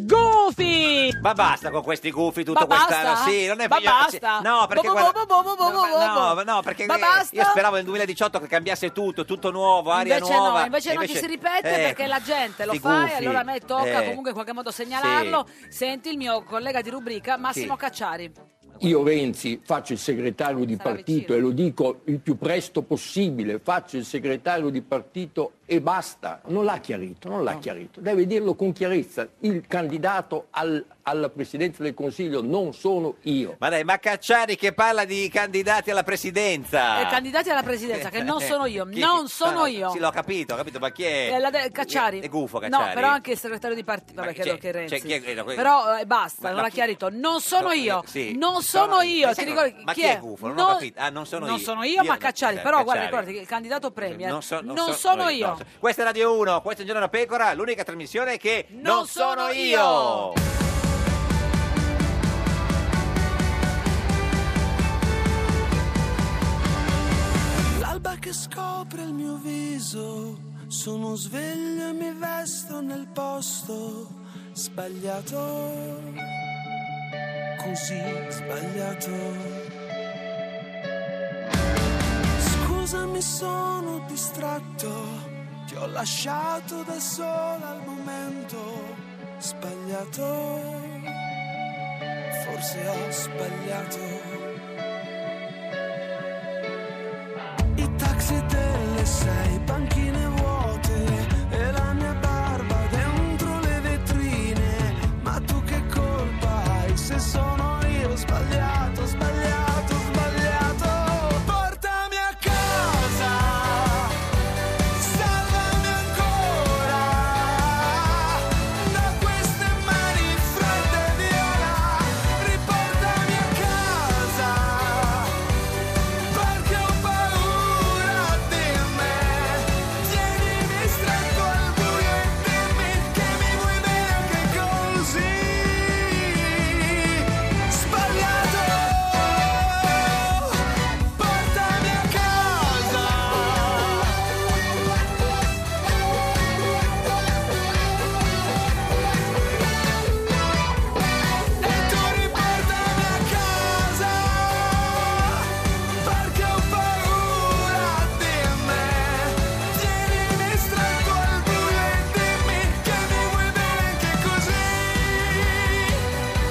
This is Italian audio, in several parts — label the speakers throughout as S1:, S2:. S1: Goofy!
S2: Ma basta con questi gufi tutto
S1: Ma
S2: quest'anno,
S1: basta?
S2: sì, non è
S1: Ma
S2: miglior-
S1: basta?
S2: sì, No, perché
S1: Bo- bo-
S2: guarda-
S1: bo- bo- bo- bo- bo-
S2: no,
S1: bo-
S2: ma- no, perché
S1: Ma
S2: eh,
S1: basta?
S2: io speravo nel 2018 che cambiasse tutto, tutto nuovo, aria
S1: invece
S2: nuova.
S1: no, invece, no, ci si ripete
S2: eh,
S1: perché la gente lo
S2: sti
S1: fa
S2: gufi,
S1: e allora a me tocca
S2: eh.
S1: comunque in qualche modo segnalarlo. Senti il mio collega di rubrica Massimo
S3: Sì.
S1: Cacciari.
S3: Io Renzi faccio il segretario di partito e lo dico il più presto possibile, faccio il segretario di partito e basta. Non l'ha chiarito, non l'ha chiarito. Deve dirlo con chiarezza. Il candidato al- alla presidenza del Consiglio non sono io.
S2: Ma dai, ma Cacciari che parla di candidati alla presidenza.
S1: Eh, candidati alla presidenza, che non sono io,
S2: Ah. Chi-
S1: non sono
S2: no,
S1: io.
S2: Sì, l'ho capito, ho capito, ma chi è?
S1: Eh, la de- Cacciari.
S2: È gufo Cacciari.
S1: No, però anche il segretario di partito. Vabbè,
S2: chi-
S1: credo
S2: c'è-
S1: che Renzi.
S2: c'è chi è- no, que-
S1: Però eh, basta,
S2: Ma-
S1: non
S2: ma
S1: l'ha
S2: chi-
S1: chiarito. Non sono
S2: no,
S1: io.
S2: eh, sì.
S1: non sono eh, io.
S2: Ma
S1: Ti
S2: sai
S1: ricordi
S2: cosa- ma chi è gufo? Non ho capito. Ah, non sono
S1: Non
S2: io.
S1: sono io, ma
S2: Io no,
S1: Cacciari.
S2: Cacciari.
S1: Però guarda,
S2: Cacciari.
S1: ricordati che il candidato premier non,
S2: so-
S1: sono, io.
S2: no, so- Questa è Radio 1, questo è Il Giorno della Pecora, l'unica trasmissione che non, sono
S1: sono
S2: io.
S4: L'alba che scopre il mio viso, sono sveglio e mi vesto nel posto sbagliato. Così sbagliato. Scusami, sono distratto, ti ho lasciato da sola al momento sbagliato. Forse ho sbagliato. I taxi delle sei, banchine vuote e la mia barba dentro le vetrine. Ma tu che colpa hai se sono io sbagliato, sbagliato, sbagliato? Portami a casa, salvami ancora da queste mani fredde e viola. Riportami a casa. Perché ho paura di me Tienimi stretto al buio e dimmi Che mi vuoi bene anche così Sbagliato Portami a casa E tu riportami a casa perché ho paura di me Tienimi stretto al buio e dimmi Che mi vuoi bene anche così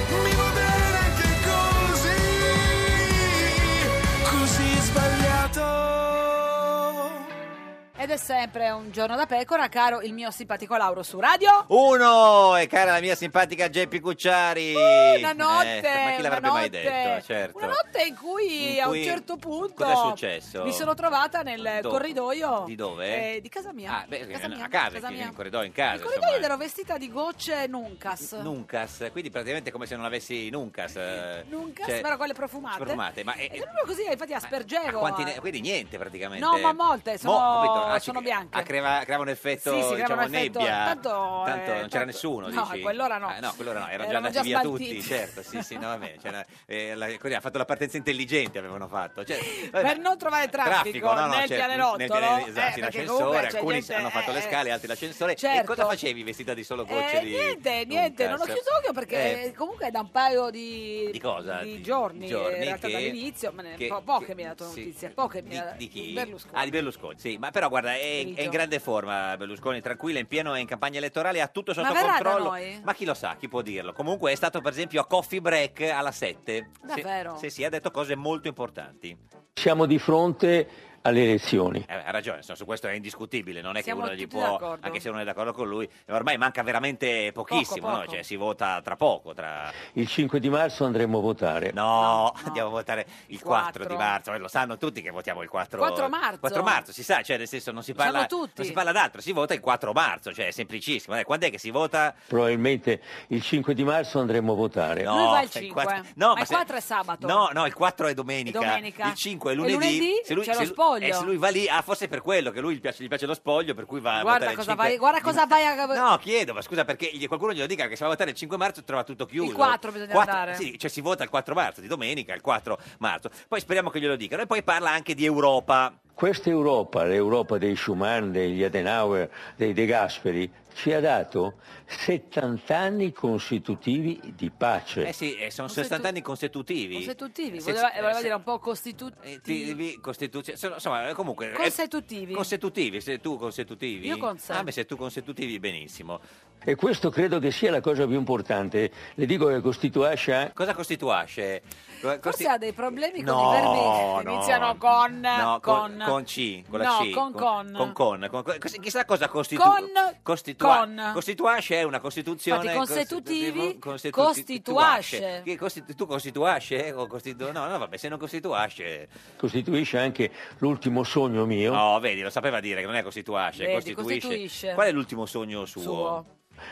S4: Mi vuoi bene anche così Così sbagliato
S1: Ed è sempre un giorno da pecora, caro il mio simpatico Lauro su radio.
S2: Uno, e cara la mia simpatica Geppi Cucciari.
S1: Uh, Una notte,
S2: Eh, ma chi l'avrebbe
S1: una
S2: mai
S1: notte,
S2: detto? Certo.
S1: una notte in cui,
S2: In
S1: a un
S2: cui-
S1: certo punto
S2: cosa è successo?
S1: mi sono trovata nel
S2: Dove?
S1: corridoio
S2: Di dove?
S1: eh, di casa mia.
S2: Ah, beh,
S1: casa mia,
S2: a casa,
S1: casa
S2: in
S1: mia.
S2: corridoio in casa.
S1: Nel corridoio
S2: insomma. eh.
S1: ero vestita di gocce Nuncas.
S2: Nuncas, quindi praticamente è come se non avessi Nuncas. eh,
S1: Nuncas,
S2: cioè,
S1: però quelle profumate.
S2: profumate, ma-
S1: E
S2: eh,
S1: proprio così, infatti aspergevo.
S2: quanti
S1: eh.
S2: ne- quindi niente praticamente.
S1: No, ma molte, sono-
S2: capito?
S1: sono
S2: ci-
S1: bianche.
S2: ah, creva, creava un effetto,
S1: Sì, sì, creava
S2: diciamo,
S1: un effetto-
S2: nebbia.
S1: tanto, eh,
S2: Tanto non
S1: tanto-
S2: c'era nessuno,
S1: no, a
S2: dici?
S1: quell'ora no.
S2: Ah, no, a quell'ora no,
S1: Erano
S2: erano, già andati
S1: già
S2: via
S1: smaltiti.
S2: tutti, certo, sì, sì, no, va bene, c'era, eh, la- così, ha fatto la partenza intelligente, avevano fatto. Cioè, vabbè,
S1: Per non trovare traffico,
S2: no, no,
S1: nel
S2: cioè,
S1: pianerottolo,
S2: nel pianer- esatto,
S1: eh,
S2: sì,
S1: perché
S2: l'ascensore,
S1: comunque c'è
S2: alcuni
S1: gente-
S2: hanno fatto le
S1: eh,
S2: scale, altri l'ascensore. E
S1: certo.
S2: cosa facevi vestita di solo gocce
S1: Eh,
S2: di
S1: niente, niente, non ho
S2: Nuncas?
S1: chiuso l'occhio perché
S2: Eh,
S1: comunque è da un paio di,
S2: Di cosa? Di-
S1: giorni,
S2: di giorni
S1: in realtà
S2: che-
S1: dall'inizio, ma ne,
S2: che-
S1: po- poche
S2: che-
S1: mi ha dato
S2: sì.
S1: notizia, poche mi
S2: Di,
S1: ha
S2: di chi?
S1: Berlusconi.
S2: Ah, di Berlusconi, sì, ma però guarda, è,
S1: Grigio.
S2: è in grande forma Berlusconi, tranquillo, è in pieno, è in campagna elettorale, ha tutto sotto
S1: Ma verrà da
S2: controllo.
S1: noi?
S2: Ma chi lo sa, chi può dirlo? Comunque è stato per esempio a Coffee Break alla 7.
S1: Davvero?
S2: Sì, sì, ha detto cose molto importanti.
S3: Siamo di fronte alle elezioni.
S2: Eh, ha ragione, insomma, su questo è indiscutibile, non è
S1: Siamo
S2: che uno gli
S1: tutti
S2: può,
S1: d'accordo.
S2: anche se uno è d'accordo con lui, ormai manca veramente pochissimo, no?
S1: poco.
S2: Cioè, si vota tra poco, tra...
S3: Il 5 di marzo andremo a votare.
S2: No, andiamo a votare il 4,
S1: Quattro.
S2: di marzo, eh, lo sanno tutti che votiamo il 4,
S1: 4 marzo.
S2: 4 marzo, si sa, cioè nel senso non si
S1: Lo
S2: parla,
S1: sanno tutti.
S2: non si parla d'altro, si vota il 4 marzo, cioè è semplicissimo. Eh, quando è che si vota?
S3: Probabilmente il 5 di marzo andremo a votare.
S2: Ah, No,
S1: Lui va il
S2: il
S1: 5,
S2: quattro- no,
S1: no, ma,
S2: ma
S1: il
S2: se-
S1: 4 è sabato.
S2: No, no, il 4 è domenica,
S1: Esatto. Domenica.
S2: il 5 è
S1: E
S2: lunedì,
S1: lunedì
S2: se lui-
S1: c'è lo
S2: se lui-
S1: spoglio.
S2: Eh, se lui va lì, ah, forse è per quello che lui gli piace, gli piace lo spoglio, per cui va a
S1: Guarda
S2: votare il
S1: cosa,
S2: 5
S1: vai, guarda cosa vai a...
S2: eh, No, chiedo, ma scusa, perché gli- qualcuno glielo dica che se va a votare il 5 marzo trova tutto chiuso.
S1: Il 4 bisogna andare.
S2: Sì, cioè si vota il 4 marzo, di domenica, il 4 marzo. Poi speriamo che glielo dicano. E poi parla anche di Europa.
S5: Questa Europa, l'Europa dei Schumann, degli Adenauer, dei De Gasperi, ci ha dato 70 anni consecutivi di pace.
S2: Eh sì, eh, sono 60 anni consecutivi.
S1: Consecutivi,
S2: Se-
S1: voleva,
S2: eh,
S1: voleva
S2: se-
S1: dire un po' costitutivi.
S2: Consecutivi, costituzio- sono- insomma, eh, comunque... eh,
S1: Consecutivi.
S2: consecutivi, se tu consecutivi.
S1: Io consec-
S2: Ah, beh, se tu consecutivi, benissimo.
S5: E questo credo che sia la cosa più importante. Le dico che costituisce... anche-
S2: Cosa costituisce? Co-
S1: Forse
S2: costi-
S1: ha dei problemi con
S2: No,
S1: i verbi
S2: no.
S1: iniziano con...
S2: No, con,
S1: con,
S2: con C, con la
S1: No,
S2: C.
S1: con con.
S2: Con, con, con- con- chissà cosa costituisce.
S1: Con- con.
S2: Costituasce è una costituzione.
S1: Infatti, consecutivi,
S2: costitu-
S1: costituasce.
S2: Che costitu- tu costituasce? eh, O costitu- no, no, vabbè, se non costituasce.
S5: costituisce anche l'ultimo sogno mio.
S2: No, vedi, lo sapeva dire che non è costituasce,
S5: Vedi,
S2: costituisce.
S5: costituisce.
S2: Qual è l'ultimo sogno suo?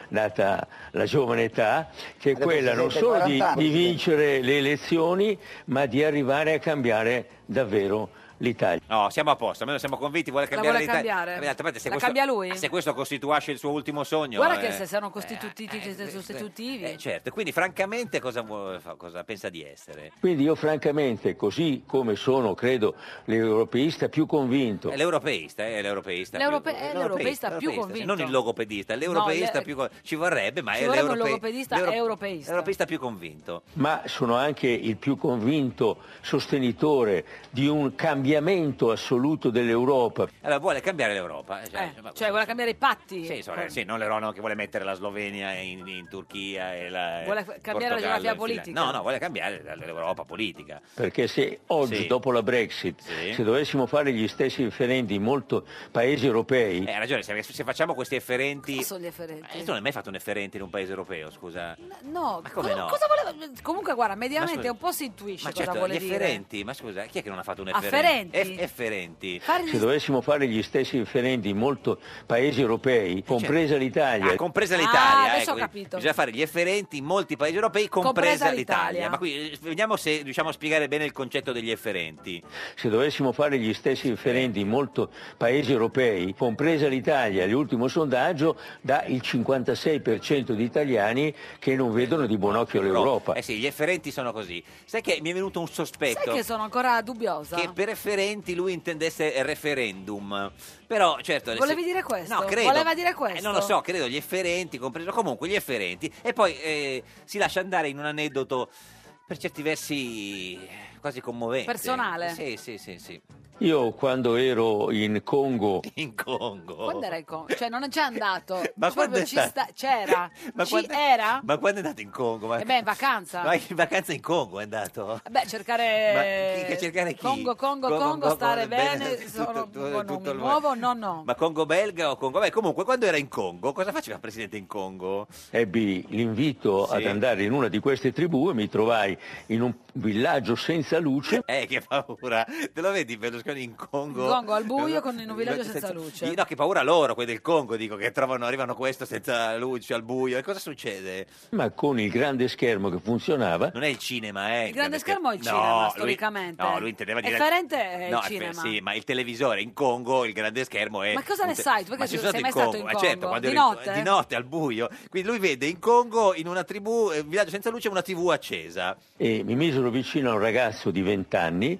S5: data la giovane età, che è
S2: Adesso
S5: quella non
S2: siete
S5: solo di,
S2: 40 anni.
S5: di vincere le elezioni, ma di arrivare a cambiare davvero l'Italia.
S2: No, siamo a posto, almeno siamo convinti, vuole cambiare
S1: vuole
S2: l'Italia.
S1: cambiare?
S2: Eh, d'altra parte, se
S1: La
S2: questo-
S1: cambia lui?
S2: Se questo costituisce il suo ultimo sogno.
S1: Guarda
S2: eh.
S1: che se sono costitutivi, sostitutivi.
S2: Eh, certo, quindi francamente cosa, vuo- fa- cosa pensa di essere?
S5: Quindi io francamente, così come sono, credo, l'europeista più convinto,
S2: È l'europeista, eh, è l'europeista. più-
S1: L'europe- è l'europeista più convinto.
S2: Non il logopedista, l'europeista
S1: le-
S2: più con- ci vorrebbe, ma
S1: Ci
S2: è
S1: vorrebbe un
S2: l'europe-
S1: logopedista
S2: l'euro-
S1: europeista.
S2: L'europeista più convinto.
S5: ma sono anche il più convinto sostenitore di un cambiamento assoluto dell'Europa.
S2: Allora vuole cambiare l'Europa. eh, Cioè,
S1: Eh,
S2: insomma,
S1: cioè, vuole cambiare i patti.
S2: sì, insomma, Cioè, sì, non l'Europa che vuole mettere la Slovenia in, in Turchia e la
S1: Vuole cambiare la
S2: il Portogallo
S1: geografia
S2: in Finlandia.
S1: politica.
S2: No, no, vuole cambiare l- l'Europa politica.
S5: Perché se oggi,
S2: Sì.
S5: dopo la Brexit,
S2: Sì.
S5: se dovessimo fare gli stessi referendi in molti paesi europei,
S2: Eh, ha ragione, se, se facciamo questi efferenti...
S1: Cosa sono gli efferenti?
S2: Eh, tu non hai mai fatto un efferente in un paese europeo, scusa.
S1: No,
S2: Ma come
S1: co-
S2: no?
S1: cosa voleva? Comunque, guarda, mediamente
S2: scusa-
S1: un po' si intuisce
S2: Ma
S1: cosa
S2: certo, gli
S1: vuole dire.
S2: efferenti, ma scusa, chi è che non ha fatto un
S1: Afferenti?
S2: efferente? Eff- efferenti.
S1: Fare
S5: se dovessimo fare gli stessi referendi in molti paesi europei, compresa l'Italia,
S2: Cioè, Ah, compresa
S5: Ah,
S2: l'Italia,
S5: adesso
S2: ecco,
S5: ho capito.
S2: bisogna fare gli efferenti in molti paesi europei, compresa,
S5: Compresa
S2: l'Italia.
S5: l'Italia.
S2: Ma qui eh, vediamo se riusciamo a spiegare bene il concetto degli efferenti.
S5: se dovessimo fare gli stessi referendi in molti paesi europei, compresa l'Italia, l'ultimo sondaggio dà il 56% di italiani che non vedono di buon occhio l'Europa.
S2: Eh sì, gli efferenti sono così. Sai che mi è venuto un sospetto
S1: Sai che sono ancora dubbiosa?
S2: che per efferenti lui intendesse referendum. Però, certo, le-
S1: Volevi dire questo?
S2: No, credo.
S1: Voleva dire questo?
S2: Eh, non lo so, credo gli efferenti, compreso comunque gli efferenti. E poi eh, si lascia andare in un aneddoto per certi versi quasi commovente.
S1: Personale.
S2: Sì, sì, sì, sì.
S5: Io quando ero in Congo,
S2: In Congo.
S1: Quando era il con- Cioè, non è già andato.
S5: Ma
S1: Proprio
S5: quando è
S1: ci
S5: stato?
S1: sta- c'era.
S2: Ma
S1: ci
S2: quando-
S1: era?
S2: Ma quando è andato in Congo? Ma...
S1: E beh, in vacanza.
S2: Ma in vacanza in Congo è andato?
S1: Beh, cercare...
S2: Ma chi- che cercare chi?
S1: Eh, Congo, Congo, Congo,
S2: Congo, Congo,
S1: stare
S2: bene,
S1: bene,
S2: tutto-
S1: sono
S2: tutto-
S1: buono,
S2: tutto
S1: mi
S2: il-
S1: muovo, no, no.
S2: Ma Congo belga o Congo? Beh, comunque, quando era in Congo, cosa faceva il presidente in Congo?
S5: ebbi l'invito
S2: Sì.
S5: ad andare in una di queste tribù e mi trovai in un villaggio senza luce.
S2: Eh, che paura! Te lo vedi Berlusconi in Congo?
S1: Congo al buio con in un villaggio senza luce.
S2: No, che paura loro, quelli del Congo, dico, che trovano, arrivano questo senza luce, al buio. E cosa succede?
S5: Ma con il grande schermo che funzionava,
S2: Non è il cinema, eh?
S1: Il grande schermo è il
S2: no,
S1: cinema,
S2: lui-
S1: storicamente.
S2: no, lui intendeva dire...
S1: Efferente è il
S2: No, eh,
S1: cinema.
S2: Sì, ma il televisore in Congo, il grande schermo è...
S1: Ma cosa ne
S2: un te-
S1: sai? Tu perché
S2: Ma ci
S1: sei
S2: sono
S1: mai stato in
S2: Ma
S1: Congo?
S2: certo, quando
S1: Di
S2: ero in-
S1: notte?
S2: Di notte, al buio. Quindi lui vede in Congo, in una tribù, eh, un villaggio senza luce, una tv accesa.
S5: e mi misero vicino a un ragazzo di 20 anni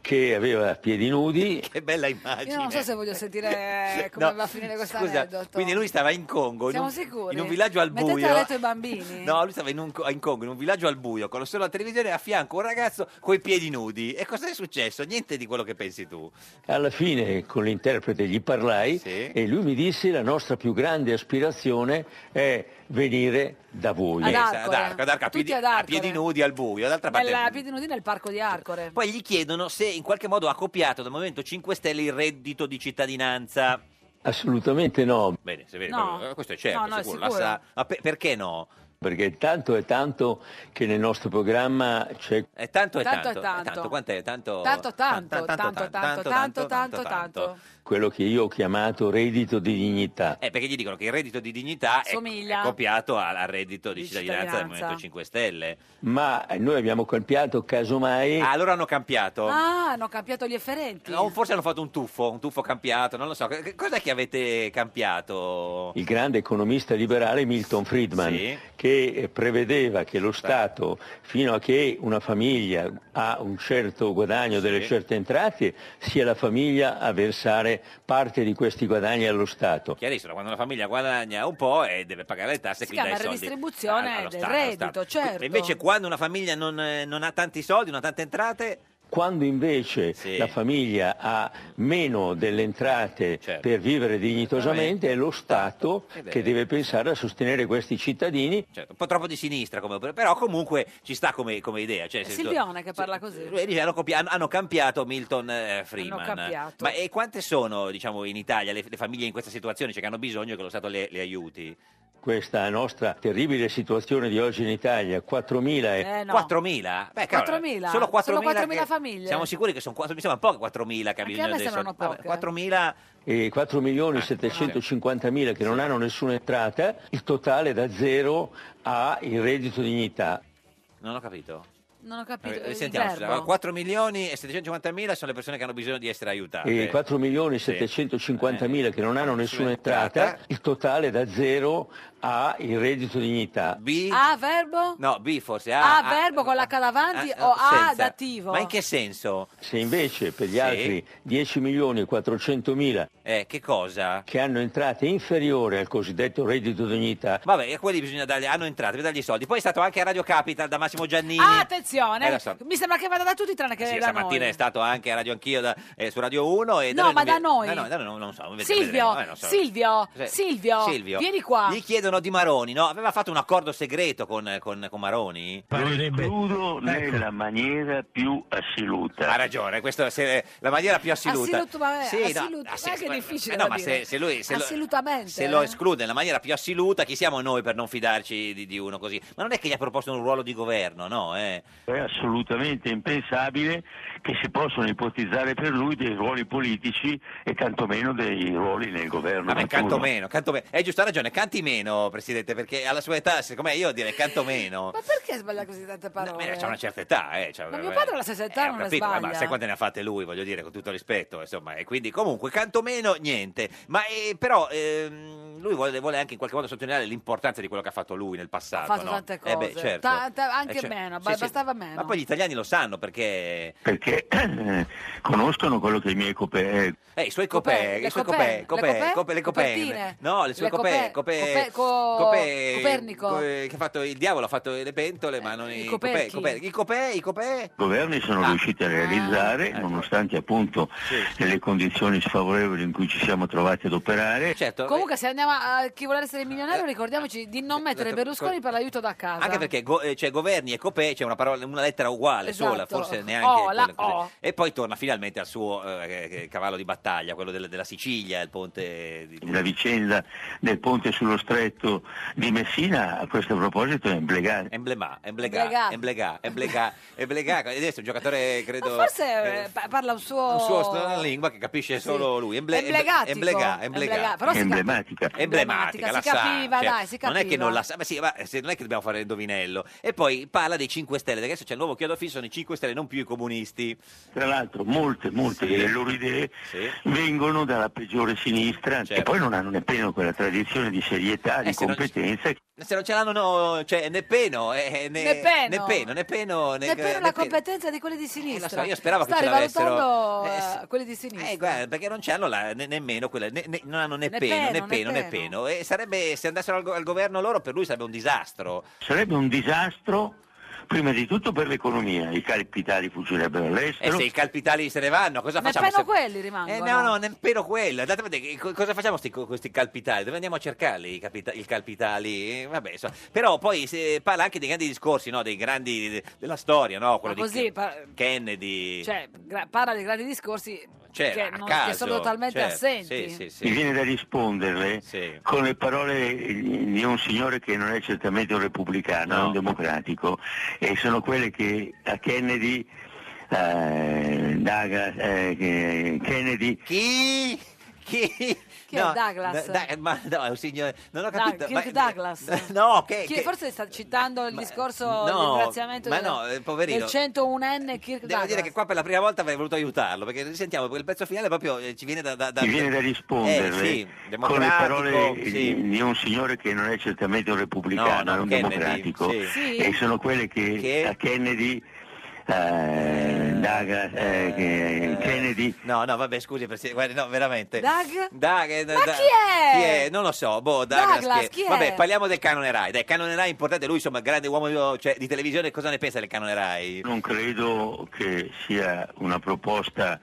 S5: che aveva piedi nudi.
S2: Che bella immagine.
S1: Io non so se voglio sentire come
S2: No,
S1: va a finire questo
S2: scusa,
S1: aneddoto.
S2: Quindi lui stava in Congo, in
S1: Siamo
S2: un,
S1: sicuri?
S2: in un villaggio al
S1: Mettete
S2: buio.
S1: a letto i bambini.
S2: No, lui stava in, un co- in Congo, in un villaggio al buio, con solo la televisione a fianco un ragazzo coi piedi nudi. E cosa è successo? Niente di quello che pensi tu.
S5: Alla fine con l'interprete gli parlai e lui mi disse la nostra più grande aspirazione è venire da voi.
S1: Ad Arcore.
S2: Ad Arco, ad Arco, a,
S1: Tutti
S2: piedi,
S1: ad
S2: a
S1: Arcore.
S2: piedi nudi al buio. D'altra parte...
S1: Nella piedi nudi nel parco di Arcore.
S2: Poi gli chiedono se in qualche modo ha copiato dal Movimento 5 Stelle il reddito di cittadinanza.
S5: Assolutamente no.
S2: Bene, se vede,
S1: No.
S2: eh, questo è certo,
S1: No, no, è
S2: sicuro, la
S1: sicuro.
S2: sa. Ma pe- perché no?
S5: Perché tanto è tanto che nel nostro programma c'è...
S2: È tanto è
S1: Tanto
S2: tanto.
S1: è tanto.
S2: È tanto, quant'è? Tanto
S1: Tanto, tanto,
S2: tan-
S1: tanto, tanto, tanto, tanto, tanto.
S5: quello che io ho chiamato reddito di dignità.
S2: Eh, perché gli dicono che il reddito di dignità è,
S1: Somiglia.
S2: è copiato al al reddito di,
S1: Di
S2: cittadinanza, del
S1: cittadinanza.
S2: Movimento 5 Stelle.
S5: Ma noi abbiamo cambiato casomai...
S2: Ah, allora hanno cambiato?
S1: Ah, hanno cambiato gli efferenti.
S2: O forse hanno fatto un tuffo, un tuffo cambiato, non lo so. Che- che- Cos'è che avete cambiato?
S5: il grande economista liberale Milton Friedman,
S2: Sì.
S5: che eh, prevedeva che lo Stato, fino a che una famiglia ha un certo guadagno, delle certe entrate, sia la famiglia a versare parte di questi guadagni allo Stato.
S2: Chiarissimo, quando una famiglia guadagna un po' e deve pagare le tasse,
S1: Si
S2: quindi dà
S1: chiama
S2: i soldi.
S1: redistribuzione
S2: allo
S1: del
S2: Stato, allo
S1: reddito,
S2: Stato.
S1: certo.
S2: Invece quando una famiglia non, eh, non ha tanti soldi, non ha tante entrate,
S5: Quando invece la famiglia ha meno delle entrate per vivere dignitosamente, è lo Stato che deve pensare a sostenere questi cittadini.
S2: certo, un po' troppo di sinistra, come, però comunque ci sta come, come idea.
S1: Eh,
S2: Cioè, se- eh,
S1: Silvione che parla così.
S2: Lui dice, hanno, copi- hanno- hanno cambiato Milton eh, Freeman.
S1: Hanno cambiato.
S2: Ma e quante sono, diciamo, in Italia le, le famiglie in questa situazione, cioè che hanno bisogno che lo Stato le, le aiuti?
S5: Questa nostra terribile situazione di oggi in Italia, 4.000 e...
S1: Eh, no.
S2: 4.000? ah, Beh, cavolo,
S1: 4.000?
S2: Solo 4.000,
S1: Solo 4.000
S2: che-
S1: famiglie?
S2: Siamo sicuri che sono quattro- mi sembrano poche 4.000 che ha
S1: a
S2: bisogno
S1: me
S2: dei
S1: sembrano
S2: soldi.
S1: poche.
S2: Vabbè, 4.000
S5: e 4 milioni e 750.000 che non hanno nessuna entrata, il totale da zero a il reddito dignità.
S2: non ho capito. Eh,
S1: Non ho capito.
S2: Vabbè,
S1: il
S2: sentiamo,
S1: verbo.
S2: 4 milioni e 750 mila sono le persone che hanno bisogno di essere aiutate.
S5: E 4 milioni e 750.000 che non hanno nessuna entrata, il totale da zero a il reddito dignità.
S2: B?
S1: A Ah, verbo?
S2: No, B forse.
S1: A,
S2: A, A-
S1: verbo con l'H davanti
S2: Ah,
S1: o A
S2: senza.
S1: addattivo?
S2: Ma in che senso?
S5: Se invece per gli altri 10 milioni e 400.000
S2: Eh, che cosa?
S5: che hanno entrate inferiori al cosiddetto reddito dignità,
S2: Vabbè, a quelli bisogna dargli, hanno entrate, bisogna dargli i soldi. Poi è stato anche a Radio Capital da Massimo Giannini.
S1: Ah, attenzione.
S2: Eh, lo so. Eh
S1: Mi sembra che vada da tutti tranne che
S2: Sì,
S1: da
S2: stamattina
S1: noi.
S2: è stato anche a Radio Anch'io da- eh, su Radio 1. E
S1: No,
S2: noi
S1: ma
S2: non
S1: da noi.
S2: Da da non, non so, vedremo,
S1: Silvio,
S2: vedremo, eh, non so.
S1: Silvio,
S2: Cioè,
S1: Silvio,
S2: Silvio,
S1: vieni qua.
S2: Gli chiedono di Maroni, no? Aveva fatto un accordo segreto con, con, con Maroni?
S5: escludo nella maniera più assoluta.
S2: Ha ragione, questa è la maniera più assoluta.
S1: Assoluto, vabbè,
S2: Sì, no,
S1: assoluto.
S2: ah, sì,
S1: ma è che è
S2: ma-
S1: difficile
S2: eh, no,
S1: da
S2: ma
S1: dire.
S2: se- se lui- se lo-
S1: Assolutamente.
S2: Se lo
S1: eh.
S2: esclude nella maniera più assoluta, chi siamo noi per non fidarci di, di uno così? Ma non è che gli ha proposto un ruolo di governo, no? Eh.
S5: È assolutamente impensabile che si possano ipotizzare per lui dei ruoli politici e tantomeno dei ruoli nel governo.
S2: Vabbè,
S5: futuro.
S2: Ah, canto meno, canto meno. È giusto, ha ragione, canti meno, Presidente, perché alla sua età, siccome io direi canto meno.
S1: Ma perché sbaglia così tante parole?
S2: C'è una certa età, eh. cioè,
S1: Ma mio
S2: eh,
S1: padre alla stessa età
S2: eh, ho
S1: non ne
S2: capito, ma-
S1: sbaglia.
S2: ma sai quante ne ha fatte lui, voglio dire, con tutto rispetto, insomma, e quindi comunque canto meno niente. Ma eh, però ehm, lui vuole, vuole anche in qualche modo sottolineare l'importanza di quello che ha fatto lui nel passato.
S1: ha fatto
S2: no?
S1: tante
S2: Eh
S1: cose,
S2: beh, certo.
S1: Tanta- anche
S2: Eh, cioè-
S1: meno,
S2: sì,
S1: ba-
S2: sì.
S1: bastava meno.
S2: Ma poi gli italiani lo sanno perché
S5: Perché conoscono quello che i miei cope...
S2: Eh, i suoi
S1: Copè,
S2: copè,
S1: le
S2: i suoi
S1: copè,
S2: copè,
S1: le
S2: copè,
S1: copè,
S2: copè, le
S1: le
S2: copè,
S1: copertine.
S2: no, le sue
S1: Le copè,
S2: copè, copè,
S1: copè, co-
S2: copè-
S1: Copernico. Eh,
S2: co- eh, che ha fatto il diavolo, ha fatto le pentole, ma non i,
S1: coperchi.
S2: copè, copè, i copè, i copè.
S5: governi
S2: Ah.
S5: sono riusciti a
S2: ecco.
S5: realizzare, nonostante appunto le condizioni sfavorevoli in cui ci siamo trovati ad operare.
S2: Certo,
S1: Comunque, se andiamo a a chi vuole essere milionario, ricordiamoci di non mettere
S2: esatto,
S1: Berlusconi per l'aiuto da casa.
S2: Eh, anche perché go- eh, c'è governi e copè, c'è una parola, una lettera uguale
S1: Esatto.
S2: sola, forse neanche
S1: O, la oh.
S2: quelle cose.
S1: O.
S2: E poi torna finalmente al suo eh, eh, cavallo di battaglia, quello del- della Sicilia, il ponte di,
S5: La vicenda del ponte sullo stretto di Messina a questo proposito è emblemante.
S2: Emblema,
S1: Emblegà.
S2: Emblegà, Emblegà, Emblegà, Emblegà, ed adesso è un giocatore credo
S1: Forse
S2: eh,
S1: eh, pa- parla un suo.
S2: un suo storia della lingua che capisce solo lui. Emble- emble-
S1: Oh. Emblegatico.
S2: Emblegà,
S1: Emblegà,
S2: emblegà.
S1: però si capi-
S5: Emblematica.
S2: Emblematica,
S1: Si
S2: la sa,
S1: capiva,
S2: cioè,
S1: dai, si
S2: Non è che
S1: capiva.
S2: non la sa, ma sì, ma se non è che dobbiamo fare l'indovinello. E poi parla dei 5 Stelle, perché adesso c'è il nuovo chiodo fisso, sono i 5 Stelle, non più i comunisti.
S5: Tra l'altro molte, molte
S2: Sì.
S5: delle loro idee
S2: Sì.
S5: vengono dalla peggiore sinistra che poi non hanno nemmeno quella tradizione di serietà, di
S2: Certo. Eh, se non-
S5: competenza.
S2: Se non ce l'hanno, no, cioè, né peno, eh, né,
S1: Né peno.
S2: né peno, né peno, né-
S1: Neppure
S2: né
S1: la
S2: peno.
S1: competenza di quelli di sinistra.
S2: eh, lo so, io speravo
S1: Sta
S2: che ce l'avessero.
S1: rivalutando,
S2: Eh,
S1: eh, quelli di sinistra.
S2: Eh, guarda, perché non c'hanno la- ne- nemmeno quella, ne- ne- non hanno né,
S1: Né
S2: peno,
S1: peno,
S2: né peno, né peno. E sarebbe, se andassero al, go- al governo loro, per lui sarebbe un disastro.
S5: Sarebbe un disastro prima di tutto per l'economia, i capitali fuggirebbero
S2: E
S5: all'estero.
S2: se i calpitali se ne vanno, cosa facciamo?
S1: Nemmeno
S2: se-
S1: quelli rimangono.
S2: Eh, no, no, nemmeno quello. Andate a vedere che co- cosa facciamo sti- con questi calpitali. Dove andiamo a cercarli i, capita- i calpitali? Eh, Vabbè, insomma. Però poi se- parla anche dei grandi discorsi, no? dei grandi della storia, no?
S1: Ma
S2: quello di
S1: così, pa-
S2: Kennedy.
S1: cioè, gra- parla dei grandi discorsi
S2: Cioè,
S1: Che
S2: a
S1: non- che
S2: caso,
S1: sono totalmente
S2: certo,
S1: assenti.
S2: Sì, sì, sì.
S5: Mi viene da risponderle con le parole di un signore che non è certamente un repubblicano, è un democratico, e sono quelle che a Kennedy, eh, Daga- eh, che- Kennedy
S2: Chi? Chi?
S1: Chi è Douglas?
S2: da- ma no, è un signore. Non ho
S1: Doug-
S2: capito.
S1: Kirk
S2: ma-
S1: Douglas.
S2: No, che.
S1: Chi-
S2: che-
S1: forse sta citando il discorso
S2: no,
S1: del ringraziamento
S2: ma
S1: del-
S2: no, eh, poverino.
S1: del
S2: Eh,
S1: 101enne Kirk
S2: Devo dire
S1: Douglas.
S2: che qua per la prima volta avrei voluto aiutarlo perché risentiamo quel pezzo finale proprio eh, ci viene da, da, da-
S5: Mi viene da risponderle
S2: Eh, sì,
S5: con le
S2: democratico,
S5: parole
S2: sì.
S5: di un signore che non è certamente un repubblicano,
S2: No, no,
S5: è un
S2: Kennedy,
S5: democratico,
S2: sì. Sì.
S5: e sono quelle che, a Kennedy, eh, Daga- eh, che- Kennedy,
S2: No, no, vabbè, scusi, perché- guarda, no, veramente.
S1: Doug?
S2: Doug, eh,
S1: Ma chi è?
S2: Chi è? Non lo so, boh, Douglas,
S1: Douglas,
S2: che-
S1: chi è?
S2: Vabbè, parliamo del canone Rai. Dai, canone Rai è importante, lui insomma, grande uomo cioè, di televisione, cosa ne pensa del canone Rai?
S5: non credo che sia una proposta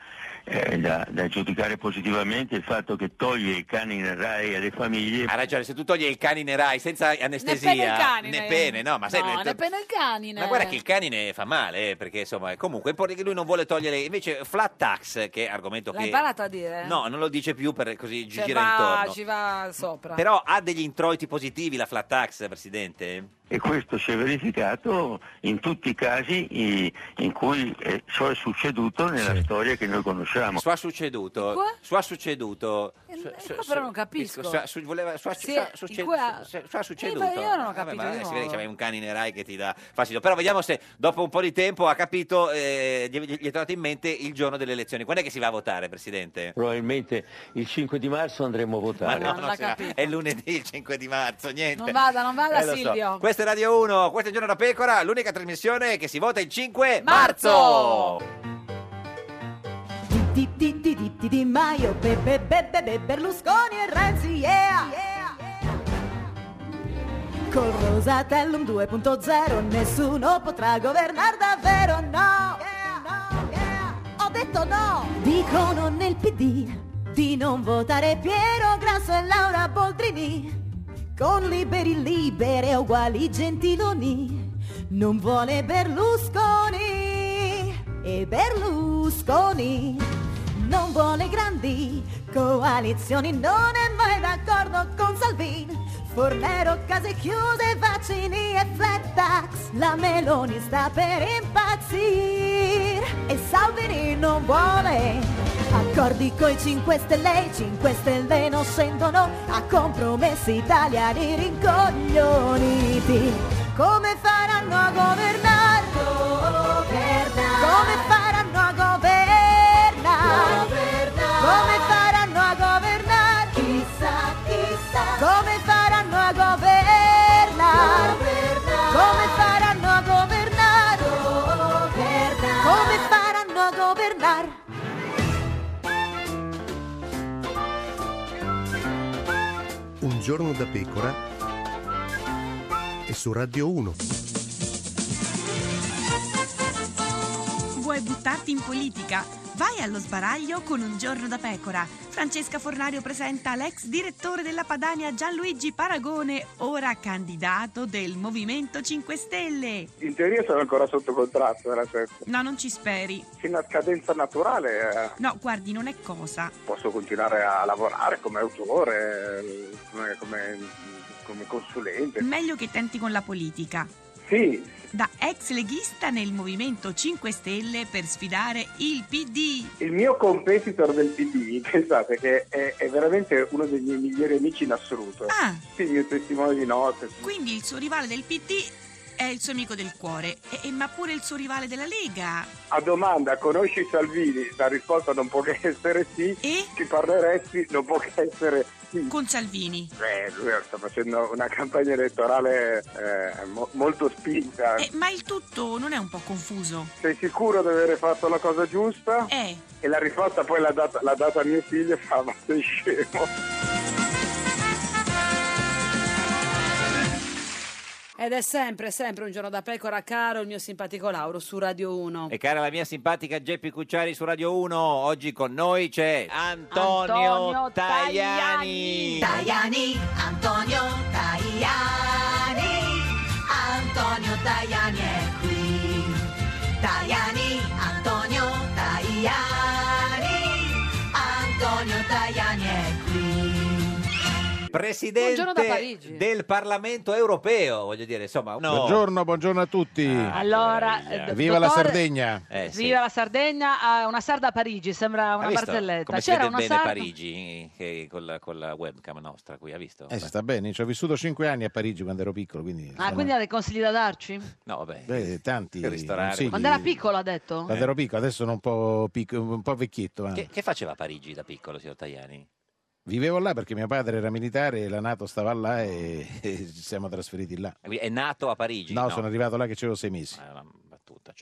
S5: eh, da, da giudicare positivamente il fatto che toglie i cani nel RAI alle famiglie.
S2: Ha ragione, se tu togli il canine Rai senza anestesia,
S1: Né pene il canine.
S2: né pene, no, ma sai,
S1: No,
S2: ne-
S1: ne pena il canine.
S2: ma guarda che il canine fa male, eh, perché insomma, comunque, è importante che lui non vuole togliere, invece, flat tax, che è argomento
S1: L'ha
S2: che...
S1: imparato a dire?
S2: No, non lo dice più per così
S1: Cioè,
S2: gira
S1: va-
S2: intorno.
S1: ci va sopra.
S2: Però ha degli introiti positivi la flat tax, Presidente?
S5: E questo si è verificato in tutti i casi i- in cui eh, ciò è succeduto nella storia che noi conosciamo.
S2: Sua succeduto.
S1: Qua?
S2: Sua succeduto. Su-
S1: Eh,
S2: su-
S1: qua però
S2: su-
S1: non capisco.
S2: sua- su- voleva- sua-
S1: Sì,
S2: sua-
S1: in
S2: succe-
S1: qua-
S2: su- sua succeduto.
S1: Eh, ma io non ho
S2: Vabbè,
S1: capito
S2: ma
S1: di
S2: si
S1: nuovo.
S2: vede che c'è un cane in Rai che ti dà fastidio. Però vediamo se dopo un po' di tempo ha capito, eh, gli, gli è tornato in mente il giorno delle elezioni. Quando è che si va a votare, Presidente?
S5: Probabilmente il 5 di marzo andremo a votare.
S2: No, no, sarà- è lunedì il 5 di marzo, niente.
S1: Non vada, non vada,
S2: Eh, lo so.
S1: Silvio.
S2: Questa è Radio 1, questo è Giorno da Pecora, l'unica trasmissione che si vota il 5
S1: Marzo.
S6: Di, di, di, di, di, Di Maio, be, be, be, be, be, Berlusconi e Renzi, yeah! Col Rosatellum 2.0 nessuno potrà governare davvero, no! Ho detto no! Dicono nel PD di non votare Piero Grasso e Laura Boldrini con liberi libere uguali gentiloni non vuole Berlusconi e Berlusconi non vuole grandi coalizioni non è mai d'accordo con Salvini Fornero, case chiuse, vaccini e flat tax La Meloni sta per impazzire E Salvini non vuole Accordi coi 5 Stelle, i 5 Stelle non scendono A compromessi italiani rincoglioniti Come faranno a governare? Come faranno a governare? Come faranno a governare? Chissà, chissà. Come faranno a governare? Come faranno a governare? Come faranno a governare?
S7: Un giorno da pecora e su Radio 1.
S8: Vuoi buttarti in politica? Vai allo sbaraglio con un giorno da pecora. Francesca Fornario presenta l'ex direttore della Padania Gianluigi Paragone, ora candidato del Movimento 5 Stelle.
S9: In teoria sono ancora sotto contratto, era certo.
S8: No, non ci speri.
S9: Fino a scadenza naturale eh,
S8: No, guardi, non è cosa.
S9: posso continuare a lavorare come autore, eh, come, come- come consulente.
S8: Meglio che tenti con la politica.
S9: Sì,
S8: Da ex leghista nel Movimento 5 Stelle per sfidare il PD.
S9: il mio competitor del PD, pensate che è, è veramente uno dei miei migliori amici in assoluto.
S8: Ah.
S9: Sì, il mio testimone di notte.
S8: Quindi il suo rivale del PD è il suo amico del cuore, E- e- ma pure il suo rivale della Lega.
S9: A domanda, conosci Salvini? La risposta non può che essere sì. Ci parleresti? Non può che essere sì.
S8: Con Salvini.
S9: Beh, lui sta facendo una campagna elettorale eh, mo- molto spinta.
S8: Eh, ma il tutto non è un po' confuso?
S9: Sei sicuro di aver fatto la cosa giusta?
S8: Eh.
S9: E la risposta poi l'ha data, l'ha data a mio figlio e fa, ma sei scemo.
S1: Ed è sempre, sempre un giorno da pecora, caro il mio simpatico Lauro su Radio 1.
S2: E cara la mia simpatica Geppi Cucciari su Radio 1, oggi con noi c'è Antonio,
S1: Antonio
S2: Tajani.
S6: Tajani, Antonio Tajani, Antonio Tajani è qui. Tajani, Antonio Tajani, Buongiorno da
S2: Presidente
S6: Parigi.
S2: del Parlamento europeo, voglio dire, insomma, no. Ah,
S10: Buongiorno, buongiorno a tutti.
S1: Allora, eh,
S10: Viva la
S1: dottor-
S10: Sardegna.
S2: Eh, sì.
S1: Viva la Sardegna, ah, una sarda a Parigi, sembra una
S2: Ha visto
S1: barzelletta.
S2: Come si vede
S1: Eh, C'era una
S2: bene
S1: sarda
S2: Parigi che con, la, con la webcam nostra qui, ha visto?
S10: Eh, si sta bene, ci ho vissuto 5 anni a Parigi quando ero piccolo, quindi...
S1: Ah, quindi ha dei consigli da darci?
S2: No, vabbè.
S10: Beh, tanti
S2: ristorante.
S10: consigli.
S1: Quando era piccolo eh. ha detto?
S10: Quando ero piccolo, adesso sono un po', pic- un po' vecchietto. ma-
S2: Che, che faceva a Parigi da piccolo, signor Tajani?
S10: Vivevo là perché mio padre era militare e la Nato stava là e, e ci siamo trasferiti là.
S2: È nato a Parigi?
S10: No, sono arrivato là che c'avevo sei mesi.
S2: Eh,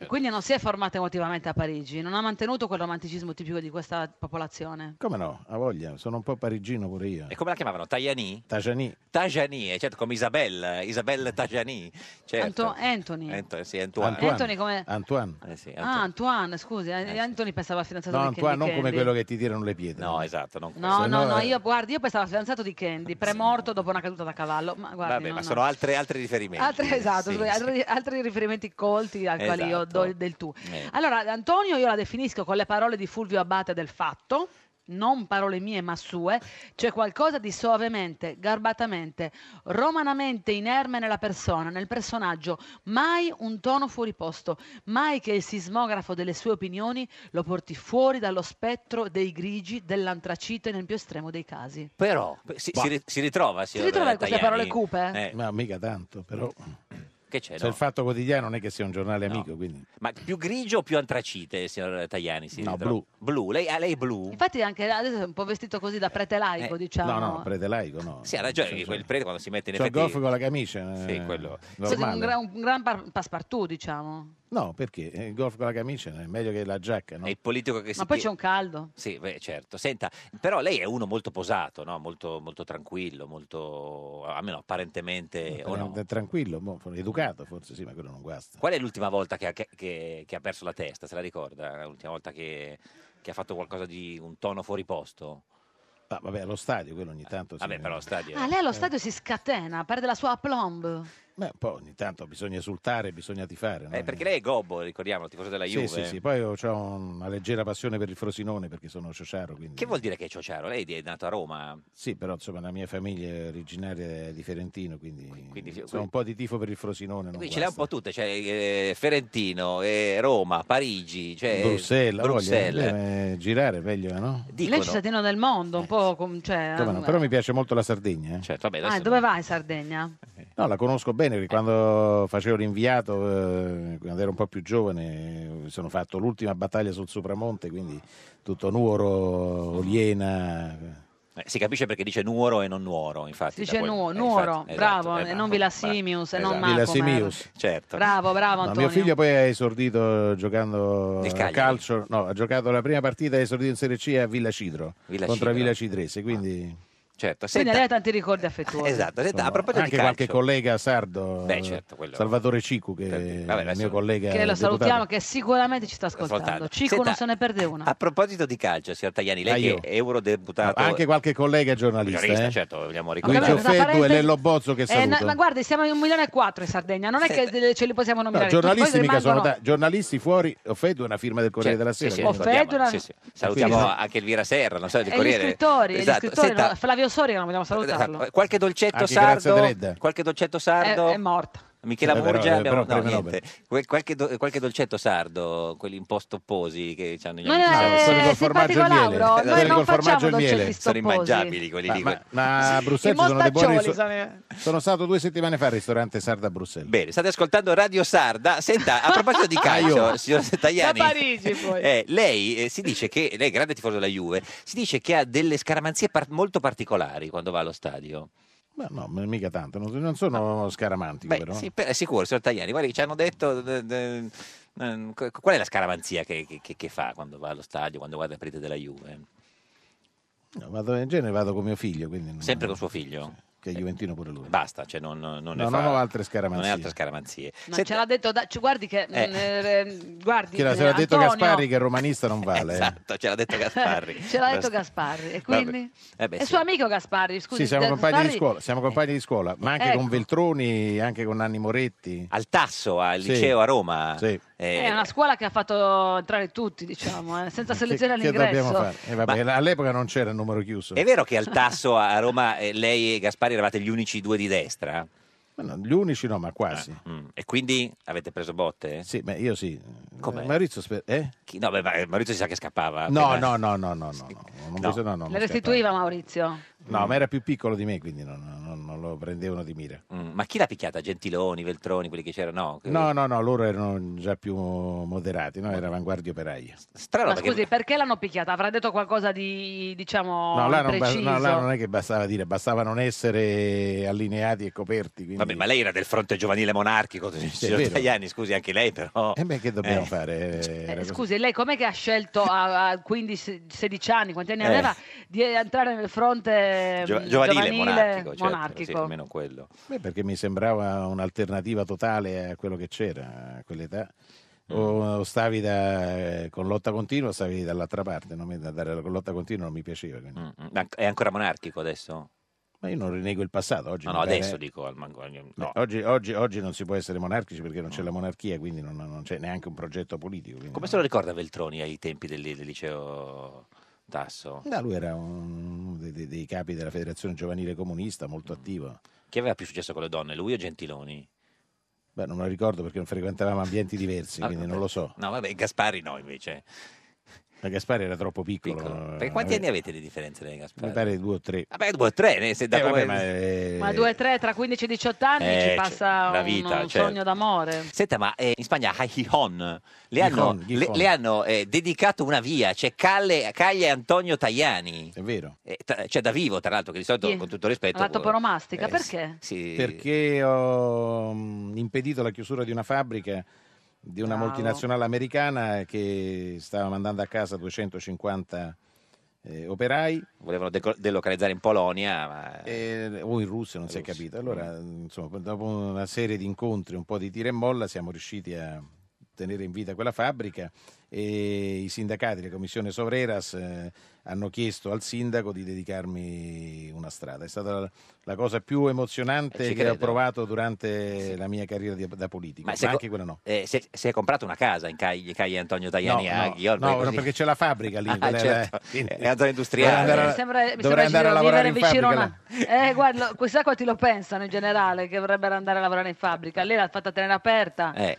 S1: Quindi non si è formata emotivamente a Parigi, non ha mantenuto quel romanticismo tipico di questa popolazione.
S10: Come no? Ha voglia, sono un po' parigino pure io.
S2: E come la chiamavano? Tajani?
S10: Tajani. Mm.
S2: Tajani, eh, certo, come Isabella, Isabella Tajani. Certo.
S1: Anto- Anthony.
S2: Anto- sì, Antoine.
S1: Antoine. Anthony come-
S10: Antoine.
S2: Eh sì,
S1: Ah, Antoine, scusi, eh, Anthony pensava al fidanzato
S10: No,
S1: di
S10: Antoine,
S1: Candy
S10: non come
S1: Candy.
S10: quello che ti tirano le pietre.
S2: No, esatto. Non
S1: No,
S10: Se
S1: no,
S10: no,
S1: no,
S10: eh.
S1: io guardi, io pensavo al fidanzato di Candy, premorto dopo una caduta da cavallo, ma guardi,
S2: Vabbè,
S1: no,
S2: ma
S1: no.
S2: sono altre- altri riferimenti.
S1: Altri, esatto,
S2: Sì,
S1: scusi,
S2: sì.
S1: altri- altri riferimenti colti al quale io
S2: Esatto.
S1: do il- del tu.
S2: Eh.
S1: Allora, Antonio io la definisco con le parole di Fulvio Abate del fatto, non parole mie ma sue, c'è qualcosa di soavemente, garbatamente, romanamente inerme nella persona, nel personaggio, mai un tono fuori posto, mai che il sismografo delle sue opinioni lo porti fuori dallo spettro dei grigi, dell'antracite nel più estremo dei casi.
S2: Però si, si ri- si ritrova, signor
S1: ritrova in queste
S2: Tajani?
S1: parole cupe?
S2: Eh,
S10: Ma mica tanto, però.
S2: che c'è?
S10: Se
S2: no?
S10: il fatto quotidiano non è che sia un giornale amico, quindi.
S2: Ma più grigio o più antracite, signor Tajani? Si
S10: No,
S2: ritrova?
S10: blu.
S2: Blu, lei, ah, lei è blu?
S1: Infatti anche adesso è un po' vestito così da prete laico,
S2: Eh,
S1: diciamo.
S10: No, no, prete laico, no.
S2: Sì, ha ragione, che quel prete quando si mette in
S10: C'ho il
S2: effetti...
S10: golf con la camicia.
S2: Sì,
S10: eh,
S2: quello.
S1: Sì, un,
S10: normale.
S1: gran, un gran par- passepartout, diciamo.
S10: No, perché eh, il golf con la camicia è meglio che la giacca, no?
S2: È il politico che si...
S1: Ma poi c'è un caldo.
S2: Sì, beh, certo. Senta, però lei è uno molto posato, no? molto, molto tranquillo, molto... almeno apparentemente... o no?
S10: Eh, Tranquillo, boh, educato forse, sì, ma quello non guasta.
S2: Qual è l'ultima volta che ha, che- che- che ha perso la testa? Se la ricorda? L'ultima volta che, che ha fatto qualcosa di un tono fuori posto?
S10: Ah, vabbè, allo stadio quello ogni tanto...
S2: Vabbè, però, stadio...
S1: Ah, lei
S10: Eh,
S1: allo stadio si scatena, perde la sua aplomb.
S10: Beh, poi ogni tanto bisogna esultare, bisogna tifare, no?
S2: Eh, perché lei è gobbo, ricordiamo, tifoso della Juve. eh.
S10: Sì, sì, sì. Poi ho una leggera passione per il Frosinone perché sono sociaro, quindi...
S2: Che vuol dire che è ciociaro? Lei è nato a Roma,
S10: Sì, però insomma la mia famiglia è originaria di Fiorentino, quindi,
S2: quindi-
S10: insomma,
S2: quindi-
S10: un po' di tifo per il Frosinone. Non
S2: Qui ce le ha un
S10: guasta.
S2: po' tutte, cioè eh, Ferentino, eh, Roma, Parigi, cioè,
S10: Bruxelles, voglia,
S2: Bruxelles.
S10: eh, girare è meglio, no?
S1: Lei è cittadino del mondo, un po' com- cioè,
S10: Eh, Come no?
S1: eh,
S10: Però mi piace molto la Sardegna. eh.
S2: Certo,
S1: Ah, dove va in Sardegna?
S10: No, la conosco bene perché quando facevo l'inviato, eh, quando ero un po' più giovane, eh, mi sono fatto l'ultima battaglia sul Supramonte, quindi tutto Nuoro, Oliena.
S2: Eh, si capisce perché dice Nuoro e non Nuoro, infatti.
S1: Si dice
S2: nuoro,
S10: eh,
S1: Nuo- Nuoro,
S10: esatto,
S1: bravo, e non Villa Simius, e non Macomer.
S10: Simius.
S2: Esatto. Certo.
S1: Bravo, bravo
S10: No,
S1: Antonio.
S10: esatto. mio figlio poi ha esordito giocando
S2: Nel
S10: a
S2: Cagliari.
S10: calcio, no, ha giocato la prima partita, ha esordito in Serie C a Villa Cidro
S2: Villa
S10: contro
S2: Cidro.
S10: la Villa Cidrese, quindi
S2: Certo,
S1: Quindi
S2: senta,
S1: lei ha tanti ricordi affettuosi.
S2: esatto, senta, a
S10: insomma,
S2: proposito
S10: anche
S2: di
S10: qualche
S2: calcio,
S10: collega sardo,
S2: Beh, certo, quello-
S10: Salvatore Cicu che
S2: vabbè,
S10: è il
S2: adesso-
S10: mio collega
S1: Che lo
S10: eh, deputato.
S1: salutiamo, che sicuramente ci sta
S2: Ascoltando.
S1: ascoltando. Cico
S2: Senta,
S1: non se ne perde una.
S2: a proposito di calcio, signor Tajani,
S10: Ah,
S2: lei
S10: io. Ah,
S2: che è eurodeputato...
S10: anche qualche collega giornalista,
S2: giornalista,
S10: eh.
S2: certo, vogliamo
S10: Luigi
S2: ricordare.
S10: Offetto e
S1: parentesi-
S10: Lello Bozzo che
S1: Eh, no,
S10: saluto.
S1: ma guardi, siamo in un milione e quattro in Sardegna, non è che de- ce li possiamo
S10: No,
S1: nominare. tutti,
S10: giornalisti
S1: poi
S10: mica sono
S1: rimangono-
S10: da- giornalisti fuori, Offetto è una firma del Corriere della
S2: Sì,
S10: Sera.
S2: sì,
S10: quindi-
S1: Offetto,
S2: salutiamo, sì, sì. Salutiamo
S10: Quindi-
S2: anche Elvira Serra, non so, del
S1: E Eh, gli
S2: Corriere.
S1: scrittori, e gli
S2: Esatto,
S1: scrittori,
S2: senta,
S1: no, Flavio Soria non vogliamo salutarlo.
S2: Eh, Qualche dolcetto
S10: Anche grazie a
S2: sardo,
S10: Dredd.
S2: qualche dolcetto
S1: È,
S2: sardo,
S1: è morto.
S2: Michela
S10: Eh, però-
S2: Murgia,
S10: eh,
S2: abbiamo-
S10: però
S2: no,
S10: premio
S2: niente. Que- qualche, do- qualche dolcetto sardo, quelli un po' stopposi che hanno gli
S1: Non è-
S2: amici.
S1: quelli col
S10: col
S1: simpatico
S10: formaggio e miele.
S1: Lauro,
S10: Eh,
S1: noi
S10: quelli
S1: non
S10: col formaggio
S1: facciamo
S10: e miele.
S1: dolcetti
S2: Sono
S1: stopposi.
S2: immangiabili quelli lì.
S10: Ma, ma-
S2: que-
S10: ma a
S1: I
S10: Bruxelles ci sono dei buoni
S1: mostaccioli,
S10: riso-
S1: sono-
S10: Sono stato due settimane fa al ristorante Sarda a Bruxelles.
S2: Bene, state ascoltando Radio Sarda. Senta, a proposito di calcio,
S10: Aio.
S2: signor Tajani,
S1: Da Parigi, poi.
S2: eh, lei eh, si dice che lei è grande tifoso della Juve, si dice che ha delle scaramanzie par- molto particolari quando va allo stadio.
S10: Ma no, ma mica tanto, non, non sono scaramantico
S2: Beh,
S10: però.
S2: sì, per- è sicuro, signor Tajani, guardi, ci hanno detto d- d- ehm, qu- qual è la scaramanzia che, che- che- che fa quando va allo stadio, quando guarda le partite della Juve?
S10: No, vado- in genere vado con mio figlio, quindi non-
S2: Sempre con suo figlio?
S10: che è juventino pure lui.
S2: Basta, cioè non, non ne
S10: No,
S2: fa-
S10: non ho altre
S2: non
S10: scaramanzie.
S2: è altre scaramanzie.
S1: No,
S2: Senta,
S1: ce l'ha detto, da- ci- guardi che...
S2: Eh.
S1: mm, eh, guardi,
S10: Chi l'ha- se l'ha
S1: eh,
S10: detto
S1: Antonio,
S10: Gasparri che è romanista non vale. eh.
S2: Esatto, ce l'ha detto Gasparri.
S1: Ce l'ha detto Gasparri, e quindi?
S2: Eh beh,
S1: è
S2: sì.
S1: suo amico Gasparri, scusi.
S10: Sì, siamo compagni di
S1: Gasparri-
S10: scuola, siamo compagni di scuola, ma anche
S1: Ecco.
S10: con Veltroni, anche con Nanni Moretti.
S2: Al Tasso, al
S10: Sì.
S2: liceo a Roma.
S10: Sì.
S2: Eh,
S1: È una scuola che ha fatto entrare tutti, diciamo, eh, senza selezione
S10: che dobbiamo
S1: all'ingresso.
S10: fare? Eh, vabbè, all'epoca non c'era il numero chiuso.
S2: È vero che al tasso a a Roma eh, lei e Gaspari eravate gli unici due di destra?
S10: Ma no, gli unici no, ma quasi.
S2: Mm. E quindi avete preso botte?
S10: Sì, ma io sì.
S2: Ah,
S10: Eh, Maurizio, sper- eh?
S2: Chi- No, beh, ma- Maurizio si sa che scappava.
S10: No,
S2: Ah, appena-
S10: no, no, no, no, no, no. Non
S2: No.
S10: posso- no, no,
S1: Le
S10: non scappavo.
S1: restituiva Maurizio.
S10: No, ma era più piccolo di me, quindi non, non- non lo prendevano di mira.
S2: Mm, Ma chi l'ha picchiata? Gentiloni, Veltroni, quelli che c'erano? No.
S10: No, no, no, loro erano già più moderati, no? Era avanguardia operaia.
S2: Strano
S1: Ma scusi, perché l'hanno picchiata? Avrà detto qualcosa di, diciamo,
S10: No là, non ba-
S1: preciso?
S10: no, là non è che bastava dire, bastava non essere allineati e coperti. Quindi...
S2: Vabbè, ma lei era del fronte giovanile monarchico, signor
S10: vero.
S2: Tajani, scusi, anche lei però...
S10: E beh, che dobbiamo
S2: Eh.
S10: fare? Era così.
S1: Scusi, lei com'è che ha scelto a, a 15, 16 anni, quanti anni
S2: Eh.
S1: aveva, di entrare nel fronte
S2: Gio-
S1: mm,
S2: giovanile, monarchico, certo,
S1: monarchico?
S2: sì, almeno quello.
S10: Beh, perché mi sembrava un'alternativa totale a quello che c'era a quell'età.
S2: Mm.
S10: O o stavi da- eh, con lotta continua o stavi dall'altra parte. No? A me andare con lotta continua non mi piaceva. quindi.
S2: Mm, ma È ancora monarchico adesso?
S10: Ma io non rinego il passato. Oggi
S2: No,
S10: mi
S2: no,
S10: pare-
S2: adesso dico al mango- no. Mm.
S10: Oggi, oggi- oggi non si può essere monarchici perché non c'è la monarchia, quindi non, non c'è neanche un progetto politico. quindi
S2: Come se lo ricorda Veltroni ai tempi del, del liceo Tasso?
S10: No, lui era uno dei, dei- dei capi della federazione giovanile comunista, molto
S2: Mm.
S10: attivo.
S2: Chi aveva più successo con le donne, lui o Gentiloni?
S10: Beh, non me lo ricordo perché non frequentavamo ambienti diversi,
S2: Ah,
S10: quindi non lo so.
S2: No, vabbè, Gaspari no
S10: Eh,
S2: invece.
S10: Ma Gaspari era troppo piccolo. eh,
S2: Perché quanti anni avete Ah, di differenza lei e Gaspari?
S10: Mi pare due o tre.
S2: Vabbè, due o tre, ne- se da
S10: Eh, vabbè,
S2: come-
S10: ma, eh,
S1: Ma 2-3 tra 15 e 18 anni
S2: Eh,
S1: ci
S2: cioè,
S1: passa
S2: la
S1: un-
S2: vita,
S1: un,
S2: certo.
S1: sogno d'amore.
S2: Senta, ma eh, in Spagna a Gijón le
S10: Gijón,
S2: hanno,
S10: Gijón.
S2: le- le hanno, eh, dedicato una via, c'è Calle, Calle Antonio Tajani.
S10: È vero.
S2: c'è da vivo, tra l'altro, che di solito, con tutto rispetto...
S1: L'atto poromastica,
S2: eh,
S1: perché?
S2: sì,
S10: Perché ho mm, impedito la chiusura di una fabbrica di una
S1: Bravo.
S10: multinazionale americana che stava mandando a casa 250 eh, operai
S2: Volevano deco- delocalizzare in Polonia, ma...
S10: eh, o in Russia, non si è
S2: mm.
S10: capito. Allora, insomma, dopo una serie di incontri, un po' di tira e molla, siamo riusciti a tenere in vita quella fabbrica e i sindacati, la commissione Sovreras, eh, hanno chiesto al sindaco di dedicarmi una strada. È stata la, la cosa più
S2: Eh,
S10: emozionante
S2: ci
S10: che ho
S2: credo.
S10: provato durante la mia carriera di- da politico, ma,
S2: se
S10: anche
S2: co-
S10: quella no.
S2: eh, se, se è comprato una casa in Calle, Calle Antonio Tajani
S10: no,
S2: a Gijón,
S10: no,
S2: così-
S10: perché c'è la fabbrica lì,
S2: Ah,
S10: quella
S2: certo.
S10: quindi-
S2: È una zona industriale.
S10: Dovrei
S1: Mi
S10: andare a,
S1: sembra, mi sembra
S10: Eh, dovrei andare a
S1: vicino-
S10: lavorare in
S1: vivere vicino
S10: fabbrica.
S1: a
S10: là.
S1: una- Eh, guarda, lo- chissà quanti lo pensano in generale che vorrebbero andare a lavorare in fabbrica. Lei l'ha fatta tenere aperta.
S2: Eh,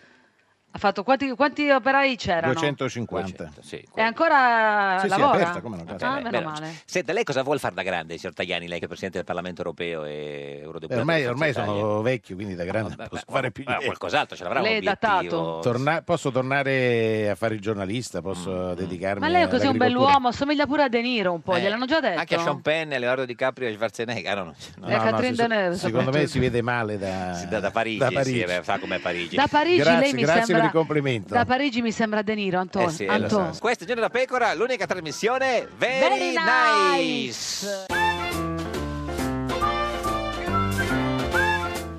S1: Ha fatto quanti, quanti operai c'erano?
S10: 250.
S2: sì.
S1: E ancora
S10: Sì, sì, è
S1: Eh, lavora?
S10: aperta, come no, cioè,
S1: Ah,
S10: casa.
S1: meno
S2: Bene.
S1: male.
S2: Senta, lei cosa vuole fare da grande, signor Tajani, lei che è Presidente del Parlamento europeo e
S10: Beh,
S2: eurodeputato?
S10: Eh, ormai,
S2: di
S10: ormai
S2: Forza Italia?
S10: sono vecchio, quindi
S2: Ah,
S10: da grande non posso fare più
S2: ma
S10: niente.
S2: qualcos'altro ce l'avrà un
S1: Lei è
S2: obiettivo?
S10: Torna- posso tornare a fare il giornalista,
S2: Mm,
S10: posso dedicarmi
S1: Ma lei è così un
S10: all'agricoltura.
S1: bell'uomo, somiglia pure a De Niro un po',
S2: Eh,
S1: gliel'hanno già detto.
S2: Anche a Sean Penn, a Leonardo DiCaprio e a Schwarzenegger. Ah, no, no, no.
S1: E a Catherine
S10: si-
S1: Deneuve,
S10: Secondo me
S1: soprattutto.
S10: si vede male da,
S2: Sì, da, da Parigi,
S10: da Parigi.
S2: sì, eh, beh, sa com'è Parigi.
S1: Da Parigi
S10: grazie,
S1: lei mi
S10: grazie
S1: sembra
S10: per il complimento.
S1: Da Parigi mi sembra De Niro, Antonio.
S2: Eh sì, eh, lo
S1: Antonio.
S2: so. Questo è Giorno da Pecora, l'unica trasmissione Very,
S1: Very
S2: nice.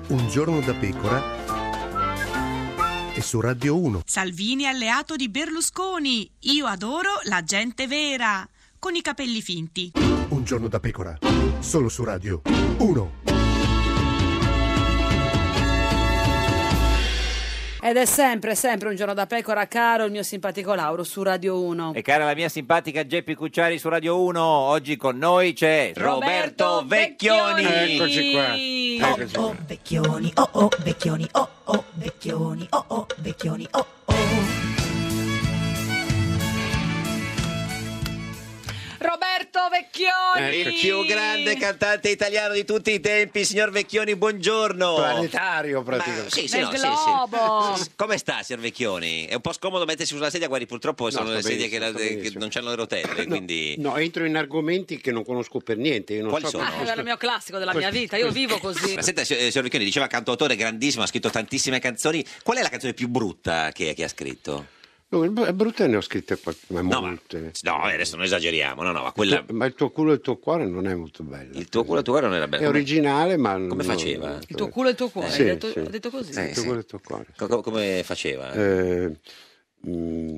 S7: Un giorno da pecora e su Radio 1.
S8: Salvini alleato di Berlusconi. Io adoro la gente vera. Con i capelli finti.
S7: Un giorno da pecora. Solo su Radio 1.
S11: Ed è sempre, sempre un giorno da pecora, caro il mio simpatico Lauro su Radio 1.
S2: E cara la mia simpatica Geppi Cucciari su Radio 1, oggi con noi c'è Roberto, Vecchioni.
S6: Eccoci qua. Eccoci
S2: Oh, oh,
S6: Vecchioni, oh oh, vecchioni, oh oh, vecchioni, oh oh, vecchioni, oh oh.
S1: Roberto Vecchioni! Ah,
S2: Eccoci. Il più Eh, grande cantante italiano di tutti i tempi, signor Vecchioni, buongiorno.
S10: Planetario,
S2: praticamente. sì, sì,
S1: Del
S2: no, sì,
S1: globo.
S2: sì. S- Come sta, signor Vecchioni? È un po' scomodo mettersi sulla sedia, guardi, purtroppo sono
S12: sto
S2: le sedie che,
S12: benissimo,
S2: la-
S12: sto
S2: che
S12: benissimo.
S2: non hanno le rotelle, quindi...
S12: No, entro in argomenti che non conosco per niente. Io non
S2: Quali
S12: so
S2: sono?
S12: che-
S1: Quello è il mio classico della mia vita, io vivo così.
S2: Ma senta, eh, signor Vecchioni, diceva cantautore grandissimo, ha scritto tantissime canzoni. Qual è la canzone più brutta che, che ha scritto?
S12: No, è brutta ne ho scritte qualche, ma
S2: No, ma-
S12: molte.
S2: No, eh, adesso non esageriamo, no, no, ma quella...
S12: Ma il tuo culo e il tuo cuore non è molto bello.
S2: Il tuo culo, il tuo cuore non era bello.
S12: È originale, ma
S2: come faceva?
S1: Il tuo culo e il tuo
S2: Eh,
S1: cuore,
S12: Sì,
S1: hai detto,
S12: sì.
S1: ha detto così.
S12: Il tuo culo e il tuo cuore.
S2: Co- co- come faceva?
S12: Eh, mm,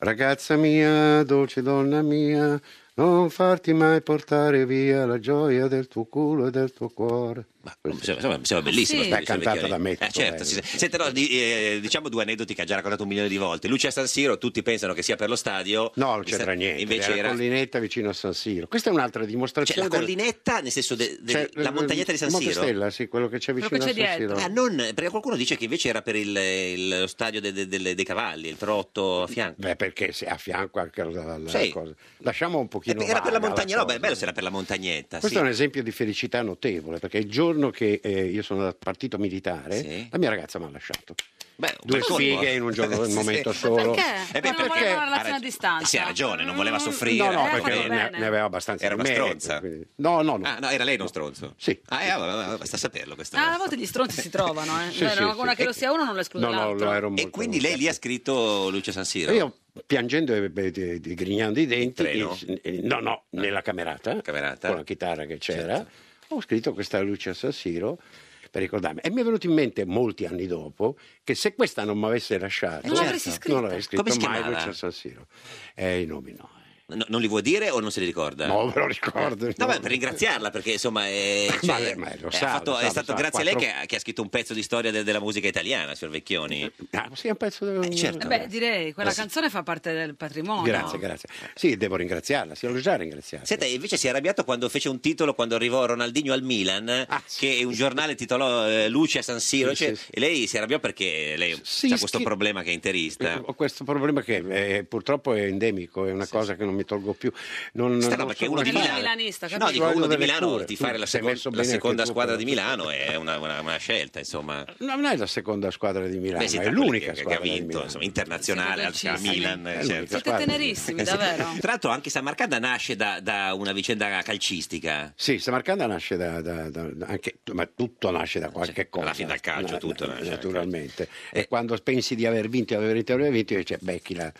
S12: ragazza mia, dolce donna mia, Non farti mai portare via la gioia del tuo culo e del tuo cuore.
S2: Insomma, sembra bellissimo.
S12: Sì.
S2: Stai
S12: Beh, cantata da me, tutto
S2: certo,
S12: bene.
S2: sì, sì. Senta, no, di- eh, diciamo due aneddoti che ha già raccontato un milione di volte. Lucia San Siro, tutti pensano che sia per lo stadio. No, non
S12: c'entra niente,
S2: Invece
S12: era
S2: era...
S12: la collinetta vicino a San Siro. Questa è un'altra
S2: Cioè,
S12: dimostrazione.
S2: la
S12: della-
S2: collinetta, nel senso de- de-
S12: Cioè,
S2: la
S12: eh,
S2: montagnetta di San Siro.
S12: Montestella, sì, quello che c'è vicino a San Siro.
S2: Ah, non, perché qualcuno dice che invece era per il, il- lo stadio de- de- delle- dei cavalli, il trotto a fianco.
S12: Beh, perché se a fianco anche la, la
S2: Sì. Eh,
S12: cosa. Lasciamo un pochino
S2: era per la
S12: vaga
S2: montagna, no,
S12: cosa.
S2: beh, è bello se era per la montagnetta.
S12: Questo
S2: sì.
S12: è un esempio di felicità notevole, perché il giorno che eh, io sono dal partito militare, la mia ragazza mi ha lasciato.
S2: Beh,
S12: Due
S2: bel colpo,
S12: sfighe
S2: eh.
S12: in un giorno, in un
S2: Sì, sì.
S12: momento solo.
S2: Eh beh,
S1: Ma non
S2: perché-
S1: voleva una
S2: ha
S1: relazione a
S2: rag-
S1: distanza.
S2: Sì, ha ragione, non voleva soffrire.
S12: No, no,
S2: ha
S12: perché
S2: ragione.
S12: ne, ne aveva abbastanza.
S2: Era
S12: di
S2: una
S12: merito,
S2: stronza.
S12: quindi- No, no, no.
S2: Ah, no, era lei uno stronzo?
S12: Sì.
S2: Ah, eh, vabbè, vabbè, basta saperlo questo.
S1: Ah, a volte gli stronzi si trovano, eh.
S12: Sì,
S1: Beh,
S12: sì,
S1: no,
S12: sì.
S1: una che lo sia uno non lo esclude l'altro.
S2: E quindi lei lì ha scritto Lucia San Siro.
S12: E Io piangendo e e- e- e grignando i denti,
S2: treno? Eh.
S12: e- e- no, no, nella camerata, con la chitarra che c'era,
S2: Certo.
S12: ho scritto questa Lucia San Siro per ricordarmi. E mi è venuto in mente molti anni dopo che se questa non mi avesse lasciato,
S2: Eh, certo. l'avresti scritta.
S12: non l'avrei scritto
S2: Come si
S12: mai
S2: chiamava?
S12: Lucia San Siro. Eh, i nomi no.
S2: No, non li vuoi dire o non se li ricorda?
S12: No, me lo ricordo.
S2: No, beh, per ringraziarla perché insomma eh, cioè,
S12: Ma lei- ma lo
S2: eh,
S12: sa,
S2: ha fatto-
S12: lo sa,
S2: è
S12: lo
S2: stato
S12: sa,
S2: grazie a lei
S12: quattro-
S2: che ha, che ha scritto un pezzo di storia de- della musica italiana, signor Vecchioni.
S12: Ah, sì, è un pezzo della
S2: certo.
S1: Beh, direi, quella
S12: Eh, sì.
S1: canzone fa parte del patrimonio.
S12: Grazie, grazie. Sì, devo ringraziarla, sì, l'ho già ringraziata.
S2: Senta, invece si è arrabbiato quando fece un titolo quando arrivò Ronaldinho al Milan, che un giornale titolò eh, Lucia San Siro,
S12: Ah, Sì,
S2: cioè,
S12: sì, sì.
S2: e lei si arrabbiò perché lei
S12: Sì,
S2: ha questo
S12: schi-
S2: problema che è interista.
S12: Ho questo problema che eh, purtroppo è endemico, è una cosa che non mi tolgo più. Non,
S2: Sta
S12: non
S2: roba che
S12: so
S2: uno di
S12: come
S2: Milano,
S12: fare.
S1: milanista,
S2: no,
S12: Cioè,
S1: capito?
S2: dico uno di
S12: delle
S2: Milano
S12: cure.
S2: di fare
S12: Tu
S2: la,
S12: sei
S2: secon-
S12: messo
S2: la
S12: bene anche
S2: seconda
S12: tu,
S2: squadra
S12: però.
S2: di Milano è una, una- una scelta, insomma.
S12: No, Non è la seconda squadra di Milano,
S2: Beh, sì,
S12: è
S2: tra
S12: l'unica
S2: quelle che-
S12: squadra
S2: che ha
S12: di
S2: vinto,
S12: Milano.
S2: insomma, internazionale al
S12: Siete
S2: al Milan,
S12: dolcissimi.
S2: eh, certo.
S12: Siete Squadra di tenerissimi, Milano. davvero.
S2: Tra l'altro anche Samarcanda nasce da, da una vicenda calcistica.
S12: Sì, Samarcanda nasce da, da- da- da- anche, ma tutto nasce da qualche cosa.
S2: fine dal calcio, tutto nasce dal Eh.
S12: naturalmente. E quando pensi di aver vinto e aver vinto e aver vinto, dice, beh, chi la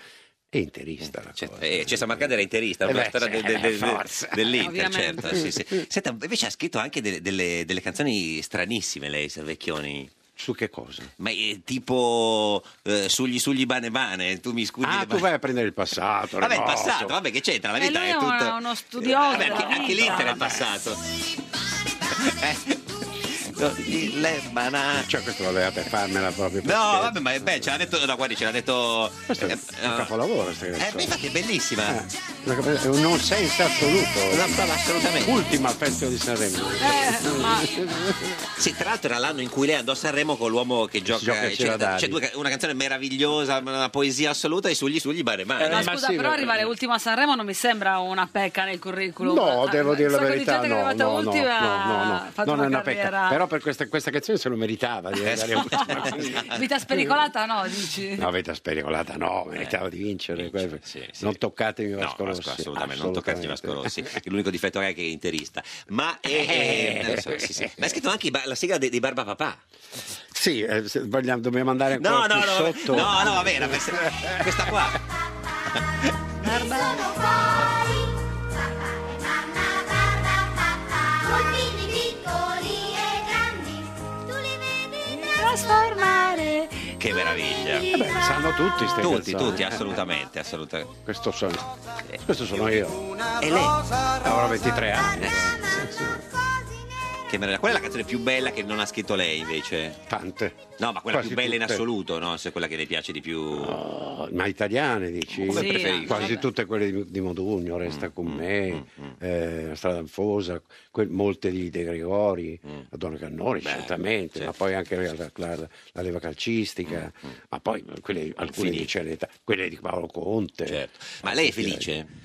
S12: è interista. la cosa.
S2: Eh, cioè Samarcanda era interista,
S12: Eh
S2: una
S12: beh,
S2: storia
S12: cioè,
S2: de- de- de-
S12: forza. Mm,
S2: dell'Inter,
S12: Ovviamente.
S2: certo. sì, sì. Senta, invece ha scritto anche delle, delle- delle canzoni stranissime lei, Servecchioni.
S12: Su che cosa?
S2: Ma eh, tipo eh, sugli sugli bane bane, tu mi scusi.
S12: Ah,
S2: le
S12: tu
S2: bane-
S12: vai a prendere il passato.
S2: Vabbè, il
S12: remoto.
S2: passato, vabbè, che c'entra? La
S1: E
S2: vita
S1: lui
S2: è
S1: Eh, è un-
S2: tutta.
S1: uno studioso
S2: Vabbè,
S1: della
S2: anche, anche
S1: vita.
S2: l'Inter è il passato. Eh, sugli le banane.
S12: Cioè, questo l'aveva per farmela proprio.
S2: No, vabbè, ma eh, beh, ce l'ha detto. No, guardi, ce l'ha detto. Questo
S12: è un capolavoro, Eh. questa
S2: Eh,
S12: canzone.
S2: ma infatti è bellissima.
S12: È un non senso assoluto.
S2: assolutamente.
S12: Ultima al Festival di Sanremo.
S2: Sì, tra l'altro era l'anno in cui lei andò a Sanremo con l'uomo che gioca.
S12: gioca a
S2: c'è,
S12: Ciradari.
S2: c'è due ca- una canzone meravigliosa, una poesia assoluta e sugli sugli bane bane.
S1: Eh, Ma
S12: Eh,
S1: scusa, però arrivare ultimo a Sanremo non mi sembra una pecca nel curriculum.
S12: No, devo
S1: Ah,
S12: dire la
S1: un sacco di
S12: verità,
S1: gente che è
S12: no,
S1: arrivata
S12: no, no, no,
S1: ultima
S12: no,
S1: ha
S12: no,
S1: fatto
S12: non è
S1: una
S12: una pecca.
S1: carriera.
S12: Però per questa, questa canzone se lo meritava
S2: Eh,
S12: di andare a
S1: Vita spericolata, no, dici?
S12: No, avete spericolata, no,
S2: Eh,
S12: meritava di vincere. quello. Non toccatemi Vasco
S2: No,
S12: Rossi.
S2: Vasco, assolutamente, non toccarti Vasco Rossi. L'unico difetto che ha è che è interista. Ma, eh, eh, lo so, sì, sì. Ma ha scritto anche i ba- la sigla di, di Barba Papà.
S12: Sì, eh, se vogliamo, dobbiamo andare
S2: No,
S12: ancora
S2: no, no,
S12: più
S2: no,
S12: sotto.
S2: no, no, vabbè, era per- questa qua.
S4: Bambini piccoli e grandi, tu li vedi
S13: trasformare.
S2: Che meraviglia.
S12: Eh beh, sanno tutti queste
S2: Tutti,
S12: canzoni.
S2: tutti, assolutamente, Eh. assolutamente.
S12: Questo sono, questo sono io.
S2: E lei?
S12: Avrò 23 anni.
S2: Che meraviglia. Qual è la canzone più bella che non ha scritto lei invece?
S12: Tante.
S2: No, ma quella
S12: Quasi
S2: più bella in
S12: tutte.
S2: assoluto, no? Se è quella che le piace di più.
S12: Ma italiane, dici?
S2: Come Sì, preferisci.
S12: Quasi
S2: vabbè. Mm,
S12: tutte quelle di, di Modugno, Resta con me, eh, Strada Anfosa, que- molte di De Gregori,
S2: Mm.
S12: la Donna Cannone, certamente, ma poi anche la, la- la leva calcistica,
S2: Mm,
S12: ma poi quelle, alcune di Celeta, quelle di Paolo Conte.
S2: Certo. Ma lei è felice? Mm.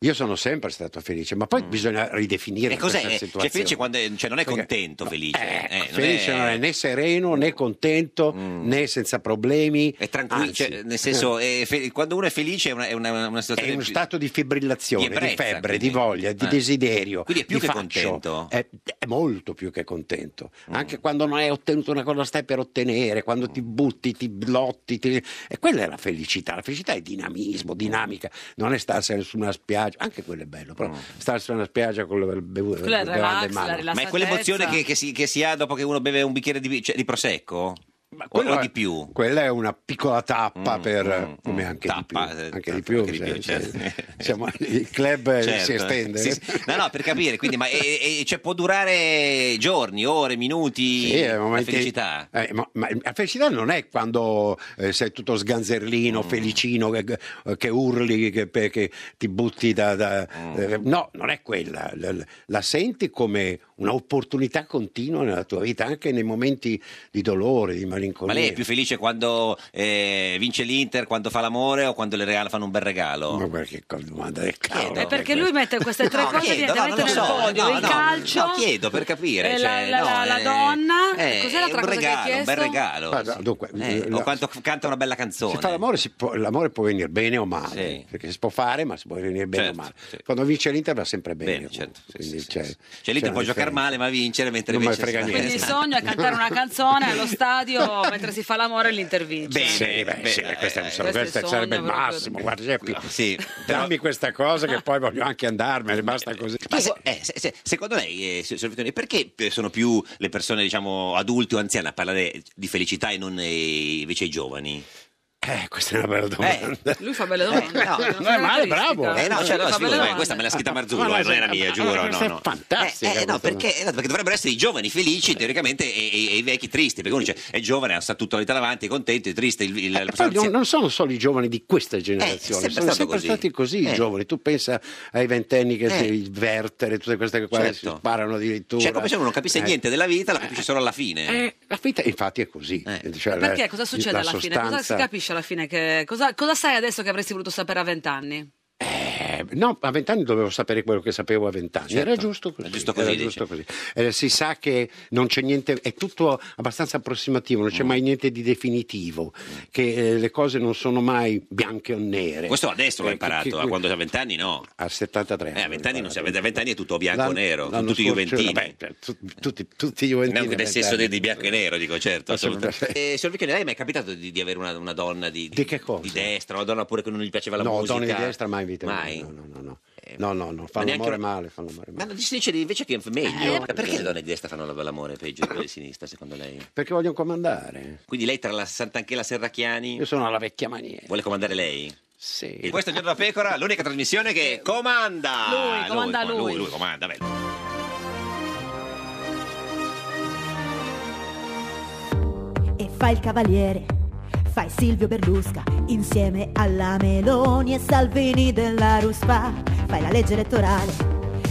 S12: Io sono sempre stato felice, ma poi bisogna ridefinire
S2: E cos'è?
S12: questa
S2: Cioè,
S12: situazione.
S2: felice quando è- cioè, non è
S12: Perché-
S2: contento, felice. Eh, non Mm.
S12: Felice non è né sereno né contento né senza problemi. È
S2: Tranquillo, cioè, nel senso, è fe- quando uno è felice è una, è una- una
S12: è
S2: situazione.
S12: uno
S2: più-
S12: stato di fibrillazione,
S2: Di
S12: di,
S2: ebbrezza,
S12: febbre,
S2: quindi.
S12: di voglia, di
S2: Eh.
S12: desiderio.
S2: Quindi è più
S12: di
S2: che
S12: faccio.
S2: contento.
S12: È, è molto più che contento.
S14: Mm.
S12: Anche quando non hai ottenuto una cosa, stai per ottenere, quando ti butti, ti lotti. ti- E quella è la felicità. La felicità è dinamismo, dinamica. Non è starsene su una spiaggia, anche quello è bello,
S14: Mm.
S12: però starsi su una spiaggia con la bevuta.
S1: Quello è il relax, la
S2: Ma è
S1: rilassatezza.
S2: quell'emozione che, che si, che si ha dopo che uno beve un bicchiere di, cioè, di prosecco?
S12: Ma
S14: quello
S12: quello
S14: di più.
S12: Quella è una piccola tappa
S14: Mm,
S12: per
S14: mm,
S12: come
S14: mm.
S12: anche
S14: Tappa,
S12: di
S14: eh,
S12: più. Anche
S14: tappa,
S12: di più.
S14: anche di
S12: cioè,
S14: più, certo.
S12: cioè, siamo- il club eh,
S14: Certo.
S12: si estende.
S14: Sì, sì. No, no, per capire, quindi, ma e- e- cioè, può durare giorni, ore, minuti
S12: Sì, è un
S14: la
S12: momento-
S14: felicità.
S12: eh, ma, ma la felicità non è quando eh, sei tutto sganzerlino,
S14: Mm.
S12: felicino, che, che urli, che, pe- che ti butti da... da-
S14: Mm.
S12: eh, no, non è quella. La, la- la senti come un'opportunità continua nella tua vita, anche nei momenti di dolore, di
S14: Ma
S12: malinconia.
S14: lei è più felice quando eh, vince l'Inter, quando fa l'amore o quando le regala fanno un bel regalo? Ma
S12: guarda che domanda del
S14: cavolo.
S1: È perché lui mette queste tre
S14: No,
S1: cose
S14: chiedo, no, non
S1: evidentemente nel
S14: lo so,
S1: foglio:
S14: no,
S1: il
S14: no,
S1: calcio,
S14: no, chiedo per capire,
S1: eh,
S14: cioè,
S1: la, la-
S14: no,
S1: la
S14: eh,
S1: donna.
S14: eh,
S1: Cos'è l'altra
S14: un
S1: cosa che hai
S14: regalo, un
S1: chiesto?
S14: bel regalo.
S12: Guarda, Ah, dunque,
S14: Eh,
S12: la-
S14: o quanto f- canta una bella canzone.
S12: Si fa l'amore, si può- l'amore può venire bene o male, perché si può fare, ma si può venire bene
S14: Certo,
S12: o male.
S14: sì.
S12: Quando vince l'Inter va sempre bene.
S14: Bene,
S12: certo.
S14: Cioè l'Inter può giocare male ma vincere mentre
S12: Non me
S14: invece... Eh,
S12: ne frega
S2: eh,
S12: niente.
S1: Quindi il sogno è cantare una canzone allo stadio mentre si fa l'amore all'intervista.
S14: Cioè,
S12: Bene, questo,
S14: eh,
S1: questo è il sogno
S12: sarebbe il
S1: proprio.
S12: massimo. Guarda, Geppi,
S14: però- Eh,
S12: dammi questa cosa che poi voglio anche andarmene, basta così.
S14: Ma se- eh, se- se- secondo lei, eh, signor Vittoni, perché eh, sono più le persone, diciamo, adulte o anziane a parlare di felicità e non eh, invece i giovani?
S12: Eh, questa è una bella domanda.
S1: Eh, Lui fa
S2: Eh,
S1: belle domande. Una
S12: no, non è male,
S1: caratteristica.
S12: bravo.
S14: Eh no, cioè, no,
S1: Fa
S14: scusa,
S1: belle
S14: ma
S1: domande.
S14: questa me l'ha scritta
S12: Ma
S14: Marzullo,
S12: la-
S14: eh, non era mia,
S12: ma-
S14: giuro. No,
S12: questa è
S14: no.
S12: fantastica,
S14: Eh, eh, no,
S12: questa-
S14: perché, eh, no, perché dovrebbero essere i giovani felici teoricamente e, e- e i vecchi tristi, perché uno dice è giovane, ha sa tutta la vita davanti, è contento, è triste, il, il- la
S12: Eh, Poi
S14: persona
S12: non,
S14: anziana.
S12: non sono solo i giovani di questa generazione,
S14: Eh, sempre
S12: sono
S14: stato
S12: sempre
S14: così.
S12: stati così
S14: Eh.
S12: i giovani. Tu pensa ai ventenni che
S14: Eh.
S12: si vertere, tutte queste cose che si
S14: Certo.
S12: sparano addirittura.
S14: Cioè, come se uno non capisse
S12: Eh.
S14: niente della vita, la capisce solo alla fine. Eh.
S12: Eh, la vita infatti è così. Cioè, la-
S1: Perché cosa succede
S12: la
S1: alla fine? Cosa si
S12: sostanza-
S1: capisce alla fine? Che, cosa, cosa sai adesso che avresti voluto sapere a vent'anni?
S12: Eh, no, a vent'anni dovevo sapere quello che sapevo a vent'anni.
S14: Certo.
S12: Era giusto così.
S14: Era giusto così,
S12: era
S14: dici.
S12: giusto così. Eh, si sa che non c'è niente, è tutto abbastanza approssimativo, non
S14: Mm.
S12: c'è mai niente di definitivo, che eh, le cose non sono mai bianche o nere.
S14: Questo adesso l'ho
S12: Eh,
S14: imparato,
S12: che- che-
S14: a quando ha vent'anni no.
S12: A 73.
S14: Eh, a vent'anni non si a vent'anni è tutto bianco o
S12: L'anno-
S14: nero, sono
S12: l'anno
S14: tutti
S12: scorso-
S14: juventini.
S12: vabbè, cioè, tu- tutti, tutti i Juventini.
S14: No, nel senso di,
S12: vent'anni.
S14: di bianco e nero, dico certo.
S12: Ma sembra-
S14: assolutamente. Eh, signor Vicchioni, lei mi è capitato di, di avere una, una donna di, di-
S12: Di che cosa?
S14: di destra, una donna pure che non gli piaceva la
S12: no,
S14: musica?
S12: donne di destra mai in vita. mia,
S14: Mai?
S12: No, no, no. no. No, no, no, fanno
S14: neanche-
S12: amore male, fanno amore male.
S14: Ma non si dice di- invece che è meglio.
S12: Eh,
S14: perché le donne di destra fanno l'amore peggio di quelle di sinistra, secondo lei?
S12: Perché vogliono comandare.
S14: Quindi lei tra la Santanchè e la Serracchiani
S12: Io sono alla vecchia maniera.
S14: vuole comandare lei?
S12: Sì.
S14: E questo è il giorno da pecora, l'unica trasmissione che comanda!
S1: Lui, comanda
S14: lui.
S1: lui.
S14: lui comanda, bello.
S6: e fa il cavaliere, fai Silvio Berlusca insieme alla Meloni e Salvini della Ruspa, fai la legge elettorale,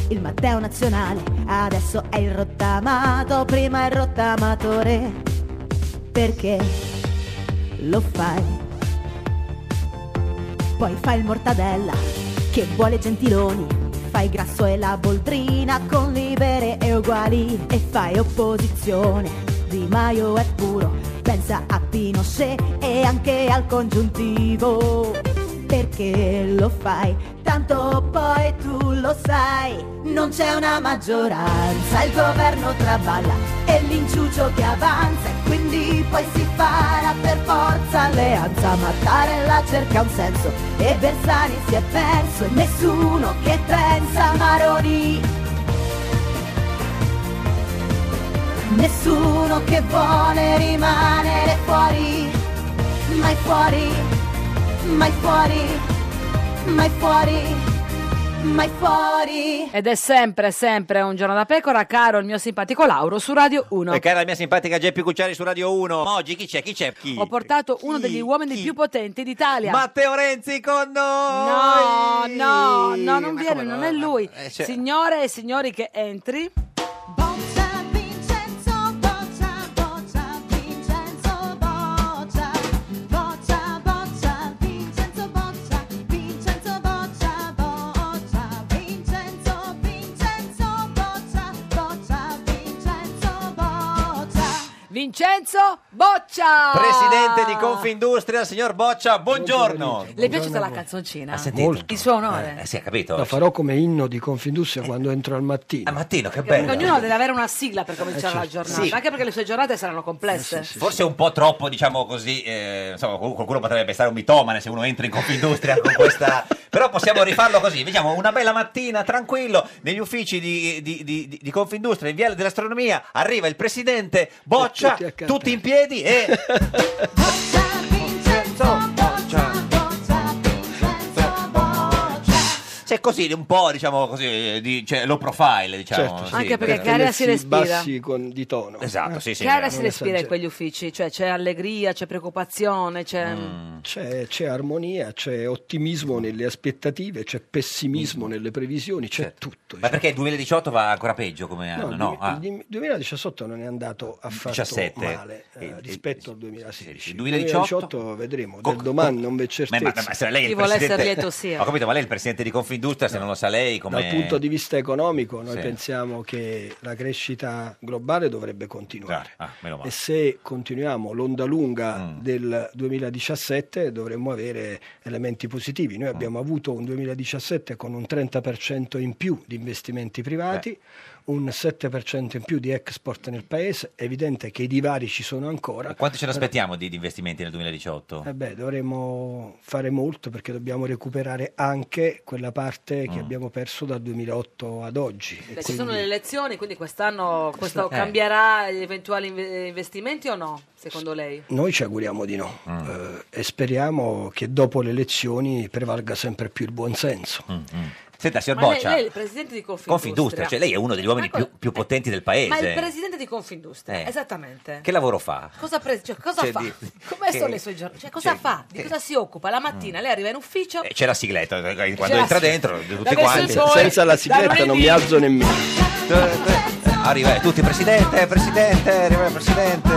S6: il Matteo nazionale, adesso è il rottamato, prima il rottamatore, perché lo fai. Poi fai il mortadella, che vuole Gentiloni, fai grasso e la boldrina con libere e uguali e fai opposizione. Di Maio è puro, pensa a Pinochet e anche al congiuntivo. Perché lo fai? Tanto poi tu lo sai, non c'è una maggioranza, il governo traballa e l'inciuccio che avanza e quindi poi si farà per forza alleanza. Mattarella cerca un senso e Bersani si è perso e nessuno che pensa Maroni Nessuno che vuole rimanere fuori, mai fuori, mai fuori, mai fuori, mai fuori.
S1: Ed è sempre, sempre un giorno da pecora, caro il mio simpatico Lauro su Radio 1.
S2: E cara la mia simpatica Geppi Cucciari su Radio 1. Ma oggi chi c'è? Chi c'è? Chi?
S1: Ho portato uno degli uomini più potenti d'Italia.
S2: Matteo Renzi con noi!
S1: No, no, no, non
S2: Ma
S1: viene,
S2: come
S1: non
S2: no?
S1: è lui.
S2: Eh, cioè-
S1: Signore e signori che entri. Vincenzo Boccia!
S2: Presidente di Confindustria, signor Boccia, buongiorno.
S1: Le è piaciuta la canzoncina?
S2: Ha sentito?
S1: Il suo onore.
S2: Eh, sì, ha capito.
S15: La farò come inno di Confindustria quando entro al mattino. Al
S2: mattino, che
S1: Perché ognuno deve avere una sigla per cominciare la giornata,
S2: Eh, certo. Sì. Eh,
S1: anche perché le sue giornate saranno complesse.
S2: Forse un po' troppo, diciamo così, eh, insomma, qual- qualcuno potrebbe stare un mitomane se uno entra in Confindustria con questa... Però possiamo rifarlo così, vediamo una bella mattina, tranquillo, negli uffici di, di- di- di- di Confindustria, in Viale dell'Astronomia, arriva il presidente Boccia allora,
S15: Tutti a cantare.
S2: tutti in piedi e... Cioè così, un po' diciamo così, di, cioè, low profile diciamo.
S15: Certo,
S2: sì.
S1: Anche perché
S15: Perché
S1: Caria
S15: messi
S1: si respira.
S15: bassi con- di tono. Eh,
S2: Esatto, sì, sì.
S1: Cara si
S15: Non
S1: respira in
S15: esagero.
S1: quegli uffici, cioè c'è allegria, c'è preoccupazione, c'è...
S2: Mm.
S15: C'è, c'è armonia, c'è ottimismo nelle aspettative, c'è
S2: Mm.
S15: pessimismo nelle previsioni, c'è tutto.
S2: Ma perché il 2018 va ancora peggio come
S15: certo, No, il
S2: anno? Certo. No,
S15: du-
S2: ah,
S15: il dim- 2018 non è andato affatto
S2: 17.
S15: male eh,
S2: Il- il-
S15: rispetto al 2016.
S2: il
S15: Il
S2: 2018
S15: 2018 vedremo, del domani non c'è
S2: Ma,
S15: certezza.
S2: ma- ma se lei è il presidente-
S1: eh.
S2: Ho capito, ma lei è il presidente di Confindustria, se non lo sa lei come...
S15: Dal punto di vista economico noi
S2: Sì.
S15: pensiamo che la crescita globale dovrebbe continuare.
S2: Ah, meno male.
S15: E se continuiamo l'onda lunga del 2017 dovremmo avere elementi positivi. Noi abbiamo avuto un 2017 con un 30% in più di investimenti privati, un 7% in più di export nel paese. È evidente che i divari ci sono ancora.
S2: Quanto ce ne
S15: però-
S2: aspettiamo di, di investimenti nel Cioè, 2018?
S15: eh beh, dovremmo fare molto perché dobbiamo recuperare anche quella parte che abbiamo perso dal 2008 ad oggi. E
S1: Beh, ci sono
S15: quindi-
S1: le elezioni, quindi quest'anno questo
S15: eh.
S1: cambierà gli eventuali inve- investimenti o no, secondo lei?
S15: Noi ci auguriamo di no
S2: Mm.
S15: eh, e speriamo che dopo le elezioni prevalga sempre più il buonsenso.
S2: Mm, Senta, signor
S1: Ma lei,
S2: Boccia,
S1: lei è il presidente di Confindustria.
S2: Confindustria, cioè lei è uno degli uomini
S1: Ma co- eh,
S2: più, più potenti del
S1: Ma il
S2: paese.
S1: presidente di Confindustria,
S2: Eh.
S1: esattamente.
S2: Che lavoro fa?
S1: Cosa, pres- cioè, cosa
S2: Cioè,
S1: fa?
S2: di-
S1: Come
S2: che-
S1: sono le sue giornate? Cioè, cosa
S2: che-
S1: fa? Di
S2: che-
S1: cosa si occupa? La mattina lei arriva in ufficio.
S2: Eh, C'è la sigletta, eh, quando
S1: la sigletta.
S2: entra dentro,
S1: Da
S2: tutti
S1: adesso
S2: quanti.
S1: in poi-
S15: Senza la sigletta
S1: da
S15: Eh, non
S1: lunedì-
S15: mi alzo nemmeno.
S2: Arriva, eh, tutti, presidente, presidente, arriva il presidente,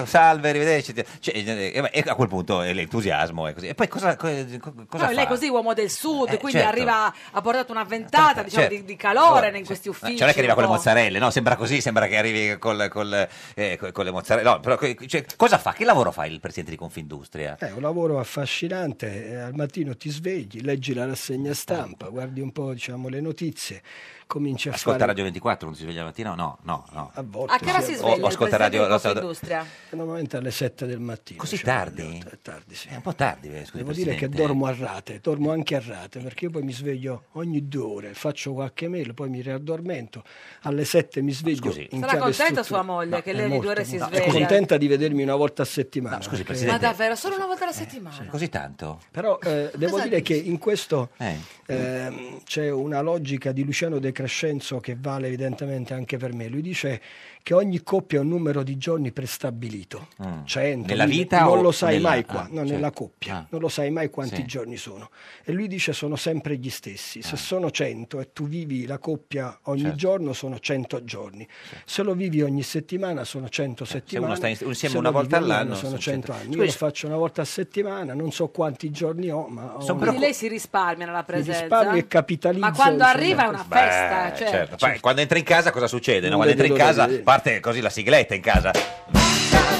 S2: eh, salve, arrivederci. Cioè, eh, eh, e a quel punto eh, l'entusiasmo è così. E poi cosa, co- co- cosa
S1: No,
S2: fa?
S1: lei così uomo del sud,
S2: Eh,
S1: quindi
S2: certo.
S1: arriva, ha portato una ventata diciamo,
S2: certo.
S1: di, di calore in questi
S2: Ma
S1: uffici.
S2: cioè non è che arriva con le
S1: un po'.
S2: mozzarelle, no? Sembra così, sembra che arrivi col- col, eh, co- con le mozzarelle. No, però que- cioè, cosa fa? Che lavoro fa il presidente di Confindustria?
S15: È un lavoro affascinante, eh, al mattino ti svegli, leggi la rassegna stampa, guardi un po' diciamo, le notizie, cominci a
S2: Ascolta
S15: fare...
S2: Radio 24, non si sveglia la mattina? No, no, no.
S15: A volte.
S1: A che ora si sveglia? il
S2: ascolta
S1: presidente
S2: radio-
S1: di
S2: la-
S1: Confindustria?
S15: Normalmente alle 7 del mattino.
S2: Così
S15: cioè,
S2: tardi?
S15: è tardi, sì.
S2: È un po' tardi, eh, scusi,
S15: Devo dire che
S2: Presidente.
S15: dormo a rate, dormo anche a rate, perché io poi mi sveglio ogni due ore, faccio qualche mail, poi mi riaddormento, alle 7 mi sveglio.
S2: Scusi.
S15: in
S1: Sarà
S15: chiave
S1: contenta
S15: struttura-
S1: sua moglie
S15: No,
S1: che
S15: è
S1: lei ogni
S15: molto,
S1: due ore si
S15: molto.
S1: sveglia?
S15: È contenta di vedermi una volta a settimana.
S2: scusi,
S15: perché-
S1: Ma davvero, solo una volta alla settimana?
S2: Così tanto?
S15: Però eh, devo
S1: Cosa
S15: dire
S1: dici?
S15: che in questo
S2: Eh.
S15: ehm, c'è una logica di Luciano De Crescenzo che vale evidentemente anche per me. Lui dice che ogni coppia ha un numero di giorni prestabilito.
S2: Mm.
S15: 100,
S2: Nella
S15: 1000,
S2: vita
S15: non
S2: o
S15: lo sai
S2: nella-
S15: mai qua,
S2: ah,
S15: no,
S2: certo.
S15: nella coppia,
S2: Ah.
S15: non lo sai mai quanti
S2: Sì. Ah.
S15: giorni sono. E lui dice sono sempre gli stessi, se sono 100 e tu vivi la coppia ogni
S2: Certo.
S15: giorno sono 100 giorni, se lo vivi ogni settimana sono 100 settimane,
S2: Eh, uno sta insieme
S15: se lo
S2: una volta
S15: vivi ogni
S2: all'anno
S15: anno sono
S2: sono
S15: 100
S2: 100.
S15: anni, io lo
S2: Scusi,
S15: faccio una volta a settimana, non so quanti giorni ho, ma ho
S1: Quindi lei si risparmia nella presenza.
S15: risparmio e capitalizzo,
S1: Ma quando
S15: insomma,
S1: arriva è una
S15: questo.
S1: festa.
S2: Beh,
S1: cioè.
S2: certo. Poi, quando entra in casa cosa succede? no?
S15: Non
S2: Quando entra in
S15: vedo l'ora
S2: casa
S15: di vedere.
S2: parte così la sigletta in casa.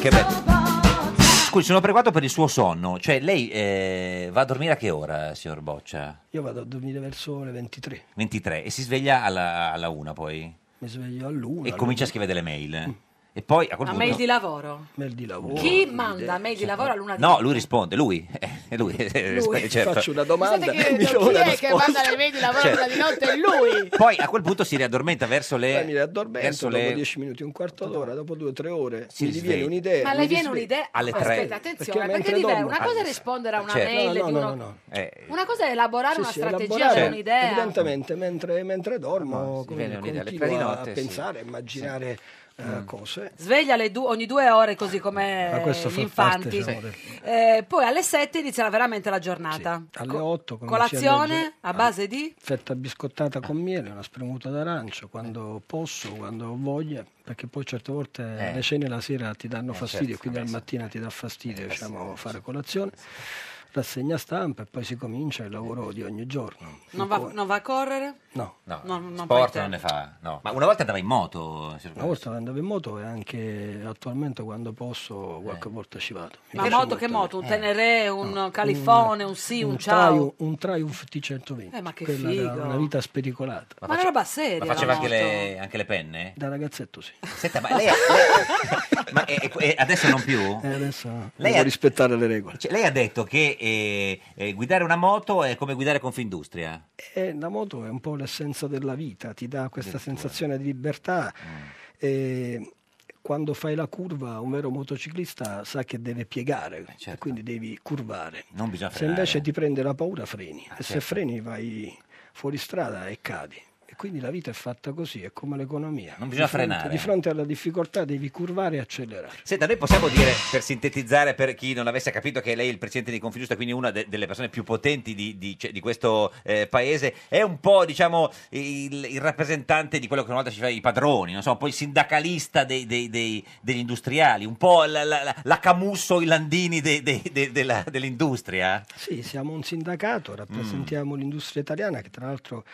S2: Che bello. Scusi, sono preoccupato per il suo sonno. Cioè, lei eh, va a dormire a che ora, signor Boccia?
S15: Io vado a dormire verso le 23,
S2: 23 e si sveglia alla, alla una poi
S15: mi sveglio all'una.
S2: e comincia a scrivere le mail. E poi a
S1: Una
S2: quel punto...
S1: mail di lavoro.
S15: Mail di
S2: Oh,
S15: lavoro.
S1: Chi manda mail di lavoro a luna di
S2: No, lui risponde, lui. Eh, lui, eh,
S15: Lui.
S2: certo.
S15: Faccio una domanda
S16: Pensate che-
S15: mi do una
S16: chi è che
S15: risposta.
S16: manda le mail di lavoro
S2: Certo.
S16: alla di notte? È lui!
S2: Poi a quel punto si riaddormenta verso le...
S15: Poi mi riaddormento,
S2: verso
S15: dopo
S2: le-
S15: 10 minuti, un quarto d'ora, dopo 2-3 ore
S2: Si
S15: mi diviene
S2: sveglia.
S15: un'idea.
S1: Ma
S15: mi
S1: le viene
S15: risveglio.
S1: un'idea?
S2: eh, Alle tre.
S1: Aspetta, attenzione,
S15: Perché
S1: perché,
S15: mentre
S1: diverso.
S15: dormo-
S1: Una cosa è rispondere a una
S2: Certo.
S1: mail
S15: No, no,
S1: di uno-
S15: no, no.
S2: Eh,
S1: Una cosa è elaborare
S15: Sì,
S1: una
S15: sì,
S1: strategia,
S15: elaborare.
S1: un'idea.
S15: Evidentemente, mentre, mentre dormo, come
S2: viene
S15: dire,
S2: un'idea. Alle
S15: continuo
S2: tre di
S15: a
S2: notte, sì. Mm.
S15: pensare, a immaginare eh, cose.
S1: Sveglia le du- ogni due ore così come
S15: Ma questo
S1: gli
S15: fa
S1: infanti.
S15: parte, diciamo,
S1: Eh, poi alle 7 inizierà veramente la giornata.
S15: Alle 8
S1: Colazione a base di...
S15: fetta biscottata con miele, una spremuta
S2: Eh.
S15: d'arancia quando posso, quando ho voglia, perché poi certe volte
S2: Eh.
S15: le cene la sera ti danno
S2: Eh,
S15: fastidio,
S2: certo,
S15: quindi
S2: vabbè,
S15: al mattina ti dà fastidio diciamo, fare colazione, rassegna stampa e poi si comincia il lavoro di ogni giorno.
S1: Non va, non va a correre?
S15: No.
S2: No,
S1: No, non puoi
S2: sport
S1: te.
S2: non ne fa. no. Ma una volta andava in moto. signor
S15: Una volta andavo in moto e anche attualmente quando posso
S2: Eh.
S15: qualche volta ci vado. Mi
S1: Ma
S15: piace
S1: moto che
S15: molto.
S1: moto? Un Tenere, un Califone, un Sì, un, Ciao?
S15: Triumph- un Triumph T120.
S1: Eh, ma che
S15: Quella era
S1: figo.
S15: una vita spericolata.
S1: Ma, una roba seria.
S2: Ma
S1: la
S2: faceva anche
S1: moto.
S2: le, anche le penne?
S15: Da ragazzetto sì.
S2: Senta, ma lei... ma e- e- e adesso non più?
S15: E Eh, adesso
S2: Lei
S15: devo
S2: ha-
S15: rispettare le regole.
S2: Cioè, lei ha detto che eh, eh, guidare una moto è come guidare Confindustria.
S15: E la moto è un po' l'essenza della vita, ti dà questa
S2: eh.
S15: sensazione di libertà.
S2: Mm.
S15: E quando fai la curva, un vero motociclista sa che deve
S2: Eh,
S15: piegare,
S2: certo.
S15: quindi devi curvare.
S2: Non bisogna
S15: Se
S2: frenare.
S15: invece ti prende la paura, freni. e se
S2: certo.
S15: freni, vai fuori strada e cadi. E quindi la vita è fatta così, è come l'economia.
S2: Non bisogna
S15: Di fronte-
S2: frenare.
S15: Di fronte alla difficoltà, devi curvare e accelerare.
S2: Senta, noi possiamo dire, per sintetizzare, per chi non avesse capito, che lei è il presidente di Configiusta, quindi una de- delle persone più potenti di, di- cioè, di questo eh, paese, è un po', diciamo, il, il rappresentante di quello che una volta ci fa i padroni, non so, un po' il sindacalista dei- dei- dei- degli industriali, un po' la, la- la- la Camusso, i Landini de- de- de- della- dell'industria.
S15: Sì, siamo un sindacato,
S2: Mm.
S15: rappresentiamo l'industria italiana che tra l'altro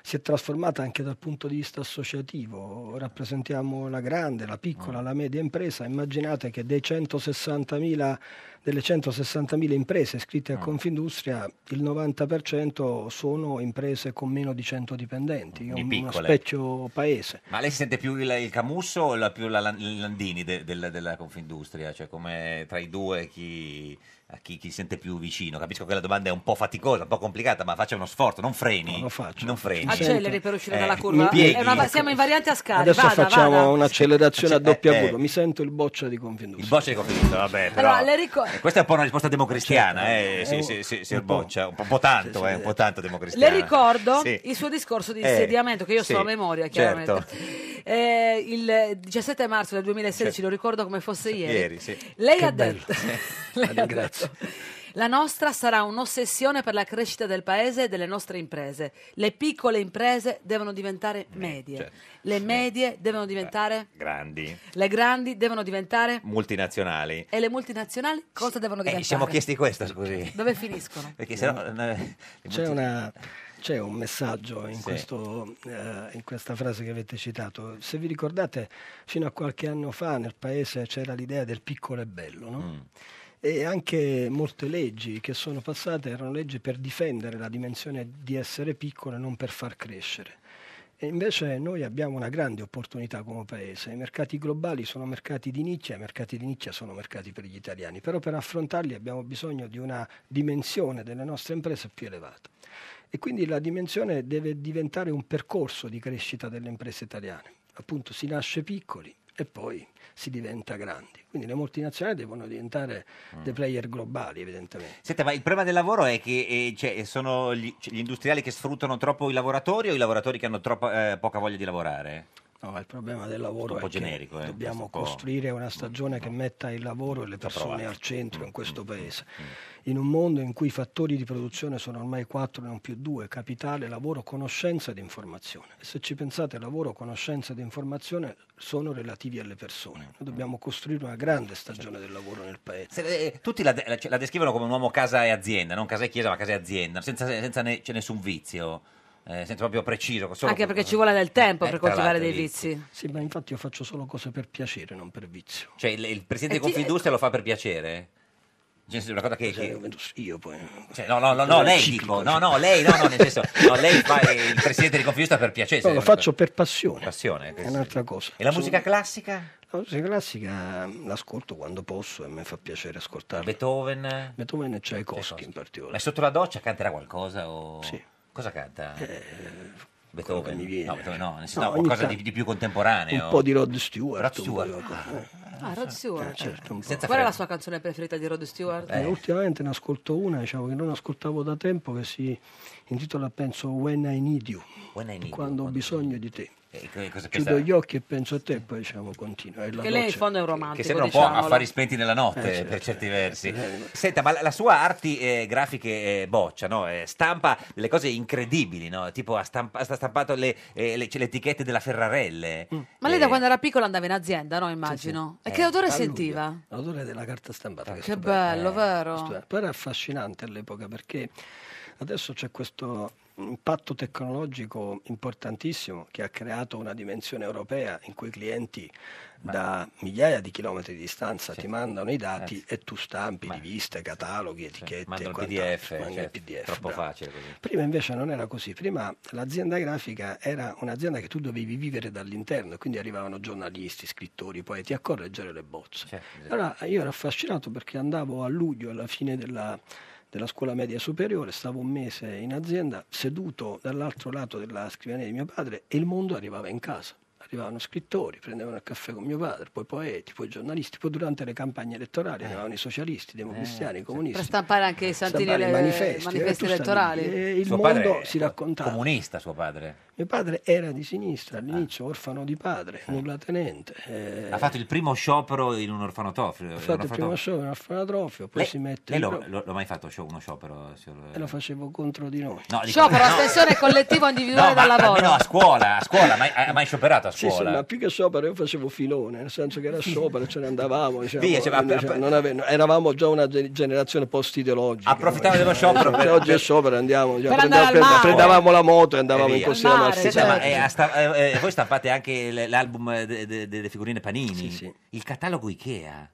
S15: si è trasformata anche dal punto di vista associativo, rappresentiamo la grande, la
S2: Mm.
S15: piccola, la media impresa, immaginate che dei 160.000, delle 160.000 imprese iscritte
S2: Mm.
S15: a Confindustria il 90% sono imprese con meno di 100 dipendenti, è
S2: Quindi
S15: un- uno
S2: piccole.
S15: specchio paese.
S2: Ma lei si sente più il, il Camusso o la, più la, Lan- il Landini de- della- della Confindustria? Cioè, come tra i due chi, a chi, chi sente più vicino? Capisco che la domanda è un po' faticosa, un po' complicata, ma faccia uno sforzo, non freni. Non freni.
S1: Acceleri per uscire
S2: Eh, Ecco.
S1: dalla curva.
S2: pieghi.
S1: È una va- siamo in variante a scale.
S15: ecco. Adesso
S1: vada,
S15: facciamo
S1: vada.
S15: un'accelerazione a
S2: Cioè, eh,
S15: doppia
S2: eh.
S15: curva, mi sento il boccia di Confindustria.
S2: Il boccia di Confindustria, vabbè, però...
S1: Allora, le ricor-
S2: eh, Questa è un po' una risposta democristiana, eh,
S15: eh,
S2: sì,
S15: un-
S2: sì, sì,
S15: un
S2: signor
S15: po'.
S2: Boccia, un po', un po' tanto, eh, un po' tanto
S1: Le
S2: democristiana.
S1: ricordo
S2: Sì.
S1: il suo discorso di
S2: Eh,
S1: insediamento, che io
S2: sì,
S1: so a memoria, chiaramente.
S2: certo.
S1: Eh, il 17 marzo del 2016, lo ricordo come fosse ieri.
S2: Ieri, sì.
S1: Lei
S2: Che
S1: ha
S2: bello.
S1: detto: lei ha detto, La nostra sarà un'ossessione per la crescita del paese e delle nostre imprese. Le piccole imprese devono diventare medie. Le medie devono diventare.
S2: Grandi,
S1: Le grandi devono diventare.
S2: multinazionali.
S1: E le multinazionali cosa devono
S2: Eh,
S1: diventare?
S2: ci siamo chiesti questo, scusi.
S1: Dove finiscono?
S2: Perché sennò... eh,
S15: C'è, una- c'è un messaggio in,
S2: Sì.
S15: questo, eh, in questa frase che avete citato. Se vi ricordate, fino a qualche anno fa nel paese c'era l'idea del piccolo e bello, no? E anche molte leggi che sono passate erano leggi per difendere la dimensione di essere piccolo e non per far crescere. E invece noi abbiamo una grande opportunità come paese. I mercati globali sono mercati di nicchia, i mercati di nicchia sono mercati per gli italiani, però per affrontarli abbiamo bisogno di una dimensione delle nostre imprese più elevata. E quindi la dimensione deve diventare un percorso di crescita delle imprese italiane. Appunto si nasce piccoli e poi si diventa grandi. Quindi le multinazionali devono diventare dei player globali, evidentemente.
S2: Senta, ma il problema del lavoro è che eh, cioè, sono gli, cioè, gli industriali che sfruttano troppo i lavoratori o i lavoratori che hanno troppa, eh, poca voglia di lavorare?
S15: No, il problema del lavoro
S2: Un po'
S15: è che
S2: generico, eh, questo
S15: dobbiamo
S2: un po'. Mm,
S15: costruire una stagione che metta il lavoro e le persone
S2: provato.
S15: al centro in
S2: mm,
S15: questo paese. In un mondo in cui i fattori di produzione sono ormai quattro e non più due, capitale, lavoro, conoscenza ed informazione. E se ci pensate, lavoro, conoscenza ed informazione sono relativi alle
S2: Mm,
S15: persone. Noi dobbiamo costruire una grande stagione del lavoro nel paese.
S2: Se- eh, tutti la, la- cioè, la descrivono come un uomo casa e azienda, non casa e chiesa, ma casa e azienda, senza, senza ne- c'è nessun vizio, eh, senza proprio preciso. solo-
S1: Anche perché ci vuole del tempo
S2: Eh,
S1: per
S2: tra
S1: coltivare
S2: l'altro,
S1: dei
S2: lì.
S1: vizi.
S15: Sì, ma infatti io faccio solo cose per piacere, non per vizio.
S2: Cioè, il, il presidente
S15: Eh,
S2: di
S15: ti-
S2: Confindustria lo fa per piacere? Cioè, è una cosa che, che-
S15: Io poi... cioè.
S2: cioè, no, no, no, no, lei dico, no, no, lei, no, no, nel senso, no, lei fa il presidente di Confindustria per piacere.
S15: No, lo
S2: per-
S15: faccio per passione.
S2: Passione,
S15: È un'altra cosa.
S2: E la
S15: Sono-
S2: musica classica?
S15: La musica classica eh, l'ascolto quando posso e mi fa piacere ascoltarla.
S2: Beethoven?
S15: Beethoven e Tchaikovsky in particolare.
S2: Ma sotto la doccia canterà qualcosa? O... Cosa canta? Beethoven? No, Beethoven no, nel senso,
S15: Eh, No,
S2: no,
S15: ogni
S2: qualcosa
S15: tanto-
S2: di, di più contemporaneo.
S15: Un po' di Rod Stewart.
S2: Rod
S15: un
S2: Stewart.
S15: po' di-
S1: Ah, Rod Stewart.
S2: Senza
S1: Qual è la
S2: freddo.
S1: sua canzone preferita di Rod Stewart?
S15: Eh, ultimamente ne ascolto una diciamo, che non ascoltavo da tempo che si intitola penso When I Need You,
S2: When I Need You,
S15: quando ho bisogno di te.
S2: Eh, co- cosa-
S15: Chiudo
S2: questa-
S15: gli occhi e penso a te e poi diciamo continua. È la
S1: Che lei in
S15: dolce-
S1: fondo è un romantico.
S2: Che sembra un po'
S1: diciamolo.
S2: affari spenti nella notte
S15: diciamo Eh, certo. eh,
S2: per certi versi. Senta, ma la, la sua arti eh, grafiche eh, boccia, no? Eh, stampa delle cose incredibili, no? tipo ha, stampa- ha stampato le, eh, le- cioè, le etichette della Ferrarelle.
S15: Mm.
S1: Ma lei da quando era piccola andava in azienda, no? Immagino. E che odore
S15: A Eh, luglio.
S1: sentiva?
S15: L'odore della carta stampata. eh,
S1: Che bello, vero?
S15: Però era affascinante all'epoca perché adesso c'è questo impatto tecnologico importantissimo che ha creato una dimensione europea in cui i clienti da migliaia di chilometri di distanza ti mandano i
S2: Eh,
S15: dati e tu stampi riviste, cataloghi, etichette.
S2: Mandano il
S15: quant'altro.
S2: PDF,
S15: Mandano il
S2: cioè,
S15: PDF,
S2: troppo
S15: bravo.
S2: facile così.
S15: Prima invece non era così, prima l'azienda grafica era un'azienda che tu dovevi vivere dall'interno, e quindi arrivavano giornalisti, scrittori, poeti a correggere le bozze. Allora io ero affascinato perché andavo a luglio, alla fine della della scuola media superiore, stavo un mese in azienda, seduto dall'altro lato della scrivania di mio padre e il mondo arrivava in casa. Arrivavano scrittori, prendevano il caffè con mio padre, poi poeti, poi giornalisti, poi durante le campagne elettorali arrivavano i socialisti, i democristiani, i
S1: Per
S15: comunisti.
S1: Eh, stampare anche i santini
S15: stampare i
S1: le-
S15: manifesti, eh, tu
S1: manifesti
S15: stavi
S1: elettorali.
S15: lì, eh, il
S2: Suo
S15: mondo
S2: padre
S15: si raccontava.
S2: Comunista suo padre.
S15: Mio padre era di sinistra all'inizio, orfano di padre, nullatenente. eh,
S2: Ha fatto il primo sciopero in un orfanotrofio.
S15: ha fatto il primo show in orfanotrofio, poi
S2: Lei-
S15: si mette...
S2: lei
S15: in
S2: lo,
S15: pro- Eh,
S2: lo- l'ho mai fatto sciop- uno sciopero? signor-
S15: E lo facevo contro di noi.
S2: No, dico-
S1: Sciopero, astensione collettivo individuale
S2: No,
S1: dal
S2: ma almeno
S1: lavoro.
S2: a scuola, a scuola, mai, ha mai scioperato a
S15: Sì, sì, ma
S2: scuola?
S15: più che sopra io facevo filone, nel senso che era sopra, ce ne andavamo, diciamo,
S2: Via, cioè, ma-
S15: quindi, cioè, non ave- eravamo già una ge- generazione post-ideologica.
S2: Approfittavo dello
S15: Eh,
S2: sciopero
S15: cioè,
S2: per-
S15: oggi è
S2: per-
S15: sopra, andiamo, cioè,
S1: Per
S15: prendevamo,
S1: andare al mare.
S15: prendevamo la moto e andavamo in
S2: via.
S15: corsia da Marsi.
S2: Senta, ma, eh, a sta- eh, eh, voi stampate anche l- l'album eh, de- de- delle figurine Panini? Il catalogo Ikea?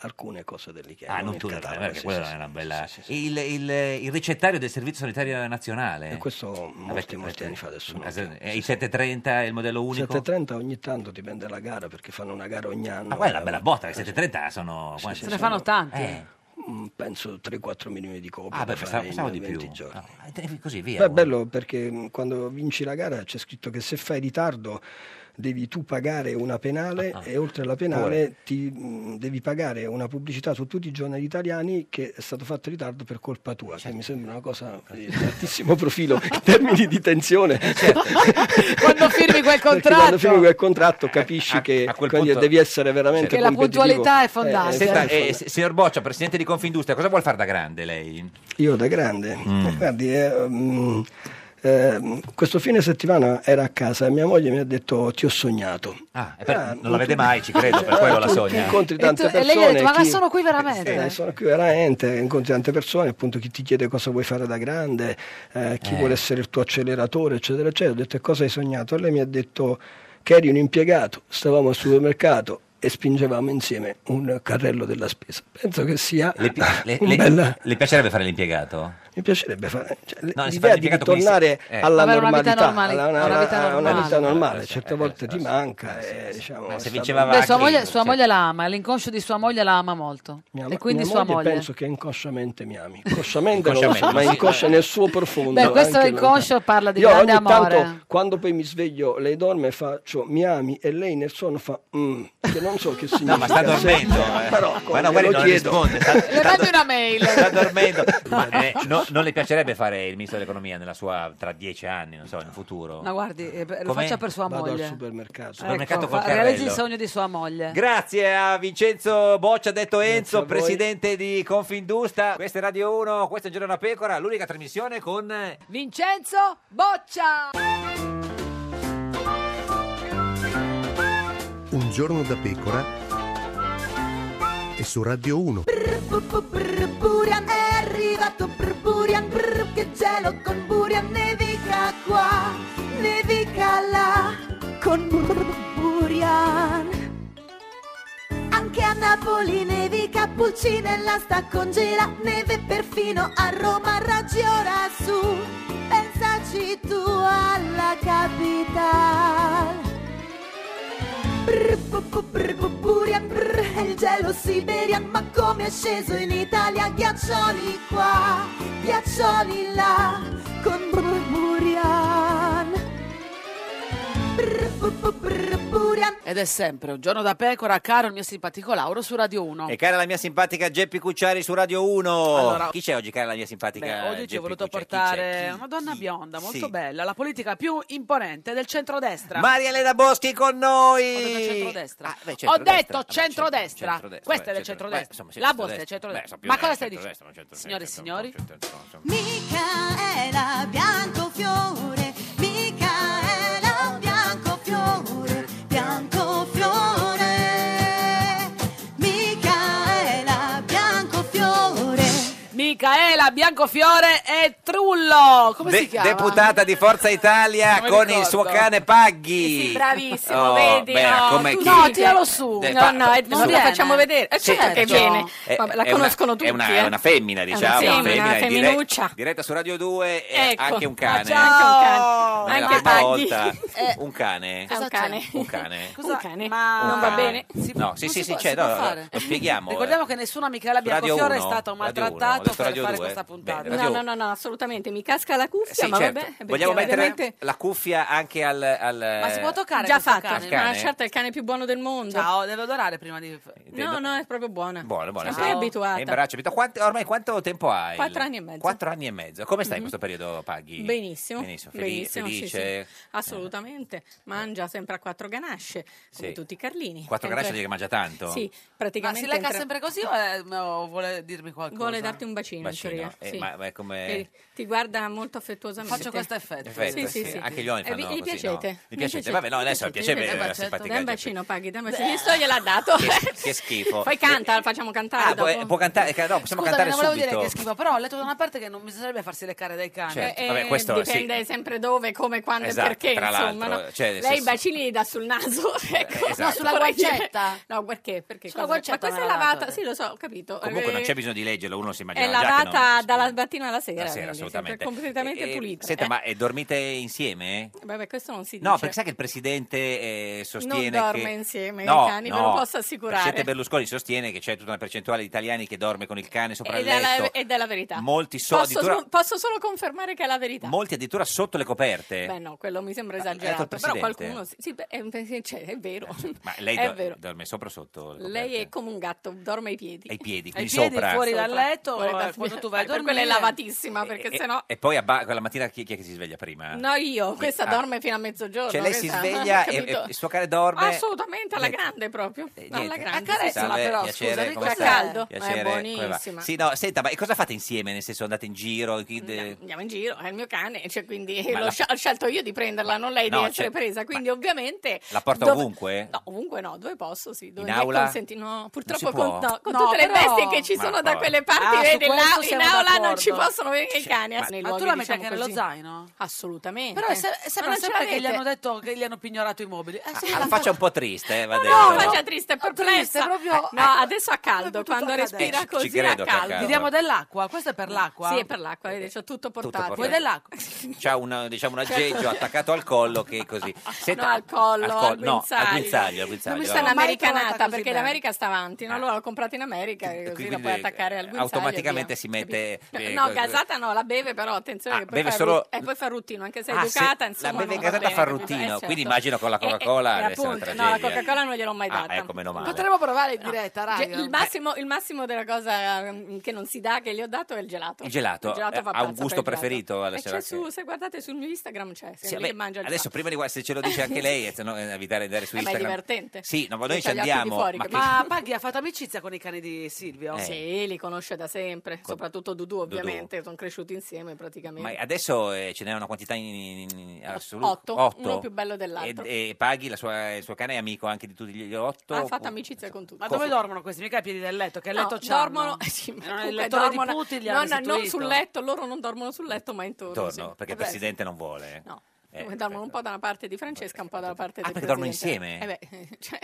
S15: Alcune cose dell'Ikea.
S2: Ah, non
S15: il
S2: tutto, eh,
S15: catalogo,
S2: perché
S15: sì,
S2: quella
S15: sì, Eh,
S2: è una bella... Il, il- il ricettario del Servizio Sanitario Nazionale?
S15: questo molti, molti anni fa, adesso no.
S2: Eh, Il 730 è il modello unico?
S15: 730 ogni tanto dipende dalla gara, perché fanno una gara ogni anno.
S2: Ma Ah, quella è una bella botta, le 730 sono...
S15: Sì,
S2: quanti
S15: sì,
S2: sono?
S15: sono-
S2: Eh,
S15: Mm, Penso 3-4 milioni di copie.
S2: Ah, beh,
S15: da
S2: pensavo,
S15: fare in
S2: pensavo di
S15: 20
S2: più.
S15: giorni.
S2: Ah, eh, così, via.
S15: Beh, è
S2: guarda.
S15: bello perché mh, quando vinci la gara c'è scritto che se fai ritardo devi tu pagare una penale
S2: Ah,
S15: e oltre alla penale ti, mh, devi pagare una pubblicità su tutti i giornali italiani che è stato fatto in ritardo per colpa tua, che
S2: Certo.
S15: mi sembra una cosa di altissimo profilo in termini di tensione.
S2: Certo.
S1: quando firmi quel
S15: Perché
S1: contratto.
S15: quando firmi quel contratto capisci che quindi
S2: punto-
S15: devi essere veramente
S1: Che la
S15: competitivo.
S1: puntualità è
S15: Eh,
S1: fondante.
S15: sì,
S2: Senta, eh, s- signor Boccia, presidente di Confindustria, cosa vuol fare da grande lei?
S15: Io da grande, Eh, guardi, eh, mm, eh, questo fine settimana ero a casa e mia moglie mi ha detto ti ho sognato.
S2: Ah, eh, per-
S15: Ah,
S2: non la vede mai, ci credo, per quello la
S15: tu-
S2: sogna.
S15: tu incontri
S1: E, tu-
S15: tante
S1: e
S15: persone.
S1: lei gli ha detto, ma
S15: chi-
S1: sono qui veramente?
S15: Eh, sono qui veramente, incontri tante persone, appunto chi ti chiede cosa vuoi fare da grande, eh, chi
S16: Eh.
S15: vuole essere il tuo acceleratore, eccetera, eccetera. Ho detto e cosa hai sognato? E lei mi ha detto che eri un impiegato, stavamo al supermercato e spingevamo insieme un carrello della spesa. Penso che sia
S2: Le, pi- le-
S15: un
S2: le-
S15: bella-
S2: le piacerebbe fare l'impiegato?
S15: mi piacerebbe fare cioè, l-
S2: No, si fa
S15: l'idea di
S2: l'impianto come
S15: ritornare
S2: si- eh.
S15: alla
S2: Avere una vita
S15: normalità,
S1: normale-
S15: alla- una,
S1: una vita
S15: a- a una
S1: normale.
S15: vita normale,
S2: eh,
S15: certe volte ti manca. eh, diciamo,
S2: Ma
S15: è
S2: se
S15: stato-
S2: vinceva
S1: Beh, sua moglie, sua moglie la ama, l'inconscio di sua moglie la ama molto.
S15: Mia-
S1: e quindi
S15: mia
S1: sua moglie.
S15: penso che inconsciamente mi ami. Inconsciamente non lo so,
S1: Inconsciamente,
S15: ma
S1: sì.
S15: inconscia nel suo profondo.
S1: Beh, questo
S15: anche
S1: inconscio
S15: lontano.
S1: parla di
S15: Io
S1: grande
S15: ogni
S1: amore.
S15: tanto, quando poi mi sveglio, lei dorme e faccio mi ami e lei nel sonno fa "Mm", che non so che significa.
S2: No, ma sta dormendo. eh.
S15: Però,
S2: ma no,
S15: glielo
S2: guardi, non
S15: chiedo.
S2: risponde. Sta,
S1: Le mandi una mail.
S2: sta dormendo. Ma eh, no- non le piacerebbe fare il ministro dell'economia nella sua, tra dieci anni, non so, in futuro?
S1: Ma guardi, eh, beh, lo
S2: Com'è?
S1: faccia per sua
S2: Vado al
S1: moglie.
S15: supermercato.
S2: Supermercato
S1: ecco,
S2: col
S1: fa- realizzi il
S2: carrello.
S1: sogno di sua moglie.
S2: Grazie a Vincenzo Boccia, detto
S1: a
S2: Enzo,
S1: voi.
S2: presidente di Confindusta. Questa è Radio 1, questa è Un Giorno da Pecora, l'unica trasmissione con... eh,
S1: Vincenzo Boccia!
S7: Un giorno da pecora e su Radio 1.
S6: Burian è arrivato per Burian, brr, che gelo con Burian, nevica qua, nevica là, con Bur- Burian. Anche a Napoli nevica, Pulcinella sta con gela, neve perfino a Roma, raggi ora su, pensaci tu alla capitale. Burian, brr, è il gelo siberian, ma come è sceso in Italia? Ghiaccioli qua, ghiaccioli là, con Bur- Burian.
S1: Ed è sempre un giorno da pecora, caro il mio simpatico Lauro su Radio 1.
S2: E cara la mia simpatica Geppi Cucciari su Radio 1.
S1: Allora-
S2: chi c'è oggi, cara la mia simpatica
S1: Beh, oggi ci
S2: Geppi
S1: ho voluto
S2: Cucciari? Chi c'è?
S1: portare
S2: Chi?
S1: una donna bionda molto
S2: Sì.
S1: bella, la politica più imponente del centrodestra.
S2: Maria Elena Boschi con noi. Ah,
S1: Ho detto centrodestra.
S2: beh,
S1: Ho
S2: centrodestra.
S1: detto
S2: Vabbè,
S1: centrodestra.
S2: centrodestra,
S1: Questa è
S2: beh,
S1: del
S2: centro-
S1: centrodestra.
S2: beh, insomma, sì,
S1: la Bosca è del
S2: centrodestra.
S1: centrodestra.
S2: Beh,
S1: Ma
S2: insomma,
S1: cosa stai
S2: più o meno
S1: dicendo? Signore e signori,
S6: Micaela Biancofiore, Micaela Biancofiore, Biancofiore, Micaela Biancofiore.
S1: Micaela Biancofiore e Trullo. Come si
S2: De-
S1: chiama?
S2: deputata di Forza Italia
S1: Non mi
S2: con il
S1: ricordo.
S2: suo cane Paghi.
S1: Sì, bravissimo,
S2: Oh,
S1: vedi,
S2: beh,
S1: no,
S2: come
S1: tu
S2: chi-
S1: no, tiralo su.
S2: Eh,
S1: No,
S2: pa-
S1: no, è-
S2: su-
S1: non viene.
S17: facciamo vedere. Eh,
S2: Sì,
S17: certo che
S2: certo.
S17: viene.
S2: È-
S17: Vabbè, la
S2: è una-
S17: conoscono tutti.
S2: È una,
S17: eh.
S2: è una femmina,
S17: È una
S2: diciamo.
S17: femmina, una
S2: è dire-
S17: femminuccia.
S2: diretta su Radio 2 e
S17: Ecco.
S2: anche un
S17: Ah,
S2: cane.
S17: ciao!
S2: Non è la
S17: Anche
S2: prima
S17: Paghi.
S2: volta.
S17: Eh.
S2: Un cane. Esatto.
S17: È un cane.
S2: Un cane.
S1: Cosa-
S2: Un
S1: Ma
S17: Non va
S2: cane.
S17: bene.
S1: Si-
S2: No, sì,
S1: non
S2: sì,
S1: si
S2: sì,
S1: può-
S2: c'è,
S1: si può
S2: no, no,
S1: fare.
S2: lo spieghiamo.
S1: Ricordiamo che nessuna Michela
S2: Su Radio
S1: Biancofiore è
S2: Uno,
S1: stata
S2: Radio Uno, ho
S1: maltrattata
S2: detto
S1: per
S2: Radio
S1: fare
S2: Due,
S16: questa puntata.
S2: Bene,
S16: no,
S2: Radio-
S16: no, no, no, assolutamente. Mi casca la cuffia,
S2: Sì,
S16: ma
S2: certo.
S16: vabbè. perché
S2: Vogliamo mettere
S16: veramente-
S2: la cuffia anche al... al-
S16: Già
S1: questo
S16: fatto.
S2: cane?
S16: Ma
S2: Cane?
S16: certo, è il cane più buono del mondo.
S1: Ciao, devo adorare prima di.
S16: No, no, è proprio buona.
S2: Buono, buono.
S16: Sempre
S2: sì.
S16: Cioè, abituata.
S2: È in braccio, abituata. Quanti- ormai quanto tempo hai?
S16: Quattro anni e mezzo.
S2: Quattro anni e mezzo. Come stai
S16: Mhm.
S2: in questo periodo, Paghi?
S16: Benissimo,
S2: Benissimo, feli-
S16: benissimo, sì,
S2: felice.
S16: sì. assolutamente. Mangia sempre a quattro ganasce, come
S2: Sì.
S16: tutti i carlini.
S2: Quattro
S16: Sempre-
S2: ganasce vuol dire che mangia tanto?
S16: Sì,
S1: Ma
S16: praticamente.
S1: si lecca
S16: entra-
S1: sempre così o, è- o eh, vuole dirmi qualcosa?
S16: Vuole darti un bacino,
S2: Bacino,
S16: in teoria.
S2: eh,
S16: sì.
S2: ma- ma è come-
S16: E ti guarda molto affettuosamente.
S1: Faccio questo effetto.
S2: Effetto, sì. Anche gli uomini
S16: E vi-
S2: fanno
S16: gli
S2: così,
S16: piacete?
S2: no? Gli
S16: Vi
S2: piacete? Vabbè, no, adesso il piacere
S16: Dai un
S2: era
S16: bacetto.
S2: simpatica,
S16: Dai un
S2: cioè-
S16: bacino, paghi, dai un bacino. Visto gliel'ha dato.
S2: Che schifo.
S16: Poi canta, facciamo cantare
S2: Ah,
S16: dopo.
S2: può, può cantare, ca- no, possiamo
S1: Scusami,
S2: cantare
S1: non volevo
S2: subito.
S1: dire che è schifo, però ho letto da una parte che non bisognerebbe farsi leccare dai cani.
S2: Certo, Eh, vabbè, questo sì.
S16: Dipende sempre dove, come, quando
S2: Esatto,
S16: e perché,
S2: tra
S16: insomma.
S2: l'altro,
S16: no?
S2: cioè, nel
S16: Lei i
S2: senso-
S16: bacini li dà sul naso, ecco.
S2: esatto. No,
S1: sulla
S16: Vorrei dire-
S1: guancetta.
S16: No, perché? perché
S1: Sulla
S16: cosa-
S1: guancetta
S16: Ma questa è
S1: me l'ha
S16: lavata,
S1: dato.
S16: sì, lo so, ho capito.
S2: Comunque non
S16: Eh,
S2: c'è bisogno di leggerlo, uno si immagina
S16: È
S2: già che non-
S16: lavata dalla mattina alla sera,
S2: la sera,
S16: quindi sempre
S2: assolutamente.
S16: completamente
S2: Eh,
S16: pulita.
S2: Senta,
S16: Eh,
S2: ma eh, dormite insieme?
S16: Vabbè, questo non si dice.
S2: No, perché sai che il presidente eh, sostiene
S16: Non dorme
S2: che...
S16: insieme,
S2: No,
S16: i cani, ve
S2: no.
S16: lo posso
S2: Il
S16: assicurare.
S2: presidente Berlusconi sostiene che c'è tutta una percentuale di italiani che dorme con il cane sopra
S16: Ed
S2: il
S16: è,
S2: letto.
S16: la- ed è la verità.
S2: Molti so-
S16: posso,
S2: addirittura-
S16: solo- posso solo confermare che è la verità.
S2: Molti addirittura sotto le coperte.
S16: Beh, no, quello mi sembra
S2: detto
S16: esagerato.
S2: Ah, il
S16: Però
S2: presidente. Eh,
S16: qualcuno. Sì, sì, beh, è, cioè, è vero.
S2: Ma lei
S16: è
S2: do-
S16: vero.
S2: dorme sopra o sotto? le
S16: Lei è come un gatto, dorme ai piedi.
S2: Ai piedi,
S16: Ai
S2: quindi sopra.
S1: fuori dal
S16: Sopra.
S1: letto,
S16: Fuori
S1: eh,
S16: dal-
S1: quando tu vai a
S16: per
S1: dormire.
S16: Quella è lavatissima, perché
S2: E-
S16: sennò...
S2: E poi a ba- quella mattina chi, chi è che si sveglia prima?
S16: No, io, questa
S2: eh, ah.
S16: dorme fino a mezzogiorno.
S2: Cioè lei si
S16: questa-
S2: sveglia e,
S16: capito? Ah,
S2: e il suo cane dorme.
S16: Assolutamente alla grande proprio. No, alla
S2: Niente. Ah, eh,
S16: grande.
S2: Salve, piacere, come
S16: fa
S2: sta?
S16: caldo, ma
S2: Piacere,
S16: è
S2: come va?
S16: buonissima.
S2: Sì, no, senta, ma e cosa fate insieme? Nel senso andate in giro? Chi- de-
S16: Andiamo in giro, è il mio cane, cioè, quindi
S2: Ma
S16: l'ho
S2: la-
S16: scia- ho scelto io di prenderla, non lei
S2: No,
S16: di essere
S2: cioè,
S16: presa. Quindi, ovviamente.
S2: La porta
S16: dove-
S2: ovunque?
S16: No, ovunque no, dove posso, sì, dove
S2: In
S16: mi è
S2: aula?
S16: consenti- No, purtroppo
S2: si può.
S16: con, no, con
S1: No,
S16: tutte le
S1: però-
S16: bestie che ci
S2: Ma
S16: sono da
S2: povera.
S16: quelle parti,
S1: Ah, su
S16: vedi, là-
S1: questo
S16: in
S1: siamo
S16: aula non
S1: d'accordo.
S16: ci possono venire i cani.
S1: eh. Ma-
S16: nei
S1: ma tu
S16: luoghi,
S1: la metti
S16: diciamo
S1: anche nello
S16: così.
S1: zaino?
S16: Assolutamente.
S1: Però è se-
S16: Ma
S1: sembra
S16: non ce
S1: sempre
S16: la
S1: che gli
S16: mette.
S1: hanno detto che gli hanno pignorato i mobili. Eh, sì, la
S2: Ah, la faccia un po' triste, eh, va detto.
S16: No, faccia Ah, triste, è perplessa.
S1: triste, Eh, proprio-
S16: No, adesso a caldo, quando
S1: accadere.
S16: respira
S2: Eh, ci- ci
S16: così
S2: credo
S16: a
S2: che a
S16: caldo.
S2: caldo. Gli diamo
S1: dell'acqua? Questo è per l'acqua?
S16: Sì, è per l'acqua, vedi, c'ho tutto portato.
S2: portato. Vuoi dell'acqua? C'ha un, diciamo, un aggeggio attaccato al collo che è così. Senta-
S16: no, al collo, al,
S2: no,
S16: guinzaglio.
S2: al guinzaglio, al guinzaglio.
S16: Mi sono
S2: vabbè.
S16: un'americanata
S1: così
S16: perché
S1: bene.
S16: l'America sta avanti, no? allora l'ho comprata in America e così la
S2: Eh. Quindi,
S16: puoi attaccare al
S2: eh,
S16: guinzaglio.
S2: automaticamente
S16: e
S2: si mette
S16: via.
S2: eh,
S16: No,
S2: co-
S16: gasata no, la beve però, attenzione che poi
S2: beve
S16: fa,
S2: solo-
S16: rut- eh, poi fa ruttino, anche se è
S2: Ah, se-
S16: educata,
S2: la
S16: insomma.
S2: beve
S16: non va
S2: gasata
S16: bene,
S2: fa
S16: capito?
S2: ruttino,
S16: Eh, certo.
S2: quindi immagino con la
S16: Eh, eh,
S2: Coca-Cola
S16: eh,
S2: deve essere una
S16: appunto, No, la
S2: tragedia.
S16: Coca-Cola non gliel'ho mai
S2: Ah,
S16: data.
S2: ecco, meno male.
S1: Potremmo provare in diretta,
S16: Ge-
S1: raga.
S16: Il massimo, il massimo della cosa ehm, che non si dà, che gli ho dato, è il gelato.
S2: Il gelato. Eh,
S16: fa
S2: ha un
S16: pazza
S2: gusto
S16: per il
S2: preferito
S16: gelato.
S2: alla
S16: Eh,
S2: sera
S16: c'è
S2: che-
S16: su, se guardate sul mio Instagram c'è,
S2: Sì,
S16: sempre
S2: vabbè,
S16: che mangia il
S2: adesso
S16: gelato.
S2: prima di guardare se ce lo dice anche lei, eh, se no, eh, evitare di andare su
S16: Eh, ma è
S2: Instagram.
S16: divertente.
S2: Sì, no, ma
S16: Sì,
S2: noi ci
S16: c'ha gli occhi di
S2: andiamo.
S16: fuori,
S2: ma che-
S16: capito?
S1: Ma Paghi ha fatto amicizia con i cani di Silvio?
S2: Eh.
S16: Sì, li conosce da sempre, soprattutto Dudu
S2: Dudu.
S16: ovviamente, sono cresciuti insieme praticamente.
S2: ma adesso eh, ce n'è una quantità in, in- in assoluto.
S16: Otto, uno più bello dell'altro.
S2: E, e paghi la sua, il suo cane è amico anche di tutti gli otto. cioè.
S16: ha fatto amicizia con tutti.
S1: Ma dove dormono questi? Mica ai piedi del letto, che
S16: No,
S1: letto c'hanno?
S16: dormono, eh sì, ma
S1: Non è il
S16: comunque
S1: lettore di
S16: dormono-
S1: Putin, gli hanno
S16: non, non
S1: istituito.
S16: sul letto, loro non dormono sul letto, ma intorno.
S2: Torno,
S16: sì.
S2: perché il
S16: Vabbè,
S2: presidente non vuole.
S16: No.
S2: Eh,
S16: dormono un po' da una parte di Francesca, un po' dalla parte del
S2: perché dormono
S16: presidente.
S2: insieme?
S16: Eh beh, cioè,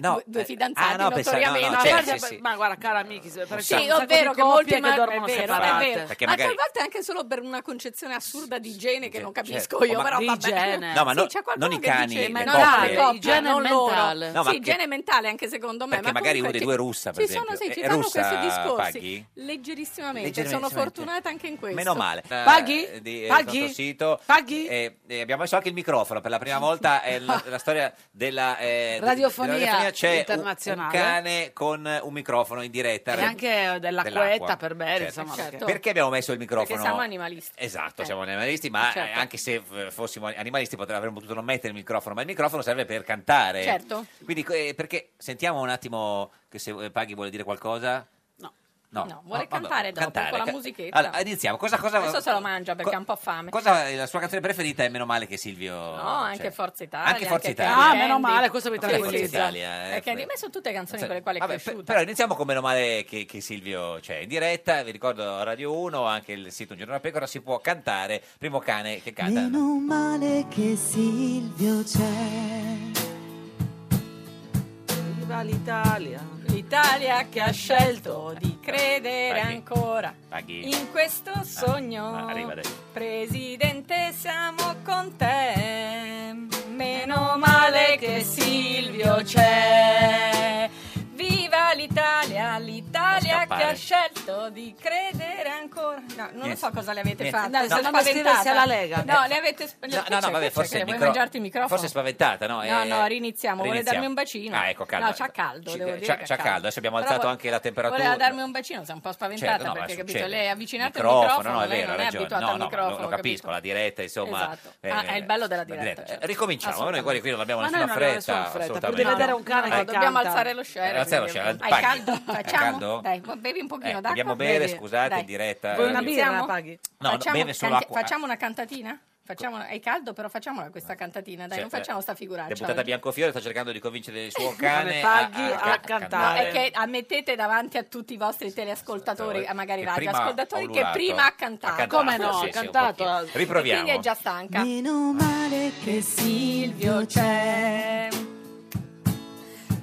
S2: No,
S16: due, due
S2: eh,
S16: fidanzati
S2: ah, no, pensa- no, no,
S16: notoriamente.
S2: cioè,
S1: Guarda,
S2: sì, sì.
S1: Ma guarda, cara amici, perché
S16: Sì,
S1: c'è un sacco
S16: ovvero
S1: di
S16: che
S1: coppie
S16: molti
S1: che
S16: ma-
S1: dormono
S16: è vero,
S1: separate.
S16: è vero.
S2: Perché
S16: ma
S2: magari-
S16: altre volte anche solo per una concezione assurda di igiene che non capisco
S1: Cioè,
S2: certo.
S16: io,
S2: Oh, ma-
S16: però
S2: Di
S16: vabbè.
S2: igiene? No, ma
S16: Sì,
S2: no-
S16: c'è qualcuno
S2: non i
S16: che
S2: cani,
S16: dice,
S2: le
S16: ma è
S2: coppie.
S16: una coppia,
S1: Igiene
S16: non loro.
S1: mentale.
S2: No,
S16: sì,
S2: ma che-
S16: igiene mentale anche secondo me, ma
S2: Perché magari uno
S16: comunque
S2: dei
S16: ci-
S2: due è russa, per
S16: ci sono,
S2: esempio. Eh,
S16: sì, ci
S2: È
S16: fanno
S2: russa,
S16: questi discorsi
S2: Ah, Paghi?
S16: leggerissimamente. sono
S2: Leggerissimamente.
S16: fortunata anche in questo.
S2: Meno male. Eh, Di, eh, Il nostro sito. Eh, eh, abbiamo messo anche il microfono per la prima volta. È la, la storia della, eh, de-
S1: Radiofonia
S2: della c'è un-
S1: internazionale.
S2: Un, cane con eh, un microfono in diretta.
S1: E anche della
S2: Dell'acqua.
S1: coetta per bere,
S2: Certo.
S1: insomma.
S16: Certo.
S2: Perché abbiamo messo il microfono?
S16: Perché siamo animalisti.
S1: Eh.
S2: Esatto, siamo animalisti, ma
S16: Certo.
S2: eh, anche se eh, fossimo animalisti potre- avremmo potuto non mettere il microfono, ma il microfono serve per cantare.
S16: Certo.
S2: Quindi eh, perché sentiamo un attimo che se eh, Paghi vuole dire qualcosa? No.
S16: No, vuole
S2: No, vabbè,
S16: cantare dopo con la
S2: ca-
S16: musichetta.
S2: Allora, iniziamo. Cosa, cosa,
S16: Adesso se lo mangia perché ha un po' fame.
S2: cosa- eh, la sua canzone preferita è Meno male che Silvio... Cioè,
S16: No, anche Forza Italia.
S2: Anche Forza Italia.
S16: Candy
S2: Ah,
S16: Candy.
S1: meno male, questo mi
S16: Sì,
S2: tranquillizza.
S16: sì,
S2: Forza Italia, eh. Cioè,
S16: Eh, Candy, ma sono tutte canzoni con le quali è
S2: Vabbè,
S16: cresciuta.
S2: per- però iniziamo con Meno male che, che Silvio c'è in diretta. Vi ricordo Radio 1, anche il sito Un giorno da pecora, si può cantare. Primo cane che canta.
S17: Meno male che Silvio c'è.
S1: Viva l'Italia.
S16: L'Italia che ha scelto di credere
S2: Paghi.
S16: ancora
S2: Paghi.
S16: in questo sogno.
S2: Ah, arriva adesso.
S16: Presidente, siamo con te. Meno male che Silvio c'è. Viva l'Italia, l'Italia che ha ha scelto di credere ancora. No, non
S2: Niente.
S16: so cosa le avete
S2: Niente.
S16: fatto.
S2: No,
S16: sono
S2: no,
S1: no,
S16: spaventata.
S1: iscriversi alla Lega.
S16: No,
S2: Eh.
S16: le avete. sp-
S2: No, no, no,
S16: cioè,
S2: vabbè, forse
S16: cioè,
S2: il
S16: vuoi
S2: micro-
S16: mangiarti il microfono?
S2: Forse è spaventata, no?
S16: No,
S2: Eh,
S16: no, riniziamo. Vuole
S2: riniziamo.
S16: darmi un bacino?
S2: Ah, ecco, calma.
S16: No, c'ha caldo,
S2: Ci-
S16: devo
S2: c'ha-
S16: dire. che
S2: c'ha
S16: ha
S2: caldo. Adesso abbiamo
S16: Però
S2: alzato
S16: vo-
S2: anche la temperatura.
S16: Voleva darmi un bacino, sono un po' spaventata
S2: Certo, no, ma
S16: perché, capito,
S2: succede.
S16: lei è avvicinata al
S2: Microfono,
S16: microfono,
S2: no, è
S16: lei
S2: vero,
S16: non
S2: hai
S16: è
S2: ragione.
S16: abituata
S2: No,
S16: al
S2: no,
S16: microfono.
S2: lo, lo capisco, la diretta, insomma.
S16: Esatto.
S2: eh,
S16: Ah, è il bello della
S2: la
S16: diretta. certo.
S2: Cioè, ricominciamo, noi qua, qui non abbiamo
S16: Ma
S2: nessuna
S16: noi non abbiamo
S2: fretta.
S16: nessuna fretta,
S2: assolutamente.
S1: pur di vedere un cane
S2: Eh,
S1: che
S16: Dobbiamo
S1: canta.
S16: alzare lo share.
S2: Eh, alzare lo
S16: quindi
S2: share,
S16: abbiamo- Hai
S2: paghi.
S16: caldo?
S2: Hai
S16: Facciamo?
S2: caldo?
S16: Dai, bu- bevi un
S2: Eh,
S16: pochino d'acqua.
S2: dobbiamo bere,
S16: Bevi.
S2: scusate,
S16: Dai.
S2: in diretta.
S16: Vuoi una
S2: Eh,
S16: birra?
S2: no,
S16: paghi?
S2: no, beve solo acqua.
S16: Facciamo una cantatina? Facciamo, è caldo, però facciamola questa cantatina, dai,
S2: Cioè,
S16: non facciamo sta
S2: Eh,
S16: figuraccia.
S2: Deputata
S16: oggi.
S2: Biancofiore sta cercando di convincere il suo
S16: Come
S2: cane
S16: paghi
S1: a
S16: No,
S1: cantare.
S16: è Eh, che ammettete davanti a tutti i vostri teleascoltatori, eh, magari
S2: Che prima
S16: radioascoltatori,
S2: ho
S16: che
S2: ululato.
S16: prima ha
S2: Ha
S16: cantato.
S2: cantato, Come no, sì, ha sì, un cantato. pochino. Riproviamo.
S16: E Quindi è già stanca.
S17: Meno male che Silvio c'è.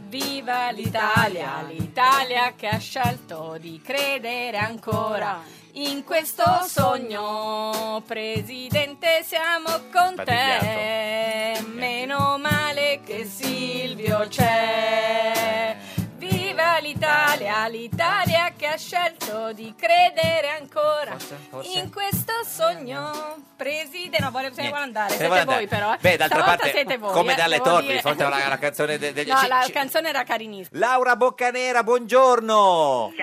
S16: Viva l'Italia, l'Italia che ha scelto di credere ancora in questo sogno. Presidente, siamo con te. Meno male che Silvio c'è. Viva l'Italia, l'Italia che ha scelto di credere ancora
S2: Forse, forse.
S16: in questo sogno. Presidente, no, voglio, se ne vuole andare,
S2: Se
S16: siete
S2: vuole
S16: voi
S2: andare.
S16: però. eh.
S2: Beh, d'altra
S16: Stavolta
S2: parte,
S16: siete voi.
S2: come
S16: eh,
S2: dalle
S16: devo
S2: torte
S16: dire.
S2: di fronte alla, alla canzone de- degli...
S16: No,
S2: ci-
S16: la
S2: ci-
S16: canzone era carinissima.
S2: Laura Boccanera, buongiorno!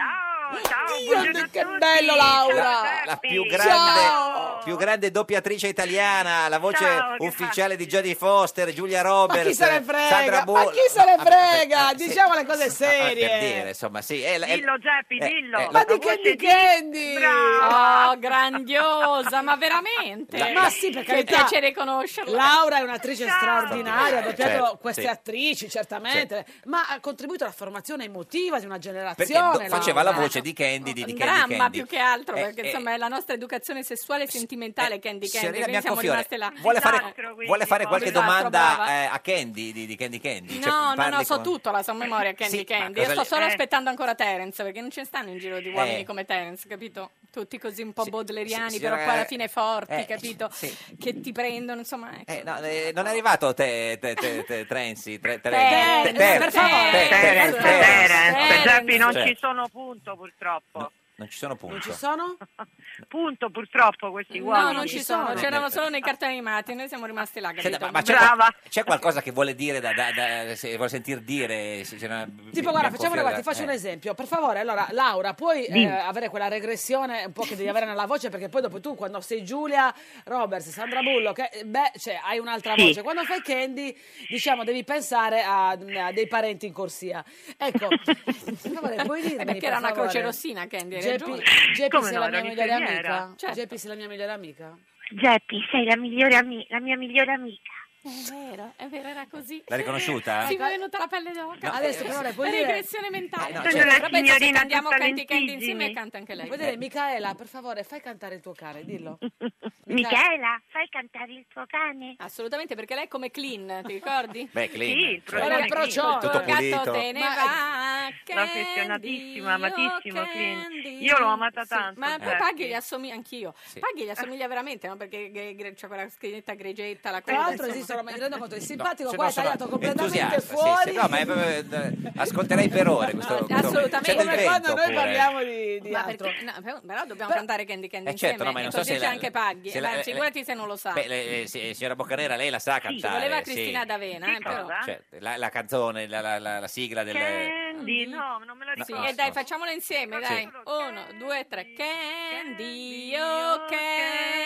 S16: Dio, che bello
S2: La, la più, grande, più grande doppiatrice italiana, la voce ufficiale di Jodie Foster, Giulia Roberts,
S18: Ma chi se ne
S2: Sandra
S18: frega?
S2: Bullock.
S18: Ma chi se ne
S2: Ah,
S18: frega?
S2: sì.
S18: Diciamo le cose
S2: Ah, Per
S18: serie.
S2: dire, insomma, sì. è la- è-
S16: Dillo, Geppi,
S2: eh,
S16: dillo.
S2: eh,
S18: Ma
S2: la-
S18: di Candy Candy!
S16: Oh, grandiosa, ma veramente?
S18: La- Ma sì, per
S16: Che
S18: carità.
S16: piacere conoscerla.
S18: Laura è un'attrice straordinaria, ha
S2: Certo,
S18: doppiato
S2: certo,
S18: queste
S2: sì.
S18: attrici, certamente, ma ha contribuito alla formazione emotiva di una
S2: Perché
S18: generazione.
S2: do- faceva la
S18: Laura.
S2: voce di Candy, di, di Candy
S16: Dramma
S2: Candy.
S16: più che altro,
S2: Eh,
S16: perché
S2: eh,
S16: insomma è la nostra educazione sessuale e sentimentale, Candy Candy,
S2: Signorina
S16: quindi siamo
S2: Biancofiore,
S16: rimaste là.
S2: vuole fare, vuole fare qualche
S16: Disastro, brava.
S2: domanda eh, a Candy di, di Candy Candy? Cioè,
S16: No, no,
S2: parli
S16: no, so
S2: con-
S16: tutto la sua memoria, Candy
S2: Sì,
S16: Candy.
S2: ma cosa
S16: Io sto
S2: gli-
S16: solo
S2: eh.
S16: aspettando ancora Terence, perché non ce ne stanno in giro di uomini
S2: Eh.
S16: come Terence, capito? Tutti così un po' baudleriani,
S2: sì,
S16: però
S2: signora-
S16: poi alla fine forti,
S2: eh,
S16: capito? Che ti prendono, insomma. ecco.
S2: Eh, no, eh, non è arrivato te, te, te, te, Trenzi, tre, tre,
S16: Terence,
S2: te- Terence,
S16: per favore.
S2: Terence,
S16: Terence,
S2: Terence,
S16: Terence,
S2: Terence.
S19: Giappi, non
S2: Cioè,
S19: ci sono punto purtroppo.
S2: non ci sono punti.
S18: sono?
S19: punto purtroppo questi uomini.
S16: No, non ci sono, c'erano
S2: Eh.
S16: solo nei cartoni animati, noi siamo rimasti là,
S2: Senta,
S16: capito?
S2: ma, ma c'è, qual- c'è qualcosa che vuole dire da, da, da- se vuole sentir dire? se- se una-
S18: Tipo, guarda, facciamo una
S2: Biancofiore,
S18: guarda, ti faccio un
S2: eh.
S18: esempio. Per favore, allora, Laura, puoi eh,
S2: Dimmi.
S18: avere quella regressione un po' che devi avere nella voce, perché poi dopo tu, quando sei Giulia Roberts, Sandra Bullock, eh, beh, cioè, hai un'altra
S19: Sì.
S18: voce. Quando fai Candy, diciamo, devi pensare a, a dei parenti in corsia. Ecco, per favore, puoi dirmi,
S16: Eh, perché era
S18: per
S16: una
S18: favore,
S16: croce rossina, Candy, Certo. hai ragione.
S18: Geppi, Geppi
S16: Come
S18: sei
S16: no,
S18: la
S16: era
S18: mia migliore
S16: un'infermiera.
S18: amica? Geppi sei la mia migliore amica?
S19: Geppi, sei la, migliore ami- la mia migliore amica.
S16: È vero, è vero, era così.
S2: L'ha riconosciuta?
S16: Sì, mi è venuta la pelle d'oca.
S18: No, Adesso, però, le puoi
S16: La
S18: dire-
S16: regressione mentale.
S18: Eh, no,
S16: Cioè,
S18: certo.
S16: però penso se
S18: signorina
S16: cantiamo
S18: tutta
S16: Candy Candy
S18: lentiggini.
S16: insieme canta anche lei.
S18: Puoi dire, Micaela, per favore, fai cantare il tuo cane, dillo.
S19: Michela, fai cantare il tuo cane?
S16: Assolutamente, perché lei è come Clean, ti ricordi?
S2: Beh, Clean, Sì, il certo.
S19: Era il procione.
S16: Tutto
S19: Tutto
S16: gatto
S19: pulito.
S16: te ne
S19: Ma-
S16: va,
S19: Sono
S16: Candy,
S19: affezionatissima, amatissima
S16: oh,
S19: Clint.
S16: Candy.
S19: Io l'ho amata
S16: Sì,
S19: tanto,
S16: Ma poi
S2: Eh,
S19: Geppi.
S16: Paghi gli assomiglia, anch'io.
S19: Sì.
S16: Paghi gli assomiglia veramente, no? Perché gre- gre- c'è quella scritta gregetta, la
S18: Tra
S16: coda,
S18: l'altro
S16: insomma.
S18: esistono, ma mi rendo conto, il
S2: No,
S18: simpatico
S2: se
S18: qua
S2: no
S18: è
S2: sono
S18: tagliato completamente
S2: entusiasta, sì,
S18: fuori.
S2: sì. No, ma è- eh, ascolterei per ore questo. questo-
S16: Assolutamente.
S2: c'è del
S16: Come
S2: vento
S18: quando noi
S2: pure.
S18: parliamo di, di
S16: Ma
S18: altro.
S16: perché- no, però- però dobbiamo cantare Candy Candy
S2: Eh,
S16: insieme.
S2: certo, no, ma non so
S16: Così
S2: se
S16: c'è
S2: la-
S16: anche Paghi.
S2: se la- eh,
S16: Beh, figurati se non lo sa.
S2: Beh, le- le- si- signora Boccanera, lei la sa cantare.
S16: Voleva
S2: sì.
S16: Cristina D'Avena, eh, però.
S2: Cioè, la, la canzone, la, la- la- la sigla del.
S19: Candy, no, non me la
S2: No,
S16: Sì,
S19: ricordo.
S16: e
S2: no,
S16: Mm-hmm. Eh, dai,
S2: no.
S16: facciamolo insieme,
S2: Sì.
S16: dai. Uno, due, tre. Candy, oh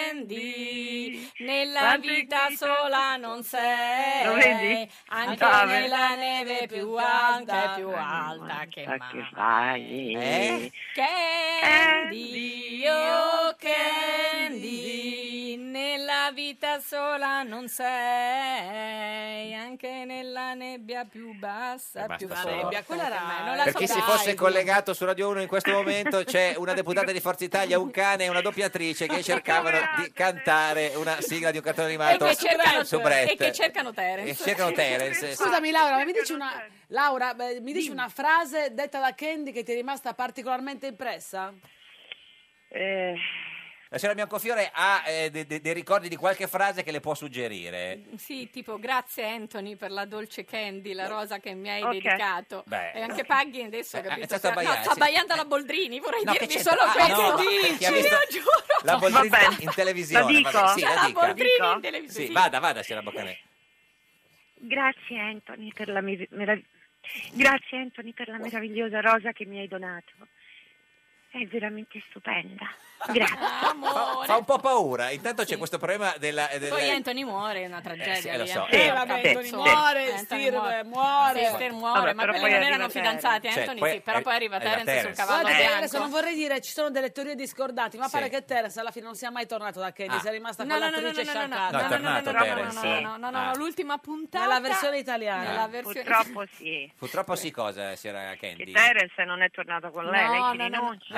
S16: Candy, nella
S19: Quante
S16: vita sola non
S19: Lo
S16: sei,
S19: vedi?
S16: anche
S19: Ah, vedi?
S16: nella neve più alta e più alta che
S19: Ma
S16: mai.
S19: Eh, che fai?
S16: Eh? Candy, oh Candy, nella vita sola non sei, anche nella nebbia più bassa,
S2: Basta
S16: più
S2: solo.
S16: forte.
S18: Quella era-
S16: ormai, Ah, non la
S2: Per
S16: so
S2: chi si
S16: dai,
S2: fosse
S16: sì.
S2: collegato su Radio 1 in questo momento c'è una deputata di Forza Italia, un cane e una doppiatrice che cercavano di cantare una sigla di un cartone
S16: E
S2: animato
S16: che, cercano,
S2: su Brett.
S16: e che cercano Terence.
S2: E cercano Terence.
S18: Scusami Laura, ma mi dici una, Laura, beh, mi dici una frase detta da Candy che ti è rimasta particolarmente impressa?
S19: Eh,
S2: La signora Biancofiore ha eh, de- de- dei ricordi di qualche frase che le può suggerire.
S16: Sì, tipo grazie Anthony per la dolce candy, la rosa che mi hai
S2: Ok.
S16: dedicato.
S2: Beh.
S16: e anche Paghi adesso
S2: Eh,
S16: capito? Cioè,
S2: sta sbagliando,
S16: no, sta
S2: sì. Eh.
S16: baiando la Boldrini, vorrei
S2: No, che
S16: dirvi
S2: c'entra?
S16: solo
S2: Ah,
S16: questo.
S2: no, chi ha
S16: Dici?
S2: visto-
S16: Io giuro.
S2: La Boldrini
S16: Vabbè.
S2: in televisione.
S16: La dico?
S2: vabbè, sì,
S16: C'è
S2: la
S16: la
S2: dica.
S16: Boldrini in Dico? televisione,
S2: Sì,
S16: sì.
S2: vada, vada, signora Boccanè.
S19: Grazie Anthony per la merav- merav- Grazie Anthony per la meravigliosa rosa che mi hai donato. È veramente stupenda. Grazie.
S2: Fa, fa un po' paura. Intanto c'è questo problema della... eh, della-
S16: Poi Anthony muore, è una
S2: sì,
S16: tragedia.
S2: eh, lo
S16: lì,
S2: so.
S16: eh.
S2: Eh, vabbè,
S16: Capito?
S2: Anthony muore,
S16: Anthony
S18: Stirpe
S16: muore.
S18: Eh, muore.
S16: Stirpe muore,
S18: Vabbè,
S16: ma
S18: però
S16: quelli
S18: poi
S16: non
S18: arriva
S16: erano fidanzati,
S2: Cioè,
S16: Anthony
S2: poi
S16: sì, però
S2: arri-
S16: poi arriva
S2: arriva
S16: Terence sul
S2: Terence.
S16: cavallo
S18: Guarda,
S16: bianco.
S18: Terence, non vorrei dire, ci sono delle teorie discordanti, ma
S2: Sì.
S18: pare che Terence alla fine non sia mai tornato da Kenny,
S2: Ah.
S18: sia rimasta
S16: No,
S18: con
S16: no, no,
S18: l'attrice
S16: no, no, no, no,
S18: sciacata.
S2: No, è tornato Terence.
S16: No, no, no,
S2: Ah.
S16: l'ultima puntata.
S18: Nella versione italiana.
S16: Nella versione-
S19: Purtroppo sì.
S2: Purtroppo Oh, sì cosa, signora Candy.
S19: Terence non è tornato con lei, lei
S16: No,
S19: ci
S16: no, no,
S19: rinuncia.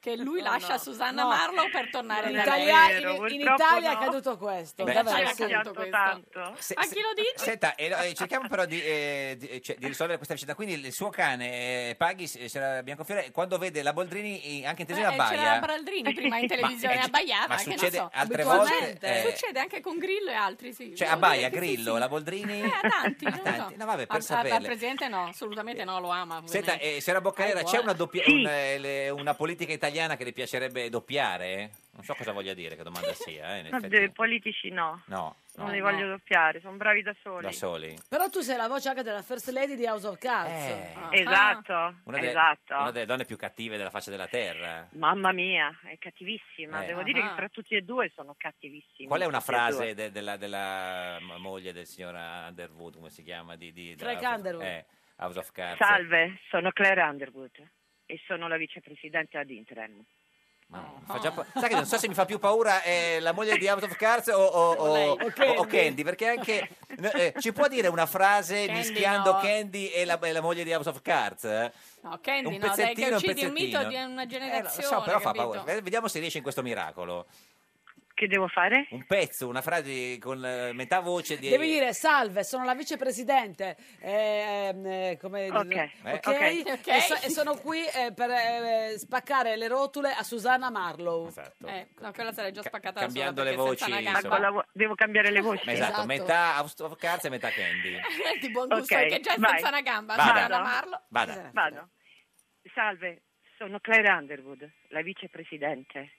S16: che lui
S18: No,
S16: lascia
S18: no.
S16: Susanna
S18: No.
S16: Marlowe per tornare
S18: In
S16: da lei. Eh,
S18: Italia, in, in Italia è caduto questo.
S2: Beh,
S18: Davvero,
S2: sì.
S18: sì.
S16: Pianto questo. Ma chi lo dice?
S2: Senta, eh, no, eh, cerchiamo però di, eh, di- eh, cioè, di risolvere questa vicenda. Quindi il suo cane, eh, Paghi, eh, signora Biancofiore, quando vede la Boldrini, eh, anche in
S16: Eh,
S2: televisione abbaia.
S16: c'era la Baraldrini prima in televisione
S2: Ma- eh,
S16: abbaiava
S2: ma
S16: che non
S2: succede
S16: so.
S2: altre volte,
S16: Abitualmente.
S2: eh.
S16: succede anche con Grillo e altri sì
S2: Cioè,
S16: Vuol
S2: abbaia,
S16: dire che sì,
S2: Grillo,
S16: sì.
S2: la Boldrini.
S16: Eh, a tanti, non lo so.
S2: No, vabbè, per
S16: Al- al- Al
S2: saperle.
S16: presidente no, assolutamente no, lo ama.
S2: Senta,
S16: ovviamente.
S2: eh, signora Boccanera,
S16: Ah,
S2: c'è
S16: buona.
S2: una, doppia-
S16: Sì.
S2: un, eh, le- una politica italiana che le piacerebbe doppiare? Non so cosa voglia dire, che domanda sia. eh, in
S19: No,
S2: effetti.
S19: dei politici no,
S2: No, Eh, no,
S19: non li voglio doppiare, sono bravi da soli.
S2: da soli.
S18: Però tu sei la voce anche della First Lady di House of Cards.
S2: Eh.
S18: Ah.
S19: Esatto,
S2: Una, delle-
S19: esatto.
S2: una delle donne più cattive della faccia della terra.
S19: Mamma mia, Ah, è cattivissima.
S2: Eh.
S19: Devo
S2: Ah.
S19: dire che fra tutti e due sono cattivissimi.
S2: Qual è una
S19: tutti e due.
S2: frase de- della, della m- moglie del signor Underwood, come si chiama? Di, di, della-
S19: Frank Underwood.
S2: Eh, House of Cards.
S19: Salve, sono Claire Underwood e sono la vicepresidente ad Interim.
S2: Mi fa già pa- sai che non so se mi fa più paura eh, la moglie di House of Cards o, o- o- o- o Candy. perché anche... no, eh, ci può dire una frase
S16: Candy
S2: mischiando
S16: no.
S2: Candy e la, e la moglie di House of Cards? Eh,
S16: No, Candy
S2: un
S16: no, dai, che
S2: pezzettino, un
S16: uccidi il mito di
S2: pezzettino. Eh,
S16: una
S2: lo
S16: generazione.
S2: so, però fa
S16: capito?
S2: paura. Eh, Vediamo se riesce in questo miracolo.
S19: Che devo fare?
S2: Un pezzo, una frase con eh, metà voce di...
S18: Devi dire salve, sono la vicepresidente. ehm, eh, come
S19: Ok.
S2: Eh,
S18: ok?
S2: ok.
S18: E, so- e sono qui eh, per eh, spaccare le rotule a Susanna Marlowe.
S2: Esatto.
S16: Eh, no, quella sarei già spaccata da sola,
S2: cambiando le
S16: perché senza
S2: voci.
S16: una
S2: insomma.
S16: gamba.
S19: Ah, devo cambiare le voci.
S2: Ma Esatto,
S19: Esatto.
S2: metà House of Cards e metà Candy.
S16: di buon gusto,
S19: Ok,
S16: perché già è
S19: vai.
S16: senza una gamba,
S2: Vada.
S16: Susanna Marlo.
S2: Vada.
S19: Vado. Salve, sono Claire Underwood, la vicepresidente.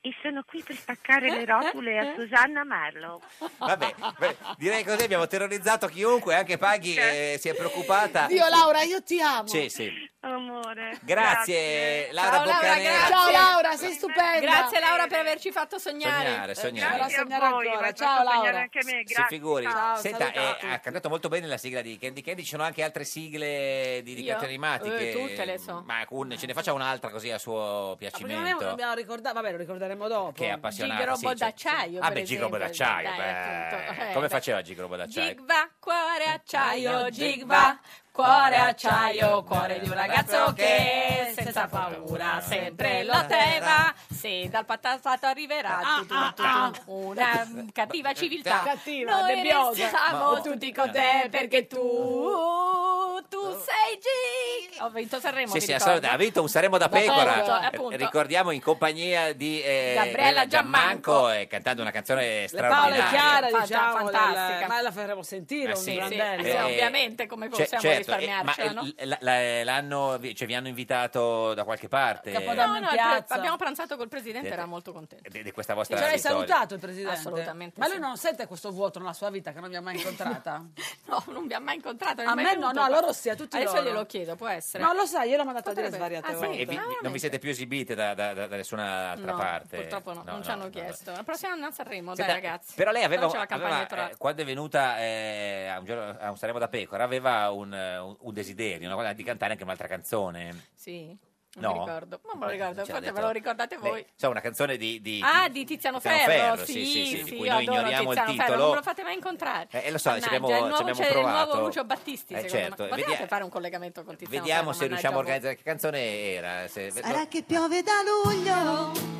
S19: E sono qui per spaccare le rotule a Susanna Marlowe.
S2: Vabbè, beh, direi così abbiamo terrorizzato chiunque, anche Paghi eh, si è preoccupata.
S1: Dio Laura, io ti amo.
S2: Sì, sì.
S19: Amore.
S2: Grazie, Laura
S16: Ciao, Laura,
S2: Boccanera.
S16: grazie.
S1: Ciao Laura, sei stupenda.
S16: Grazie Laura per averci fatto sognare.
S2: Sognare,
S16: Eh,
S2: sognare.
S16: farò
S2: Grazie a
S16: sognare
S18: voi,
S16: ancora.
S18: mi hai
S16: Ciao
S18: fatto sognare
S16: Laura.
S18: anche me,
S2: Si figuri. Senta,
S16: saluto a
S2: eh, ha cantato molto bene la sigla di Candy Candy, ci sono anche altre sigle di, di
S18: Io?
S2: Catene Matiche.
S18: Eh, tutte le so.
S2: Ma un- ce ne faccia un'altra così a suo
S18: Perché non è
S2: piacimento.
S18: uno dobbiamo ricordare, vabbè, lo ricorderemo dopo.
S2: Che è appassionante, Gigrobo sì, certo.
S18: d'acciaio.
S2: Ah beh, Gigrobo d'acciaio, beh. come faceva Gigrobo d'acciaio?
S16: Gig va, cuore acciaio, gig va, cuore acciaio, cuore di un ragazzo che senza paura sempre lotteva. Se dal patastato arriverà tu, tu, tu, tu, una cattiva civiltà,
S18: Cattiva,
S16: noi
S18: nebbiosa.
S16: restiamo
S18: Ma-
S16: tutti con te perché tu, tu sei Gig. Ho vinto Sanremo,
S2: Oh. Sì,
S16: mi
S2: sì,
S16: ricordo.
S2: assolutamente. Ha vinto un Saremo da
S16: Da Pecora,
S2: pecora.
S16: appunto.
S2: Ricordiamo in compagnia di eh,
S16: Gabriella
S2: Giammanco, eh, cantando una canzone
S18: Le parole
S2: straordinaria.
S18: chiare,
S16: Fa-
S18: diciamo,
S16: fantastica.
S18: del- ma la faremo sentire un
S2: Eh, sì, sì.
S18: brandello.
S2: Eh,
S16: Ovviamente, come
S2: Cioè,
S16: possiamo
S2: certo, eh,
S16: risparmiarcela,
S2: ma
S16: no?
S2: eh, la- la- l'hanno, vi- cioè, vi hanno invitato da qualche parte
S16: Capodanno
S2: eh,
S16: in piazza. abbiamo pranzato col
S2: Sì,
S16: presidente,
S2: sì.
S16: era molto contento.
S2: di, di questa vostra
S18: Cioè, l'hai
S2: vittoria.
S18: salutato il presidente?
S16: Assolutamente
S18: Ma lui non sente questo vuoto nella sua vita che non mi ha mai incontrata?
S16: No, non mi ha mai incontrato. non
S18: A
S16: mi è
S18: me
S16: mai
S18: no,
S16: venuto
S18: no, a
S16: qua.
S18: loro sì, a tutti
S16: Adesso
S18: loro.
S16: glielo chiedo, può essere.
S18: No, lo sai, io l'ho mandato a dire
S16: Potrebbe-
S18: svariate
S16: Ah, sì?
S18: volte.
S2: Ma- e vi- non vi siete più esibite da, da- da- da nessuna altra
S16: No,
S2: parte?
S16: Purtroppo no, non ci hanno chiesto. La prossima andiamo a Sanremo, dai
S2: Senta,
S16: ragazzi.
S2: Però lei aveva,
S16: Però c'è la campagna
S2: aveva,
S16: elettorale.
S2: eh, quando è venuta eh, a, un giorno, a un Sanremo da Pecora, aveva un, eh, un- un desiderio, una cosa di cantare anche un'altra canzone.
S16: Sì. Non
S2: eh, No.
S16: mi ricordo, non me lo
S2: Beh,
S16: ricordo,
S2: non ce l'ha
S16: forse ve
S2: detto.
S16: lo ricordate
S2: Beh,
S16: voi.
S2: insomma, Cioè, una canzone di, di-
S16: ah, di Tiziano
S2: Tiziano
S16: Ferro,
S2: Ferro,
S16: sì,
S2: sì, sì, sì, di cui
S16: io
S2: noi
S16: adoro
S2: ignoriamo il
S16: Tiziano Ferro,
S2: titolo.
S16: non me lo fate mai incontrare.
S2: Eh, lo so, ci
S16: Mannaggia,
S2: abbiamo-
S16: il
S2: ci
S16: nuovo,
S2: abbiamo
S16: c'è il nuovo
S2: provato.
S16: Lucio Battisti,
S2: Eh,
S16: secondo
S2: certo,
S16: me. Potevate
S2: vedia-
S16: fare un collegamento con Tiziano
S2: Vediamo
S16: Ferro,
S2: se riusciamo a
S16: mannaggia voi.
S2: organizzare che canzone era. se-
S17: Sarà che piove da luglio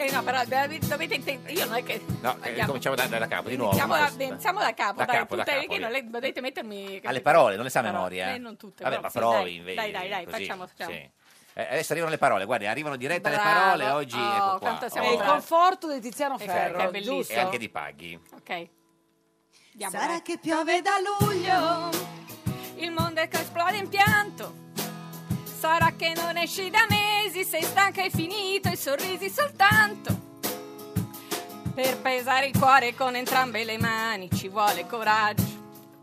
S16: Eh no, però veramente dovete intendere. Io non è che.
S2: No, eh,
S16: Andiamo.
S2: cominciamo da, da, da capo, di nuovo.
S16: Siamo da,
S2: Maus.
S16: siamo da capo,
S2: Da
S16: dai,
S2: capo, da
S16: tutte- perché
S2: capo, via.
S16: non le- dovete mettermi.
S2: Alle parole, non le sa a
S16: Però-
S2: memoria.
S16: eh, non tutte.
S2: Vabbè,
S16: però
S2: ma
S16: sì,
S2: provi,
S16: dai, dai, dai, dai,
S2: così,
S16: facciamo, facciamo.
S2: sì. Eh, adesso arrivano le parole, guarda, arrivano dirette le
S16: Bravo.
S2: parole oggi.
S16: Oh,
S2: ecco qua.
S16: quanto
S18: È il conforto di Tiziano
S2: Sì,
S16: Cioè,
S18: Ferro,
S2: certo.
S18: giusto?
S2: E anche di paghi.
S16: Ok. Andiamo,
S6: Sarà
S16: dai.
S6: che piove da luglio,
S16: Il mondo è che esplode in pianto. Sarà che non esci da mesi, sei stanca e finito, i sorrisi soltanto. Per pesare il cuore con entrambe le mani ci vuole coraggio.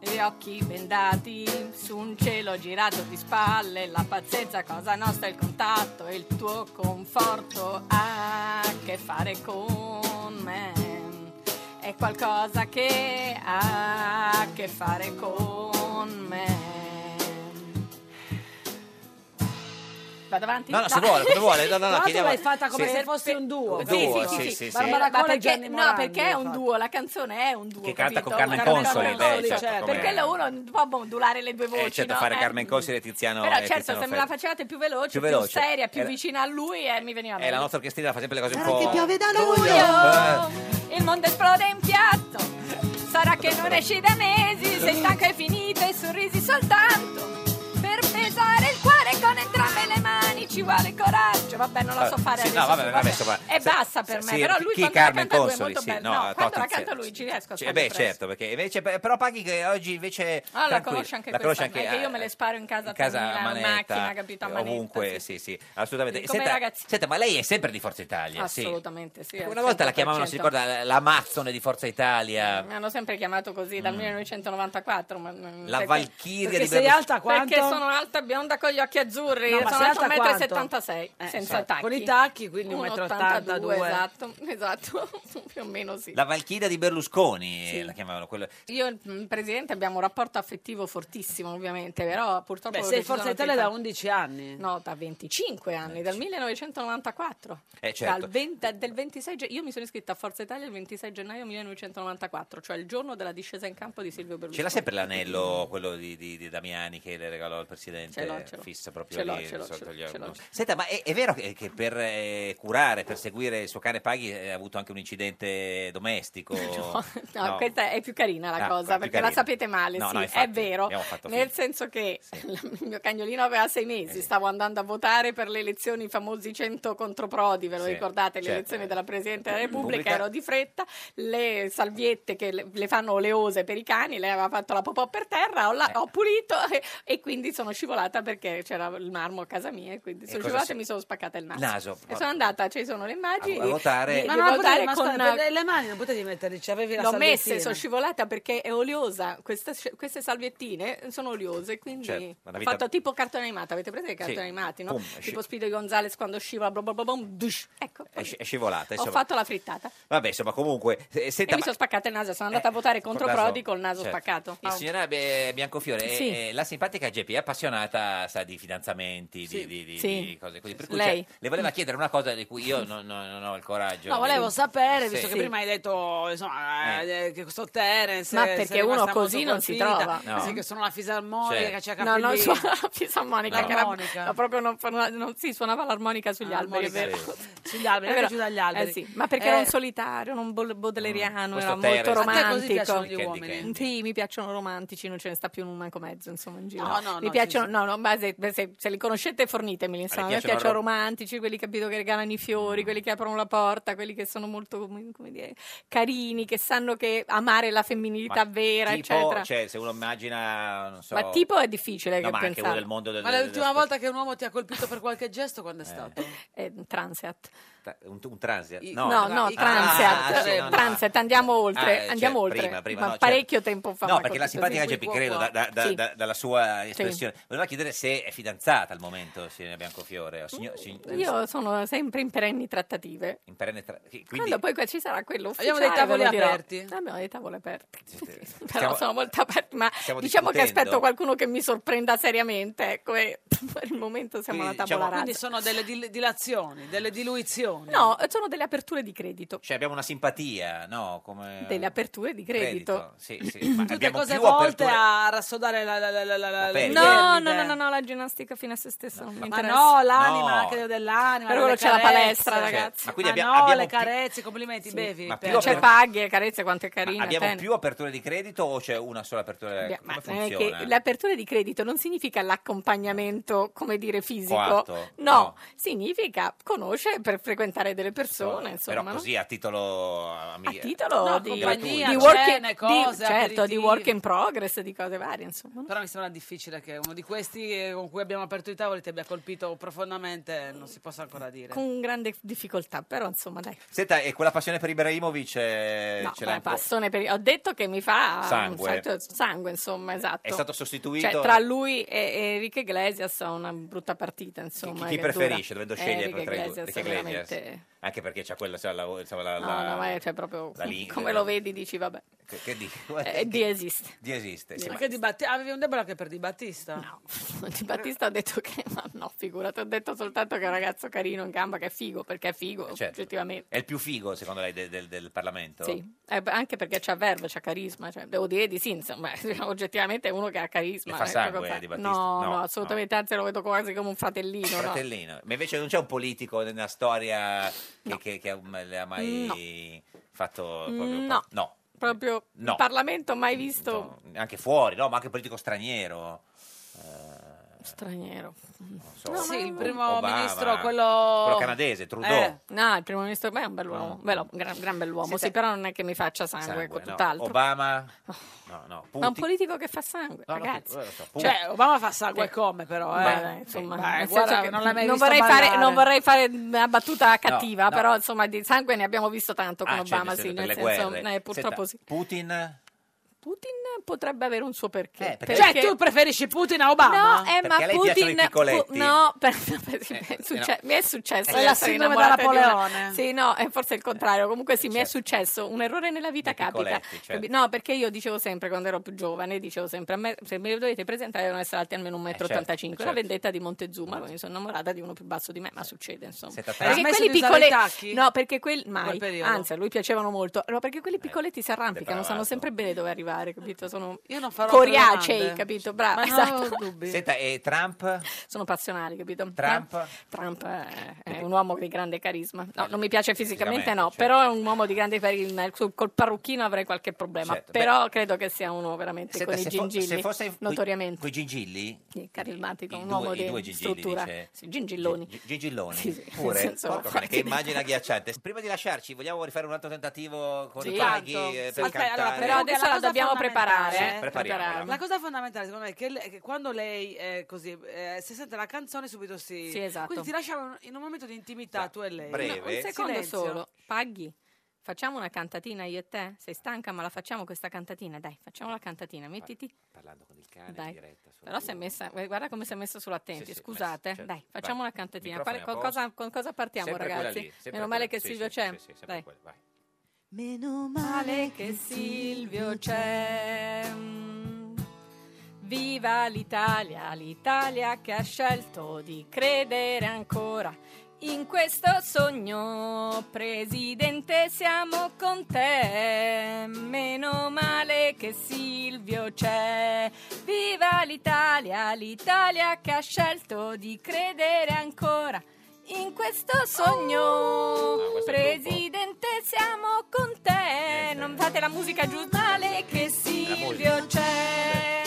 S16: Gli occhi bendati su un cielo girato di spalle, la pazzezza cosa nostra è il contatto e il tuo conforto ha a che fare con me. È qualcosa che ha a che fare con me. Vado avanti?
S2: No, no, se vuole, quando vuole. No, no, no,
S18: Tra l'altro
S2: chiediamo-
S18: l'hai fatta come
S2: sì.
S18: se fosse un duo.
S2: Sì, sì, Duo, sì, sì, sì, sì.
S18: Barbara
S16: Ma
S18: Cola e
S16: perché-
S18: Gianni
S16: no,
S18: Morandi,
S16: perché è un
S18: infatti.
S16: duo, la canzone è un duo.
S2: Che canta con
S16: capito?
S2: Carmen
S16: Carmen
S2: Consoli,
S16: Consoli,
S2: lei, certo,
S16: certo,
S2: com'è.
S16: perché la uno non può modulare le due voci.
S2: Eh, certo,
S16: no?
S2: fare
S16: Eh,
S2: Carmen Consoli e Tiziano
S16: Però
S2: e
S16: certo,
S2: Tiziano
S16: se me
S2: Ferro.
S16: la facevate più veloce,
S2: Più
S16: più,
S2: veloce.
S16: seria, più
S2: Era-
S16: vicina a lui, eh, mi veniva
S2: E la
S16: meglio.
S2: nostra orchestrina fa sempre le cose un
S16: Sarà
S2: po'... Eh.
S16: che piove da Eh. Il mondo esplode in piatto. Sarà che non esci da mesi, sei stanca e finita e sorrisi soltanto. Per pesare il cuore con entrambe le mani ci vuole coraggio. Vabbè, non lo so fare
S2: Ah, Sì,
S16: adesso. Eh,
S2: no, vabbè, vabbè, insomma, eh,
S16: È
S2: se-
S16: bassa per
S2: se-
S16: me,
S2: sì,
S16: però lui
S2: chi
S16: quando la
S2: Carmen
S16: canta lui è
S2: Consoli,
S16: molto
S2: sì,
S16: bello. No,
S2: no, no,
S16: quando la
S2: Totizia-
S16: canta lui ci riesco a
S2: Cioè,
S16: stare
S2: beh,
S16: presso.
S2: certo, perché invece, beh, però Paghi che oggi invece...
S16: Ah, la
S2: tranquillo,
S16: conosce anche
S2: la conosce
S16: questa,
S2: anche,
S16: perché io me
S2: eh,
S16: le sparo in casa,
S2: in casa
S16: a
S2: a
S16: Torino, in
S2: manetta,
S16: macchina, capito, a manetta.
S2: ovunque, sì, sì, assolutamente.
S16: Come i
S2: Senta,
S16: ragazzi.
S2: senta, ma lei è sempre di Forza Italia, sì.
S16: Assolutamente, sì. al
S2: Una volta la chiamavano, si
S16: 100%.
S2: ricorda, l'Amazzone di Forza Italia.
S16: Mi hanno sempre chiamato così dal 1994. ma-
S2: Mm. La
S16: perché-
S2: Valchiria
S16: perché
S2: di Berlusconi.
S16: Perché sono alta, bionda con gli occhi azzurri.
S18: No, ma
S16: sono
S18: sei
S16: alta
S18: alta
S16: 1,76 m,
S18: quanto? Eh,
S16: senza
S18: certo.
S16: tacchi.
S18: Con i tacchi, quindi un metro 82.
S16: Esatto, esatto. più o meno sì.
S2: La Valchiria di Berlusconi, eh, la chiamavano. Quello.
S16: Io e il presidente abbiamo un rapporto affettivo fortissimo, ovviamente, però purtroppo...
S18: Beh, sei
S16: ci sono
S18: Forza
S16: dei
S18: Italia da
S16: tacchi.
S18: 11 anni.
S16: No, da 25 anni, dal 1994.
S2: Eh, certo.
S16: Dal 20 del 26 gen- io mi sono iscritta a Forza Italia il 26 gennaio 1994, cioè il giorno della discesa in campo di Silvio Berlusconi.
S2: Ce l'ha sempre l'anello, quello di, di- di Damiani che le regalò al presidente,
S16: Ce l'ho, ce l'ho.
S2: fissa proprio
S16: Ce l'ho,
S2: lì
S16: ce l'ho,
S2: sotto
S16: ce l'ho,
S2: gli
S16: ce l'ho.
S2: occhi. Senta, ma è, è vero che, che per eh, curare, per seguire il suo cane Paghi eh, ha avuto anche un incidente domestico?
S16: No,
S2: No.
S16: questa è più carina la
S2: Ah,
S16: cosa,
S2: quella più
S16: perché la
S2: carina.
S16: sapete male,
S2: No,
S16: sì,
S2: no, infatti,
S16: è vero.
S2: abbiamo fatto Eh.
S16: Nel senso che il mio cagnolino aveva sei mesi, stavo andando a votare per le elezioni, i famosi 100 contro Prodi, ve lo
S20: Sì,
S16: ricordate, le
S20: certo.
S16: elezioni della Presidente della Repubblica,
S20: Repubblica.
S16: ero di fretta, le salviette che le, le fanno oleose per i cani, lei aveva fatto la popò per terra, ho, la-
S2: Eh.
S16: ho pulito e, e quindi sono scivolata perché c'era il marmo a casa mia, e quindi sono
S2: cosa
S16: scivolata
S2: si-
S16: e mi sono spaccata il naso.
S2: Naso.
S16: E sono andata, ci sono le immagini.
S2: A- a votare.
S16: di-
S18: Ma
S16: di
S18: non la potevi,
S16: Eh, votare
S18: ma
S16: con...
S18: scusa, per le mani non potevi metterli, ci avevi la
S16: L'ho
S18: salviettina.
S16: messa e sono scivolata perché è oleosa. Questa- queste salviettine sono oleose, quindi
S2: Certo, ma
S16: ho
S2: la vita-
S16: fatto tipo cartone animato. Avete preso i cartoni
S2: Sì.
S16: animati, no?
S2: Pum,
S16: tipo
S2: sci-
S16: Spido Gonzales quando scivola, bla bla bla, bla, dush. Ecco,
S2: È, sci- è
S16: ho
S2: scivolata. Insomma.
S16: fatto la frittata
S2: Vabbè, insomma, comunque. eh,
S16: e
S2: Senta,
S16: mi
S2: ma-
S16: sono spaccata il naso. Sono andata a votare contro
S2: Eh, naso-
S16: Prodi col naso
S2: certo.
S16: spaccato.
S2: Il signora eh, Biancofiore, eh,
S16: Sì.
S2: eh, la simpatica GP è appassionata sa, di fidanzamenti, di-
S18: Sì.
S2: di, di-
S18: Sì.
S2: di cose così. Per cui
S18: Lei.
S2: cioè, le voleva chiedere una cosa di cui io non, non- non ho il coraggio.
S18: No, volevo
S2: di-
S18: sapere,
S2: Sì.
S18: visto che
S2: Sì.
S18: prima hai detto insomma, eh, che questo Terence.
S16: Ma
S18: eh,
S16: perché
S18: sei rimasta
S16: uno così
S18: molto
S16: non si
S18: colpita,
S16: trova. No.
S18: sì, che sono la fisarmonica, c'è
S16: Cioè-
S2: Certo.
S16: no, non
S18: Capellini.
S16: suona la fisarmonica,
S18: No.
S16: che era-
S18: L'armonica.
S16: ma proprio non, non si suonava l'armonica sugli alberi, è vero.
S18: Ah, Sugli alberi, anche
S16: È vero.
S18: giù dagli alberi.
S16: Eh sì, ma perché
S18: Eh,
S16: era un solitario, non bol- baudelairiano,
S18: questo
S16: era molto
S18: Terence. A te così
S16: romantico.
S18: piacciono gli Candy uomini? Candy.
S16: Sì, mi piacciono romantici, non ce ne sta più un manco mezzo, insomma, in giro.
S18: No, no,
S16: mi
S18: no,
S16: piacciono,
S18: sì,
S16: no, no, ma se, se- se li conoscete fornitemeli, insomma, a me
S2: piacciono
S16: piacciono
S2: ro- Mm.
S16: romantici, quelli capito che regalano i fiori, quelli che aprono la porta, quelli che sono molto, come, come dire, carini, che sanno che amare la femminilità
S2: Ma
S16: vera,
S2: tipo,
S16: eccetera.
S2: Cioè, se uno immagina, non so.
S16: Ma tipo è difficile
S2: No,
S16: che
S2: ma anche
S16: pensare.
S2: uno del mondo del.
S18: Ma
S2: del-
S18: l'ultima
S2: del-
S18: volta che un uomo ti ha colpito per qualche gesto, quando è stato?
S16: È un transeat.
S2: Un, un transient.
S18: I-
S2: No,
S16: no, no,
S2: Ah,
S16: transeat,
S2: sì, no, no.
S16: transeat, andiamo oltre,
S2: Ah, eh,
S16: andiamo
S2: cioè,
S16: oltre,
S2: prima, prima,
S16: ma
S2: no, certo.
S16: parecchio tempo fa.
S2: No,
S16: ma
S2: perché la
S16: così, così.
S2: simpatica Geppi, credo, da- da- da-
S16: Sì.
S2: da- dalla sua
S16: Sì.
S2: espressione, voleva chiedere se è fidanzata al momento, signora Biancofiore. O signor, sign-
S16: Mm, Io sono sempre in perenni trattative.
S2: in perenne tra- quindi
S16: Quando poi qua ci sarà quello
S18: Abbiamo
S16: ufficiale,
S18: dei tavoli
S16: ve lo dirò.
S18: aperti?
S16: Abbiamo dei tavoli aperti. Però
S2: stiamo-
S16: sono molto aperti, ma
S2: stiamo
S16: diciamo che
S2: discutendo.
S16: aspetto qualcuno che mi sorprenda seriamente. Ecco, e per il momento siamo alla tavola
S18: Quindi
S2: diciamo,
S18: sono
S16: rasa.
S18: delle dil- dilazioni, delle diluizioni.
S21: canzoni.
S16: No, sono delle aperture di credito.
S2: Mm. Cioè abbiamo una simpatia, no? Come...
S16: Delle aperture di credito.
S2: Sì, sì, ma
S16: Tutte
S2: abbiamo
S18: Tutte cose
S2: più
S18: volte
S2: aperture-
S18: a rassodare la, la, la, la, la, la-
S2: pelle.
S18: le
S16: No, no,
S18: termite.
S16: no, no, no, la ginnastica fino a se stessa non mi
S18: Ma
S16: interessa.
S18: no, l'anima,
S16: No.
S18: credo dell'anima.
S16: Per ora
S18: le
S16: c'è la
S18: carezze.
S16: palestra, ragazzi.
S2: ma quindi
S18: Ma
S2: abbia-
S18: no,
S2: abbiamo
S18: le
S2: più-
S18: carezze, complimenti, bevi.
S2: Ma
S18: per-
S2: più
S16: C'è
S2: aperture-
S16: paghi e carezze, quanto è carina.
S2: Abbiamo
S16: ten.
S2: più aperture di credito o c'è una sola apertura?
S16: Abbia-
S2: Come
S16: ma è che
S2: funziona?
S16: l'apertura di credito non significa l'accompagnamento, come dire, fisico.
S2: Coatto?
S16: No,
S2: No.
S16: significa conoscere per frequentare delle persone, insomma.
S2: Però
S16: no?
S2: così a titolo amico.
S16: A titolo
S18: No,
S16: di,
S18: compagnia,
S16: di
S18: cene,
S16: work in, di-
S18: cose,
S16: certo, di
S18: aperitivi.
S16: work in progress, di cose varie, insomma. no?
S18: Però mi sembra difficile che uno di questi eh, con cui abbiamo aperto i tavoli ti abbia colpito profondamente, non si possa ancora dire.
S16: Con grande difficoltà, però insomma dai.
S2: Senta, e quella passione per Ibrahimovic eh,
S16: No,
S2: ce l'ha
S16: eh,
S2: un po'.
S16: passione per- ho detto che mi fa
S2: Sangue.
S16: un salto sangue, insomma, esatto.
S2: È stato sostituito?
S16: Cioè, tra lui e e Enrique Iglesias ho una brutta partita,
S2: Chi,
S16: insomma.
S2: chi
S16: che
S2: preferisce?
S16: dura.
S2: Dovendo
S16: Eh,
S2: scegliere
S16: Enrique
S2: tra i due.
S16: Iglesias,
S2: Enrique Iglesias.
S16: veramente.
S2: Anche perché c'ha quella c'ha la, c'ha la,
S16: No,
S2: la-
S16: no, ma è cioè, proprio
S2: la lingua.
S16: come lo vedi dici, vabbè.
S2: Che, che di,
S16: Eh, di esiste.
S2: di esiste. sì,
S18: Ma
S2: ma-
S18: che Di Batt- avevi un debole anche per Di Battista? No,
S16: Di Battista ha detto che ma no, figurati, ho detto soltanto che è un ragazzo carino in gamba che è figo, perché è figo,
S2: certo.
S16: oggettivamente.
S2: È il più figo, secondo lei, de- del, del Parlamento?
S16: Sì, Eh, beh, anche perché c'ha verve, c'ha carisma, cioè, devo dire di sì, insomma, cioè, oggettivamente è uno che ha carisma.
S2: Le fa
S16: eh, proprio
S2: sangue,
S16: fa-
S2: Di Battista?
S16: No, no,
S2: No,
S16: assolutamente, anzi lo vedo quasi come un fratellino. no.
S2: Fratellino. Ma invece non c'è un politico nella storia che, che- che ha- le ha mai fatto... proprio-
S16: Mm, No.
S2: no.
S16: Proprio
S2: No.
S16: in Parlamento mai visto
S2: Anche fuori, no? Ma anche un politico straniero.
S16: straniero.
S2: so.
S16: No,
S18: sì,
S16: ma-
S18: il primo
S2: Obama,
S18: ministro, quello...
S2: quello canadese, Trudeau.
S18: Eh,
S16: No, il primo ministro beh, è un bell'uomo, bello, gran, gran bell'uomo, sì, però non è che mi faccia sangue,
S2: Sangue,
S16: ecco,
S2: no.
S16: tutt'altro. Oh.
S2: Obama... No, no.
S16: Ma un
S2: Putin.
S16: politico che fa sangue, ragazzi. Certo,
S2: eh, lo so, Putin.
S18: Cioè, Obama fa sangue come però, eh.
S16: Beh, insomma,
S18: Beh,
S16: nel
S18: guarda,
S16: senso che
S18: non l'hai mai visto
S16: vorrei fare,
S18: ballare.
S16: non vorrei fare una battuta cattiva,
S2: no.
S16: però insomma di sangue ne abbiamo visto tanto con
S2: Ah, cioè,
S16: Obama,
S2: nel
S16: sì,
S2: senso,
S16: nel
S2: per le
S16: senso,
S2: guerre.
S16: eh, purtroppo sì. Ah,
S2: Senta, Putin...
S16: Putin potrebbe avere un suo perché.
S2: Eh, perché-
S18: Cioè, tu preferisci Putin a Obama?
S16: No, eh,
S2: Perché
S16: ma
S2: a lei piacciono i Eh,
S16: Putin...
S2: piccoletti?
S16: no, per- per- succe- mi è successo.
S2: Eh,
S18: È la
S16: di essere
S18: sindrome da
S16: innamorata di una-
S18: Napoleone.
S16: Sì, no, è forse il contrario. Comunque sì, mi
S2: Certo.
S16: è successo. Un errore nella vita capita.
S18: piccoletti, certo.
S16: No, perché io dicevo sempre, quando ero più giovane, dicevo sempre, a me, se mi dovete presentare devono essere alti
S2: Eh,
S16: almeno 1,85 m.
S18: certo,
S16: La
S18: certo.
S16: vendetta di
S2: Mm.
S16: Montezuma, quindi sono innamorata di uno più basso di me, ma succede insomma.
S18: Siete
S16: Perché
S18: attratti? Hai smesso
S16: quelli
S18: di usare i
S16: piccoletti...
S18: tacchi?
S16: No, perché quelli...
S18: quel
S16: Mai.
S18: periodo? Eh,
S16: Anzi, a lui piacevano molto. No, perché quelli piccoletti si arrampicano, sanno
S2: depravato.
S16: sempre bene dove arrivare, capito? Sono
S18: Io non farò altre
S16: coriacei,
S18: domande.
S16: capito? Brava,
S18: Ma non
S16: esatto.
S18: avevo dubbi.
S2: Senta, e Trump?
S16: Sono passionali, capito?
S2: Trump?
S16: Eh? Trump è, è un uomo di grande carisma. No, non mi piace fisicamente,
S2: Fisicamente,
S16: no,
S2: certo.
S16: però è un uomo di grande carisma. Col col parrucchino avrei qualche problema,
S2: Certo, beh.
S16: però credo che sia uno veramente
S2: Senta,
S16: con i
S2: se fo-
S16: gingilli,
S2: se fosse-
S16: notoriamente
S2: Quei gingilli?
S16: sì, carismatico,
S2: I
S16: un
S2: due-
S16: uomo
S2: i due
S16: di
S2: gingilli,
S16: struttura.
S2: dice.
S16: Sì, gingilloni.
S2: Gi- Gingilloni
S16: Sì, sì,
S2: pure
S16: nel senso,
S2: Porca
S16: infatti.
S2: che immagine agghiacciante prima di lasciarci vogliamo rifare un altro tentativo con
S16: Sì.
S2: i paghi
S16: Tanto.
S2: eh,
S16: Sì.
S2: per
S16: Aspetta, allora,
S2: cantare
S16: però adesso
S18: Comunque,
S16: la
S18: cosa
S16: dobbiamo
S18: fondamentale-
S16: preparare,
S2: Sì, eh? prepariamola. prepararla.
S18: La cosa fondamentale, secondo me, è che, le- che quando lei eh, così, eh, si sente la canzone, subito si.
S16: Sì, esatto.
S18: Quindi ti lasciamo in un momento di intimità, tu e lei.
S16: No, un secondo solo. Paghi, facciamo una cantatina io e te? Sei stanca, ma la facciamo questa cantatina. Dai, facciamo la cantatina. Mettiti.
S2: parlando con il cane
S16: Dai.
S2: in diretta su
S16: Però
S2: Radio
S16: si è
S2: Uno.
S16: messa, eh, guarda come si è messa sull'attenti.
S2: Sì, sì,
S16: Scusate,
S2: messa, certo.
S16: dai, facciamo
S2: Vai.
S16: una cantatina.
S2: Microfoni
S16: Qual-
S2: a
S16: con,
S2: posto.
S16: cosa, con cosa partiamo,
S2: Sempre quella
S16: ragazzi?
S2: lì, sempre
S16: Meno male
S2: quella.
S16: che
S2: Sì,
S16: Silvio
S2: sì,
S16: c'è.
S2: sì, sì, sempre
S16: cioè, dai.
S2: quella, vai.
S17: Meno
S16: male che Silvio c'è. Viva l'Italia, l'Italia che ha scelto di credere ancora in questo sogno. Presidente, siamo con te. Meno male che Silvio c'è. Viva l'Italia, l'Italia che ha scelto di credere ancora in questo sogno. Presidente, siamo con te. Non fate la musica giusta. Male che Silvio c'è.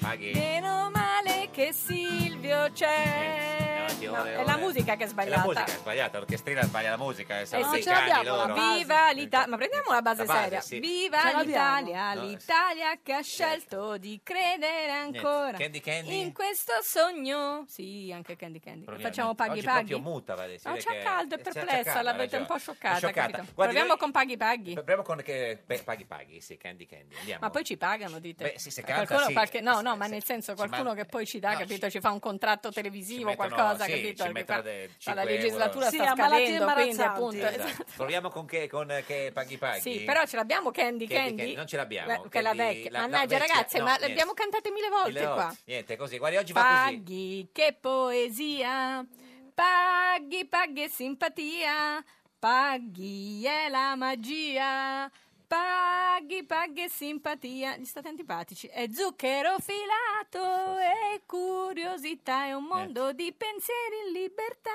S2: paghi
S16: Meno male che Silvio c'è.
S2: Sì, no,
S16: No,
S2: ore,
S16: è la
S2: ore.
S16: musica che è
S2: è la
S16: sbagliata.
S2: musica è sbagliata l'orchestrina sbaglia la musica eh,
S16: Eh
S2: saranno
S16: sì,
S2: dei
S16: ce l'abbiamo
S2: cani
S16: la
S2: loro Ah,
S16: base. Viva l'Italia, ma prendiamo la base,
S2: La base,
S16: seria.
S2: sì.
S16: Viva
S2: Ce l'abbiamo.
S16: l'Italia,
S2: No, eh, sì.
S16: l'Italia che ha scelto di credere
S2: Niente.
S16: ancora
S2: Candy Candy?
S16: in questo sogno. Sì, anche Candy Candy.
S2: Proviamo.
S16: Facciamo paghi
S2: Oggi
S16: paghi.
S2: proprio muta, vale, si
S16: No,
S2: vede
S16: c'ha
S2: che-
S16: caldo, è
S2: c'ha- c'ha
S16: perplessa,
S2: caldo,
S16: l'avete
S2: ragione.
S16: un po'
S2: È
S16: scioccata.
S2: scioccata.
S16: capito?
S2: Guardi,
S16: Proviamo
S2: noi-
S16: con paghi paghi.
S2: Proviamo con che beh, paghi paghi, sì, Candy Candy. Andiamo.
S16: Ma poi ci pagano, dite.
S2: Beh, sì, se
S16: Eh,
S2: canta,
S16: qualcuno,
S2: sì.
S16: qualche- no, no, ma nel senso
S2: man-
S16: qualcuno che poi ci dà, capito, ci fa un contratto televisivo,
S2: mettono-
S16: qualcosa,
S2: sì,
S16: capito?
S2: ci
S16: perché
S2: mettono
S16: qua-
S2: dei
S16: ma la
S2: 5
S16: legislatura
S18: Sì,
S2: euro.
S16: sta
S18: a malati
S16: scadendo, quindi
S18: imbarazzanti.
S16: appunto...
S18: Esatto.
S16: esatto.
S2: Proviamo con che, con eh, che paghi paghi.
S16: Sì, però ce l'abbiamo Candy
S2: Candy
S16: Candy?
S2: Candy, non ce l'abbiamo,
S16: Beh, Che è la
S2: Candy-
S16: vecchia.
S2: la- la
S16: Mannaggia
S2: vecchia,
S16: ragazze,
S2: no,
S16: ma
S2: niente.
S16: l'abbiamo cantate mille volte
S2: Mille
S16: qua.
S22: Ah,
S2: volte. Niente, così. Guardi, oggi va così.
S16: Paghi, che poesia, Paghi, paghi e simpatia, paghi è la magia. Paghi, paghi e simpatia. Gli state antipatici. È zucchero filato e curiosità. È un mondo di pensieri in libertà.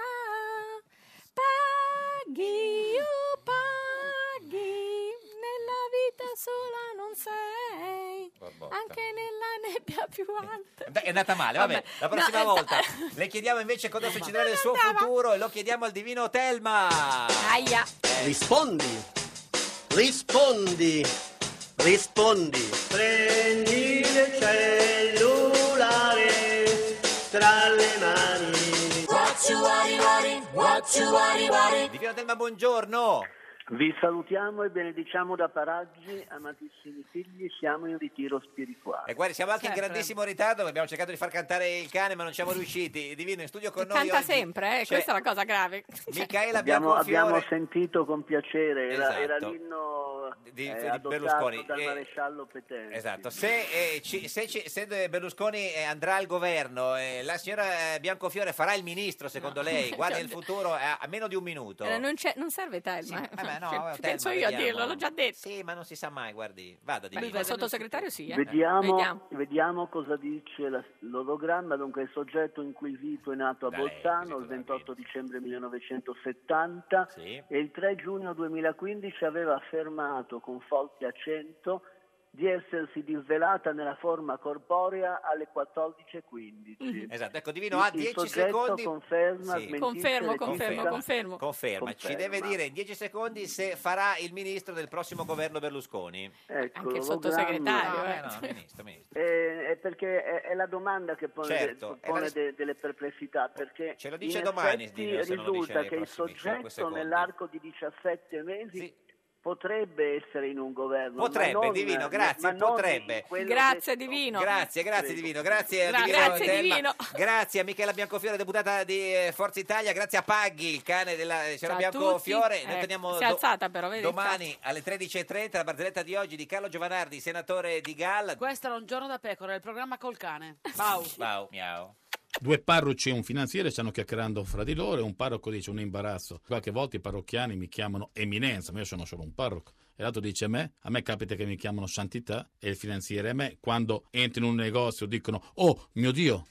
S16: Paghi, oh, paghi. Nella vita sola non sei.
S2: Barbotta.
S16: Anche nella nebbia più alta.
S2: Dai, È andata male, vabbè.
S16: Vabbè.
S2: La prossima
S16: No, è
S2: volta le chiediamo invece cosa succederà nel suo futuro e lo chiediamo al divino Telma.
S16: Aia.
S20: Rispondi, rispondi, rispondi. Prendi il cellulare tra le mani.
S2: Divino Telma, buongiorno.
S22: Vi salutiamo e benediciamo da Paraggi, amatissimi figli, siamo in ritiro spirituale.
S2: E guarda, siamo anche in
S22: Sempre.
S2: grandissimo ritardo, abbiamo cercato di far cantare il cane, ma non siamo riusciti. Divino, in studio con Cioè, noi cioè,
S16: Canta
S2: oggi
S16: sempre, eh,
S2: c'è
S16: questa è la cosa grave.
S2: Micaela
S22: Abbiamo,
S2: Bianconfiore.
S22: abbiamo sentito con piacere, era, era
S2: Esatto.
S22: l'inno
S2: Di-
S22: eh,
S2: di
S22: adottato
S2: Berlusconi.
S22: dal
S2: Eh,
S22: maresciallo Petenzi.
S2: Esatto, se, eh, ci- se ci- se de- Berlusconi eh, andrà al governo, eh, la signora eh, Biancofiore farà il ministro, secondo lei? Guarda
S16: Cioè,
S2: il futuro eh, a meno di un minuto.
S16: Eh, non, c'è- non serve Telma. eh.
S2: vabbè, no,
S16: Cioè,
S2: vabbè,
S16: penso
S2: Telma,
S16: io a
S2: vediamo. eh.
S16: dirlo, l'ho già detto.
S2: Sì, ma non si sa mai, guardi. Vada di
S16: il sottosegretario sì, eh.
S22: Vediamo,
S16: Vediamo.
S22: vediamo cosa dice la- l'ologramma. Dunque, il soggetto inquisito è nato a
S23: Da lei,
S22: Bolzano il 28 dicembre 1970
S23: Sì.
S22: e il 3 giugno 2015 aveva affermato con forte accento di essersi disvelata nella forma corporea alle 14.15.
S2: Esatto, ecco Divino ha
S22: Il- il
S2: 10
S22: soggetto
S2: secondi.
S22: conferma,
S2: Sì.
S22: smentisce Confermo, le confermo, conferma. confermo.
S2: Conferma, ci
S22: Conferma.
S2: deve dire in 10 secondi se farà il ministro del prossimo governo Berlusconi.
S22: Ecco,
S16: Anche il
S22: l'ologramma-
S16: sottosegretario,
S2: No,
S16: eh.
S2: eh, no, ministro, ministro.
S22: Eh, è perché è, è la domanda che pone,
S2: Certo,
S22: de- pone
S2: è la-
S22: de- delle perplessità. Perché
S2: Ce lo dice
S22: in
S2: domani,
S22: effetti
S2: Dino, se non lo dice
S22: risulta
S2: nei
S22: che il
S2: prossimi cinque
S22: soggetto
S2: secondi.
S22: nell'arco di 17 mesi potrebbe essere in un governo.
S2: Potrebbe,
S22: ma non-
S2: Divino, grazie,
S22: ma non
S2: potrebbe.
S22: quello
S16: Grazie Divino.
S2: Grazie, grazie Divino, grazie a
S16: Gra-
S2: Divino
S16: grazie,
S2: Telma,
S16: Divino.
S2: grazie a Michela Biancofiore, deputata di eh, Forza Italia, grazie a Paghi, il cane della eh, signora
S16: Ciao Cioè, a
S2: Biancofiore.
S16: tutti.
S2: Noi
S16: Eh,
S2: teniamo
S16: si è
S2: do-
S16: alzata però, vedi?
S2: domani alle 13.30 la barzelletta di oggi di Carlo Giovanardi, senatore di Galla.
S21: Questo era un giorno da pecora, il programma col cane. Ciao.
S2: Wow, miau.
S24: Due parroci e un finanziere stanno chiacchierando fra di loro e un parroco dice un imbarazzo. Qualche volta i parrocchiani mi chiamano eminenza, ma io sono solo un parroco. E l'altro dice a me, a me capita che mi chiamano santità e il finanziere a me quando entro in un negozio dicono oh mio Dio.